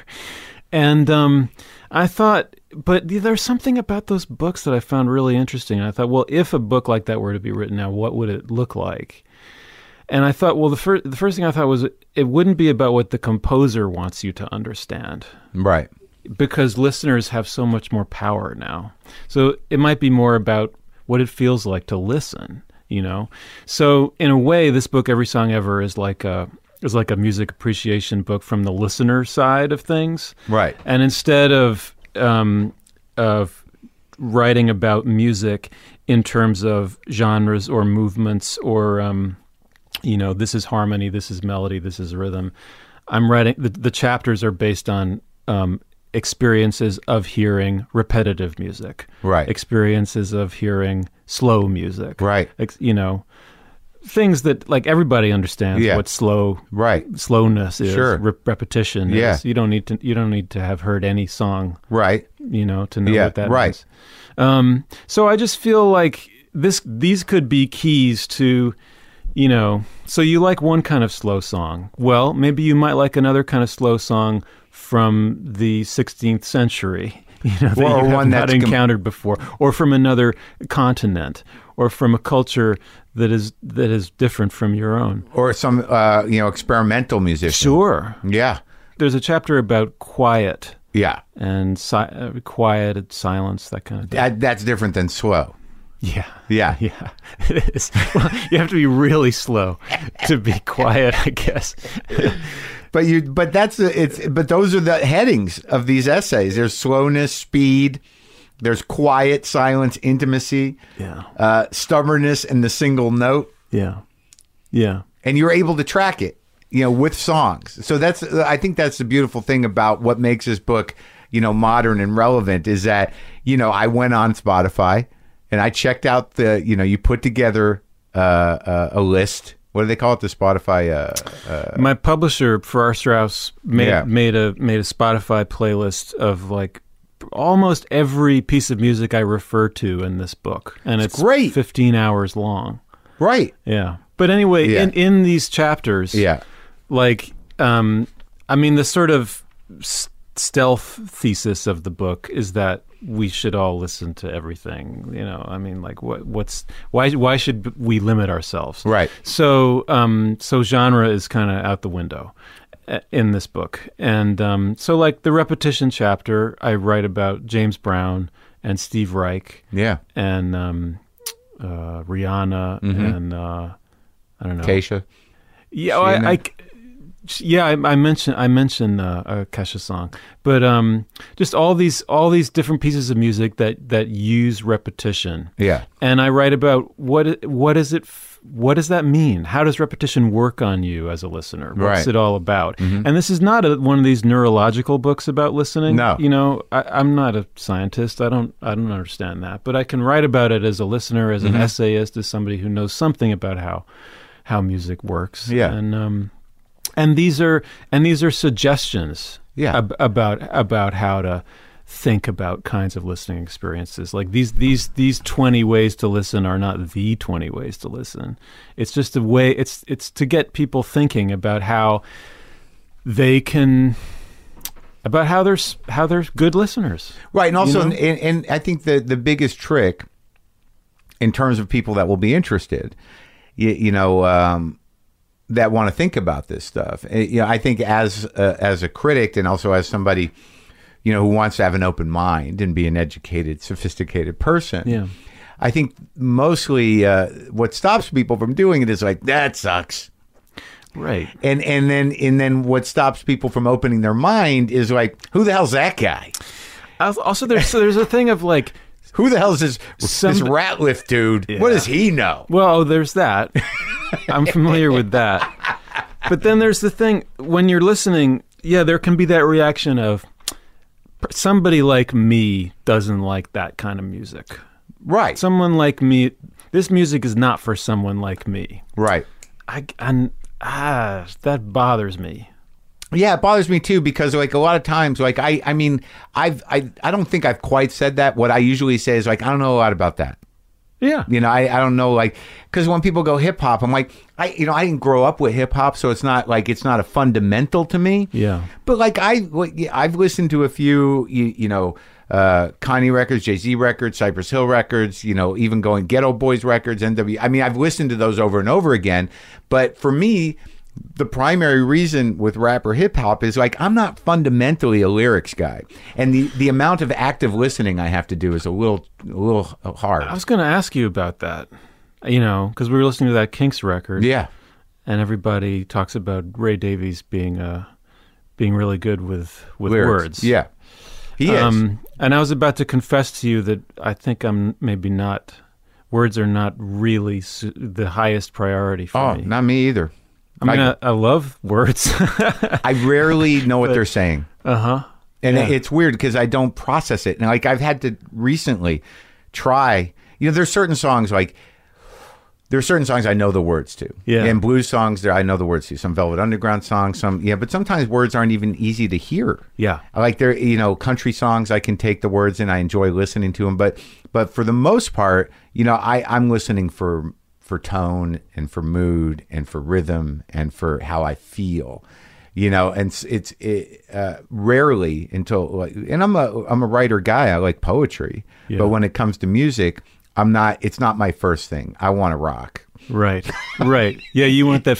D: and um, I thought, but there's something about those books that I found really interesting. And I thought, well, if a book like that were to be written now, what would it look like? And I thought, well, the first the first thing I thought was it wouldn't be about what the composer wants you to understand
A: Right.
D: because listeners have so much more power now. So it might be more about what it feels like to listen, you know. So in a way this book Every Song Ever is like a is like a music appreciation book from the listener side of things.
A: Right.
D: And instead of um of writing about music in terms of genres or movements or um you know this is harmony this is melody this is rhythm i'm writing the, the chapters are based on um, experiences of hearing repetitive music
A: Right.
D: experiences of hearing slow music
A: Right.
D: Ex- you know things that like everybody understands
A: Yeah.
D: what slow
A: Right.
D: slowness is
A: Sure.
D: re- repetition
A: Yeah.
D: is you don't need to you don't need to have heard any song
A: Right.
D: you know, to know
A: Yeah,
D: what that
A: right.
D: means. Um, so I just feel like this these could be keys to, you know, so you like one kind of slow song. Well, maybe you might like another kind of slow song from the 16th century. [laughs] You know, that
A: Well, or
D: you have
A: one
D: not
A: that's com-
D: encountered before, or from another continent, or from a culture that is that is different from your own.
A: Or some uh, you know experimental musician.
D: Sure,
A: Yeah.
D: there's a chapter about quiet
A: Yeah.
D: and si- uh, quiet and silence, that kind of thing.
A: That, that's different than slow.
D: Yeah.
A: Yeah.
D: Yeah. [laughs] It is. Well, you have to be really slow to be quiet, I guess.
A: But you but that's the- it's but those are the headings of these essays. There's slowness, speed, there's quiet, silence, intimacy,
D: Yeah.
A: uh, stubbornness and the single note.
D: Yeah. Yeah.
A: and you're able to track it you know with songs so that's uh, i think that's the beautiful thing about what makes this book you know modern and relevant is that you know i went on spotify and i checked out the you know you put together uh, uh, a list what do they call it the spotify uh,
D: My publisher, Farrar Strauss, made,
A: Yeah.
D: made a made a Spotify playlist of like almost every piece of music I refer to in this book. And it's,
A: great.
D: 15 hours long.
A: right
D: Yeah. But anyway,
A: Yeah.
D: in, in these chapters,
A: yeah
D: like um i mean the sort of s- stealth thesis of the book is that we should all listen to everything. You know, I mean, like what what's why why should we limit ourselves?
A: Right.
D: So um, so genre is kind of out the window uh, in this book, and um, so like the repetition chapter, I write about James Brown and Steve Reich
A: Yeah.
D: and um, uh, Rihanna and uh, I don't know.
A: Keisha.
D: Yeah, oh, I, I, yeah, I, I mentioned I mentioned uh, a Kesha song, but um, just all these all these different pieces of music that that use repetition.
A: Yeah.
D: and I write about what i- what is it. f- What does that mean? How does repetition work on you as a listener? What's
A: Right. Mm-hmm.
D: it all about? And this is not a, one of these neurological books about listening.
A: No.
D: you know, I, I'm not a scientist. I don't I don't understand that, but I can write about it as a listener, as an
A: Mm-hmm.
D: essayist, as somebody who knows something about how how music works.
A: Yeah.
D: and um, and these are and these are suggestions.
A: Yeah.
D: ab- about about how to think about kinds of listening experiences. Like these these these twenty ways to listen are not the twenty ways to listen. It's just a way. It's it's to get people thinking about how they can about how they're s- how they're good listeners.
A: Right, and also, and, and I think the the biggest trick in terms of people that will be interested, you, you know, um, that want to think about this stuff. Eh, you know, I think as a, as a critic and also as somebody, you know, who wants to have an open mind and be an educated, sophisticated person.
D: Yeah.
A: I think mostly uh, what stops people from doing it is like that sucks
D: Right.
A: and and then and then what stops people from opening their mind is like who the hell's that guy
D: Also, there's so there's a thing of like.
A: who the hell's this this
D: Some-
A: ratliff dude what does he know
D: Well, oh, there's that. I'm familiar with that. But then there's the thing when you're listening, yeah, there can be that reaction of somebody like me doesn't like that kind of music.
A: right
D: Someone like me, this music is not for someone like me.
A: right
D: I and ah, that bothers me.
A: yeah it bothers me too because like a lot of times like i i mean i've i, I don't think i've quite said that what i usually say is like i don't know a lot about that
D: Yeah.
A: You know, I, I don't know, like, because when people go hip hop, I'm like, I, you know, I didn't grow up with hip hop, so it's not like it's not a fundamental to me.
D: Yeah.
A: But like I, like, yeah, I've listened to a few, you, you know, uh, Kanye records, Jay Z records, Cypress Hill records, you know, even going Ghetto Boys records, N.W. I mean, I've listened to those over and over again. But for me, the primary reason with rap or hip hop is like I'm not fundamentally a lyrics guy, and the the amount of active listening I have to do is a little a little hard.
D: I was going to ask you about that. You know, cuz we were listening to that Kinks record.
A: Yeah.
D: and everybody talks about Ray Davies being uh, being really good with with
A: Lyrics.
D: words.
A: Yeah. He is.
D: Um, and I was about to confess to you that I think I'm maybe not. Words are not really su- the highest priority for
A: oh,
D: me.
A: not me either.
D: I mean, I, I love words. [laughs]
A: I rarely know what they're saying. Uh huh. And
D: uh-huh. Yeah.
A: it's weird because I don't process it. And like I've had to recently try. You know, there's certain songs like there are certain songs I know the words to.
D: Yeah.
A: And blues songs there I know the words to. Some Velvet Underground songs. Some yeah. But sometimes words aren't even easy to hear.
D: Yeah.
A: I like their you know country songs i can take the words and i enjoy listening to them but but for the most part you know i i'm listening for for tone and for mood and for rhythm and for how i feel you know and it's, it's it, uh, rarely until like and i'm a i'm a writer guy i like poetry but when it comes to music i'm not it's not my first thing i want to rock
D: right, right. Yeah, you want that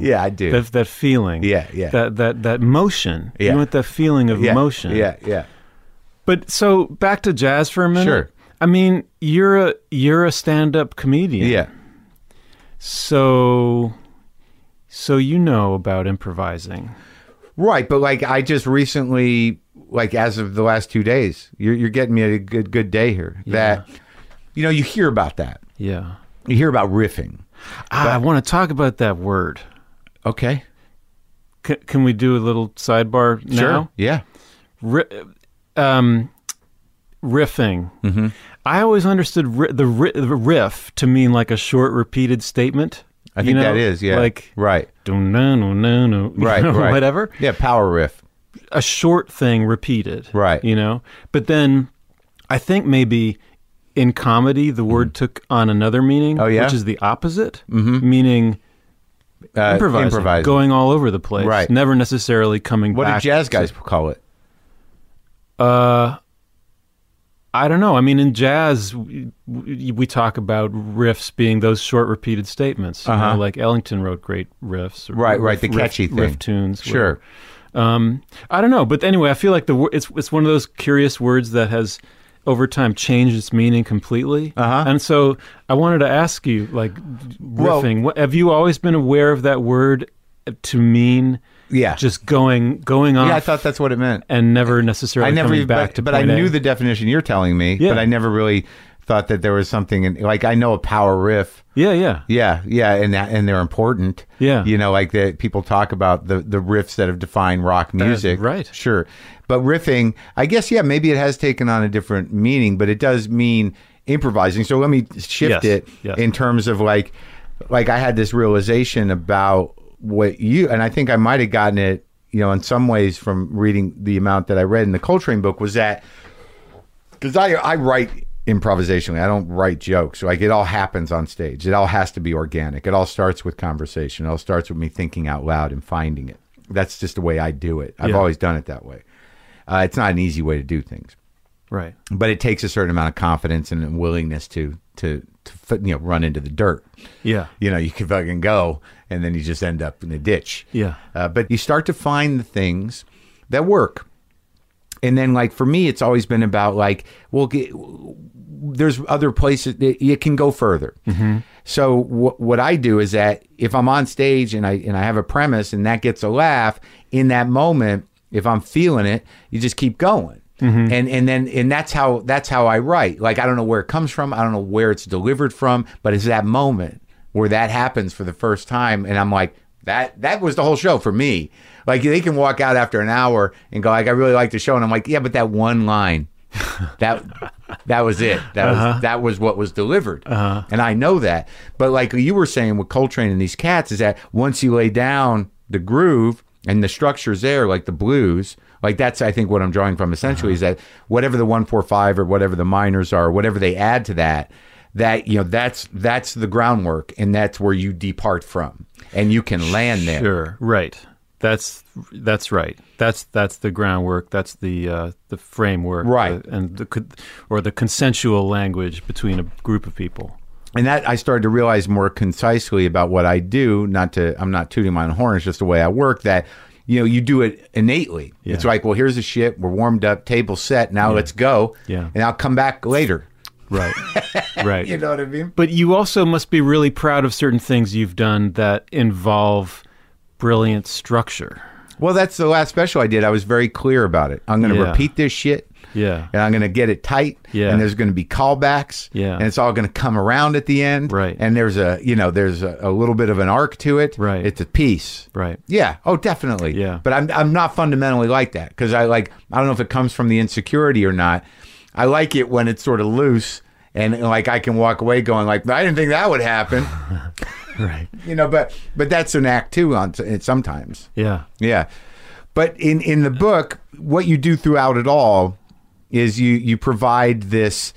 A: [laughs] Yeah, I do.
D: That, that feeling.
A: Yeah, yeah.
D: That that that motion.
A: Yeah.
D: You want that feeling of
A: yeah
D: motion.
A: yeah yeah
D: But so back to jazz for a minute.
A: Sure.
D: I mean, you're a you're a stand-up comedian.
A: yeah
D: So, so you know about improvising.
A: Right, but like I just recently, like as of the last two days, you're, you're getting me a good good day here. That you know you hear about that,
D: Yeah.
A: you hear about riffing.
D: Ah, I want to talk about that word.
A: Okay,
D: C- can we do a little sidebar
A: sure,
D: now?
A: yeah,
D: Ri- um, riffing. Mm-hmm. I always understood ri- the, ri- the riff to mean like a short, repeated statement.
A: I
D: you
A: think
D: know?
A: that is yeah,
D: Like [laughs]
A: right,
D: no, no, no,
A: right, right,
D: whatever.
A: Yeah, power riff.
D: a short thing repeated.
A: Right.
D: You know? But then I think maybe in comedy the word took on another meaning,
A: Mm-hmm. Oh, yeah? Mm-hmm.
D: which is the opposite, meaning
A: Uh,
D: improvising,
A: improvising.
D: going all over the place,
A: Right.
D: never necessarily coming
A: What do
D: back.
A: jazz
D: to-
A: guys call it?
D: I don't know. I mean, in jazz, we, we talk about riffs being those short, repeated statements. you know,
A: Uh-huh.
D: like Ellington wrote great riffs, or
A: Right, right, the
D: riff-
A: catchy
D: riff
A: thing.
D: tunes.
A: Sure.
D: Um, I don't know, but anyway, I feel like the wor- it's it's one of those curious words that has over time changed its meaning completely.
A: Uh-huh.
D: And so I wanted to ask you, like
A: Well-
D: riffing, what, have you always been aware of that word to mean
A: Yeah.
D: just going going on
A: yeah, I thought that's what it meant.
D: and never necessarily
A: I never
D: Uh, coming
A: even,
D: back
A: but,
D: to
A: but I
D: point A?
A: knew the definition you're telling me,
D: Yeah.
A: but I never really thought that there was something in like I know a power riff.
D: yeah yeah
A: Yeah, yeah, and that, and they're important.
D: Yeah.
A: you know, like that people talk about the the riffs that have defined rock music.
D: right.
A: sure. But riffing, I guess, yeah, maybe it has taken on a different meaning, but it does mean improvising. So let me shift
D: Yes,
A: it
D: yes.
A: in terms of like, like I had this realization about what you and I think I might have gotten it, you know, in some ways from reading the amount that I read in the Coltrane book was that because I I write improvisationally. I don't write jokes. Like it all happens on stage. It all has to be organic. It all starts with conversation. It all starts with me thinking out loud and finding it. That's just the way I do it. I've
D: Yeah.
A: always done it that way. Uh, it's not an easy way to do things,
D: right
A: but it takes a certain amount of confidence and a willingness to to, to fi- you know run into the dirt.
D: yeah
A: You know, you can fucking go, and then you just end up in a ditch.
D: Yeah.
A: Uh, but you start to find the things that work. And then, like for me, it's always been about like, well, get, there's other places that you can go further. So what what I do is that if I'm on stage and I and I have a premise and that gets a laugh in that moment, if I'm feeling it, you just keep going. And and then and that's how that's how I write. Like I don't know where it comes from, I don't know where it's delivered from, but it's that moment where that happens for the first time, and I'm like, that that was the whole show for me. Like they can walk out after an hour and go, like I really like the show, and I'm like, yeah, but that one line that that was it. That was that was what was delivered, and I know that. But like you were saying with Coltrane and these cats, is that once you lay down the groove and the structure's there, like the blues, like that's I think what I'm drawing from essentially is
D: Uh-huh.
A: that whatever the one four five or whatever the minors are, whatever they add to that, that you know that's that's the groundwork, and that's where you depart from, and you can land there.
D: Sure. Right. That's that's right. That's that's the groundwork. That's the uh, the framework.
A: Right.
D: the- and the con- or the consensual language between a group of people.
A: and that I started to realize more concisely about what I do. Not to, I'm not tooting my own horn. It's just the way I work. That you know, you do it innately. It's like, well, here's the shit. We're warmed up, table set. Now let's go.
D: Yeah.
A: and I'll come back later.
D: [laughs] Right. right.
A: You know what I mean?
D: But you also must be really proud of certain things you've done that involve brilliant structure.
A: Well, that's the last special I did. I was very clear about it. I'm going to
D: Yeah.
A: repeat this shit.
D: Yeah.
A: And I'm going to get it tight.
D: Yeah.
A: And there's going to be callbacks.
D: Yeah.
A: And it's all going to come around at the end.
D: Right.
A: And there's a, you know, there's a, a little bit of an arc to it.
D: Right.
A: It's a piece.
D: Right.
A: Yeah. Oh, definitely.
D: Yeah.
A: But I'm I'm not fundamentally like that because I like I don't know if it comes from the insecurity or not. I like it when it's sort of loose and like I can walk away going like I didn't think that would happen,
D: Right.
A: you know. But but that's an act too on it sometimes.
D: Yeah.
A: Yeah. But in in the book, what you do throughout it all is you you provide this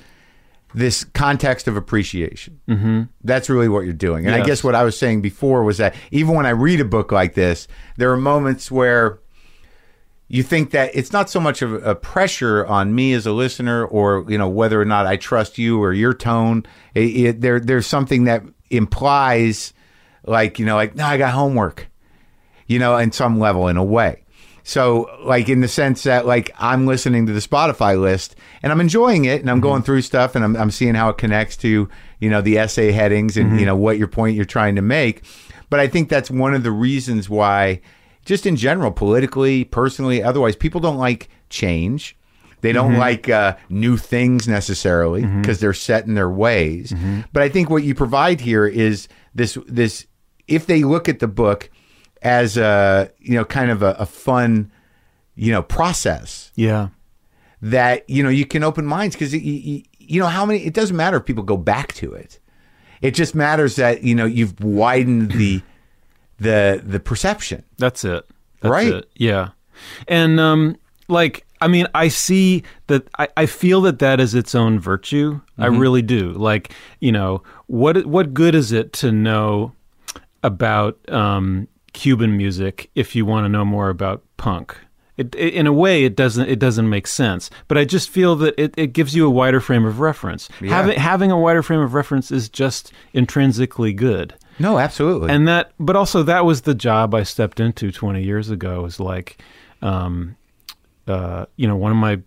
A: this context of appreciation. Mm-hmm. That's really what you're doing. And I
D: Yes.
A: guess what I was saying before was that even when I read a book like this, there are moments where you think that it's not so much of a pressure on me as a listener or you know whether or not I trust you or your tone it, it, there there's something that implies like you know like no I got homework you know in some level in a way so like in the sense that like I'm listening to the Spotify list and I'm enjoying it and I'm going through stuff and I'm I'm seeing how it connects to you know the essay headings and you know what your point you're trying to make but I think that's one of the reasons why just in general, politically, personally, otherwise, people don't like change. They don't like uh, new things necessarily because they're set in their ways. But I think what you provide here is this: this if they look at the book as a you know kind of a, a fun you know process
D: Yeah.
A: that you know you can open minds because you, you know how many it doesn't matter if people go back to it it just matters that you know you've widened the the the perception
D: That's it. That's
A: Right?
D: It. Yeah. And um like I mean I see that I, I feel that that is its own virtue. I really do. Like, you know, what what good is it to know about um Cuban music if you want to know more about punk? It, it, in a way, it doesn't it doesn't make sense. But I just feel that it, it gives you a wider frame of reference. Having having a wider frame of reference is just intrinsically good.
A: No, absolutely.
D: And that, but also that was the job I stepped into 20 years ago. Was like, um, uh, you know, one of my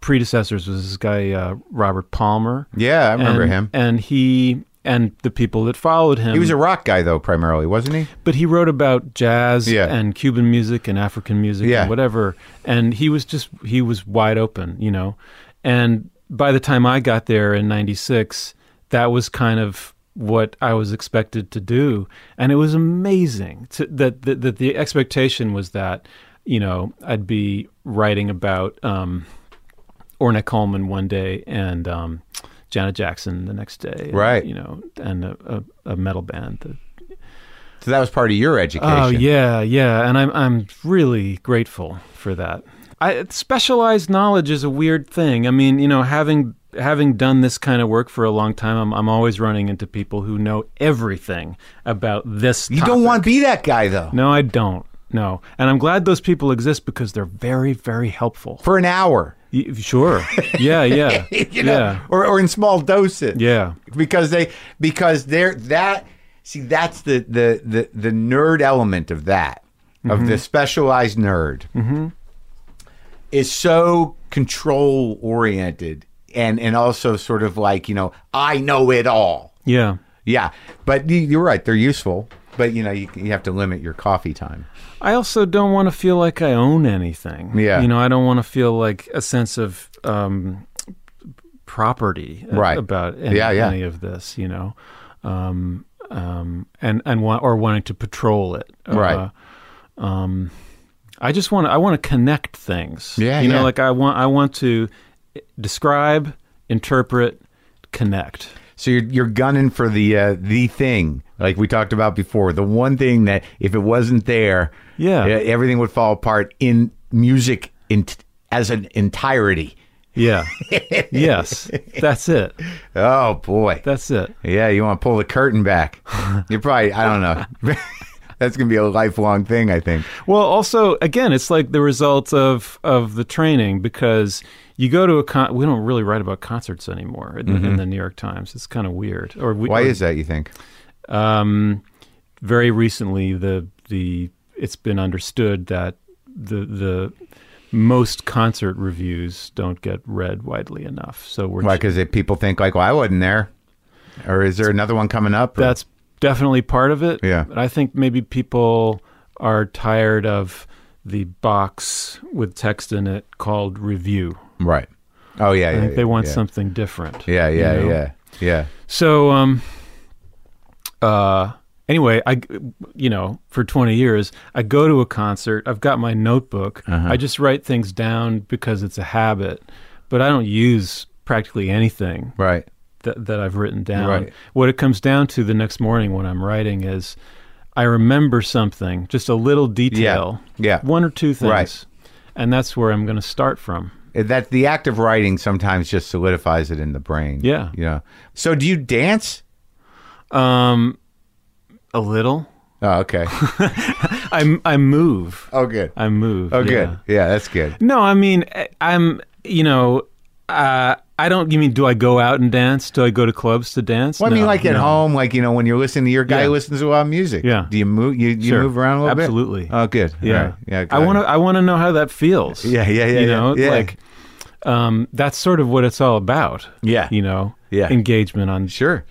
D: predecessors was this guy uh, Robert Palmer.
A: yeah, I remember
D: And-
A: him.
D: And he and the people that followed him.
A: He was a rock guy though, primarily, wasn't he?
D: but he wrote about jazz
A: Yeah.
D: and Cuban music and African music
A: Yeah.
D: and whatever. And he was just he was wide open, you know. And by the time I got there in '96, that was kind of what I was expected to do, and it was amazing to, that, that that the expectation was that you know I'd be writing about um, Ornette Coleman one day and um, Janet Jackson the next day, and,
A: Right.
D: You know, and a, a, a metal band, the
A: So that was part of your education.
D: Oh yeah, yeah, and I'm I'm really grateful for that. I specialized knowledge is a weird thing. I mean, you know, having having done this kind of work for a long time, I'm I'm always running into people who know everything about this.
A: You don't want to be that guy though.
D: No, I don't. No, and I'm glad those people exist because they're very very helpful.
A: For an hour. [laughs]
D: Y- Sure. Yeah, yeah.
A: You know?
D: Yeah.
A: Or or in small doses.
D: Yeah.
A: because they because they're that see that's the the the, the nerd element of that of the specialized nerd is so control oriented and and also sort of like you know I know it all
D: Yeah.
A: yeah but you- you're right they're useful but you know you, you have to limit your coffee time
D: I also don't want to feel like I own anything.
A: Yeah.
D: You know, I don't want to feel like a sense of um, property a-
A: Right.
D: about any,
A: Yeah, yeah.
D: any of this, you know, um, um, and, and wa- or wanting to patrol it.
A: Right.
D: Uh, um, I just want to, I want to connect things.
A: Yeah,
D: You know,
A: yeah.
D: like I want, I want to eh, describe, interpret, connect.
A: So you're you're gunning for the uh, the thing like we talked about before, the one thing that if it wasn't there,
D: Yeah.
A: e- everything would fall apart in music in as an entirety. [laughs]
D: Yeah. yes. That's it.
A: Oh boy,
D: That's it.
A: yeah, you want to pull the curtain
D: [laughs]
A: back? You're probably I don't know. [laughs] That's gonna be a lifelong thing, I think.
D: Well, also, again, it's like the result of of the training because you go to a con. We don't really write about concerts anymore in, the in the New York Times. It's kind of weird. Or we,
A: Mm-hmm. Why
D: or,
A: is that? You think?
D: um, very recently the the it's been understood that the the most concert reviews don't get read widely enough. So we're
A: Why? Because people think like, well, I wasn't there, or is there another one coming up? or-
D: That's definitely part of it.
A: Yeah.
D: But I think maybe people are tired of the box with text in it called review.
A: right. Oh yeah, yeah.
D: I think they
A: yeah,
D: want
A: yeah.
D: something different.
A: Yeah,
D: you
A: yeah,
D: know?
A: yeah, yeah.
D: So, um, uh, anyway, I, you know, for 20 years, I go to a concert. I've got my notebook.
A: Uh-huh.
D: I just write things down because it's a habit, but I don't use practically anything
A: Right.
D: that, that I've written down.
A: Right.
D: What it comes down to the next morning when I'm writing is I remember something, just a little detail,
A: Yeah.
D: one or two things.
A: Right.
D: And that's where I'm going to start from.
A: that the act of writing sometimes just solidifies it in the brain.
D: Yeah.
A: You know. So do you dance?
D: Um, a little.
A: Oh,
D: [laughs]
A: okay.
D: I, I move.
A: Oh, good.
D: I move.
A: Oh,
D: yeah.
A: good. Yeah, that's good.
D: No, I mean, I- I'm, you know, uh, I don't, you mean, do I go out and dance? Do I go to clubs to dance?
A: Well, I mean,
D: No,
A: like at
D: no.
A: home, like you know, when you're listening to your guy
D: Yeah.
A: who listens to a lot of music.
D: Yeah.
A: Do you move? You, you
D: Sure.
A: move around a little
D: Absolutely.
A: bit. Oh, good. All
D: Yeah.
A: right. Yeah.
D: I want to, I want to know how that feels.
A: Yeah, yeah, yeah,
D: You
A: yeah.
D: know,
A: Yeah.
D: like, um, that's sort of what it's all about.
A: Yeah.
D: You know,
A: Yeah.
D: Engagement on,
A: Sure.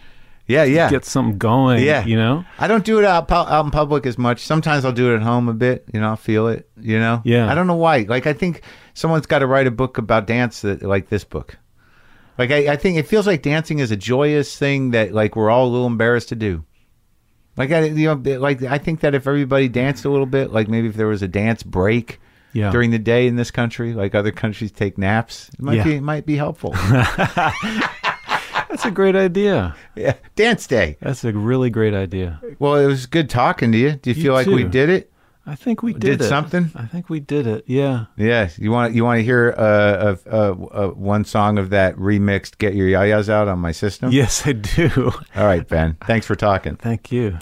A: Yeah. Yeah.
D: get something going.
A: yeah.
D: You know?
A: I don't do it out, pu- out in public as much. Sometimes I'll do it at home a bit. You know, I'll feel it. You know.
D: Yeah.
A: I don't know why. Like I think someone's got to write a book about dance that, like this book. Like I, I think it feels like dancing is a joyous thing that like we're all a little embarrassed to do. Like I, you know, bit- like I think that if everybody danced a little bit, like maybe if there was a dance break
D: Yeah.
A: during the day in this country, like other countries take naps, it might
D: Yeah.
A: be it might be helpful. [laughs]
D: That's a great idea.
A: yeah, dance day.
D: That's a really great idea.
A: Well, it was good talking to you. Do you,
D: You
A: feel like we
D: too.
A: did it?
D: I think we did,
A: Did
D: it.
A: something?
D: I think we did it. Yeah.
A: Yeah, you want you want to hear uh, of uh, uh, one song of that remixed "Get Your Yayas Out" on my system.
D: Yes, I do. [laughs]
A: All right, Ben. Thanks for talking.
D: Thank you.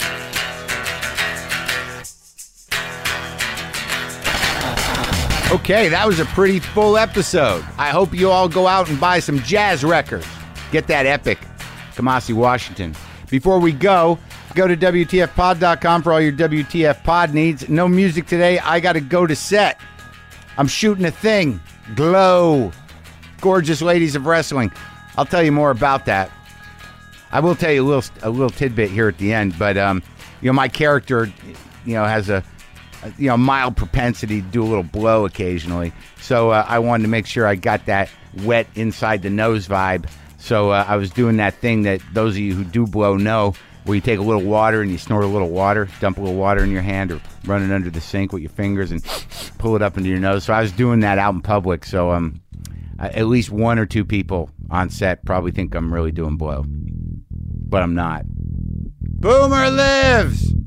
A: Okay, that was a pretty full episode. I hope you all go out and buy some jazz records. Get that epic. Kamasi Washington. Before we go, go to WTFpod.com for all your WTF pod needs. No music today. I got to go to set. I'm shooting a thing. Glow. Gorgeous ladies of wrestling. I'll tell you more about that. I will tell you a little a little tidbit here at the end, but um, you know my character, you know, has a, a, you know mild propensity to do a little blow occasionally. So uh, I wanted to make sure I got that wet inside the nose vibe. So uh, I was doing that thing that those of you who do blow know, where you take a little water and you snort a little water, dump a little water in your hand, or run it under the sink with your fingers and [sniffs] pull it up into your nose. So I was doing that out in public. So um, I- at least one or two people on set probably think I'm really doing blow but I'm not. Boomer lives!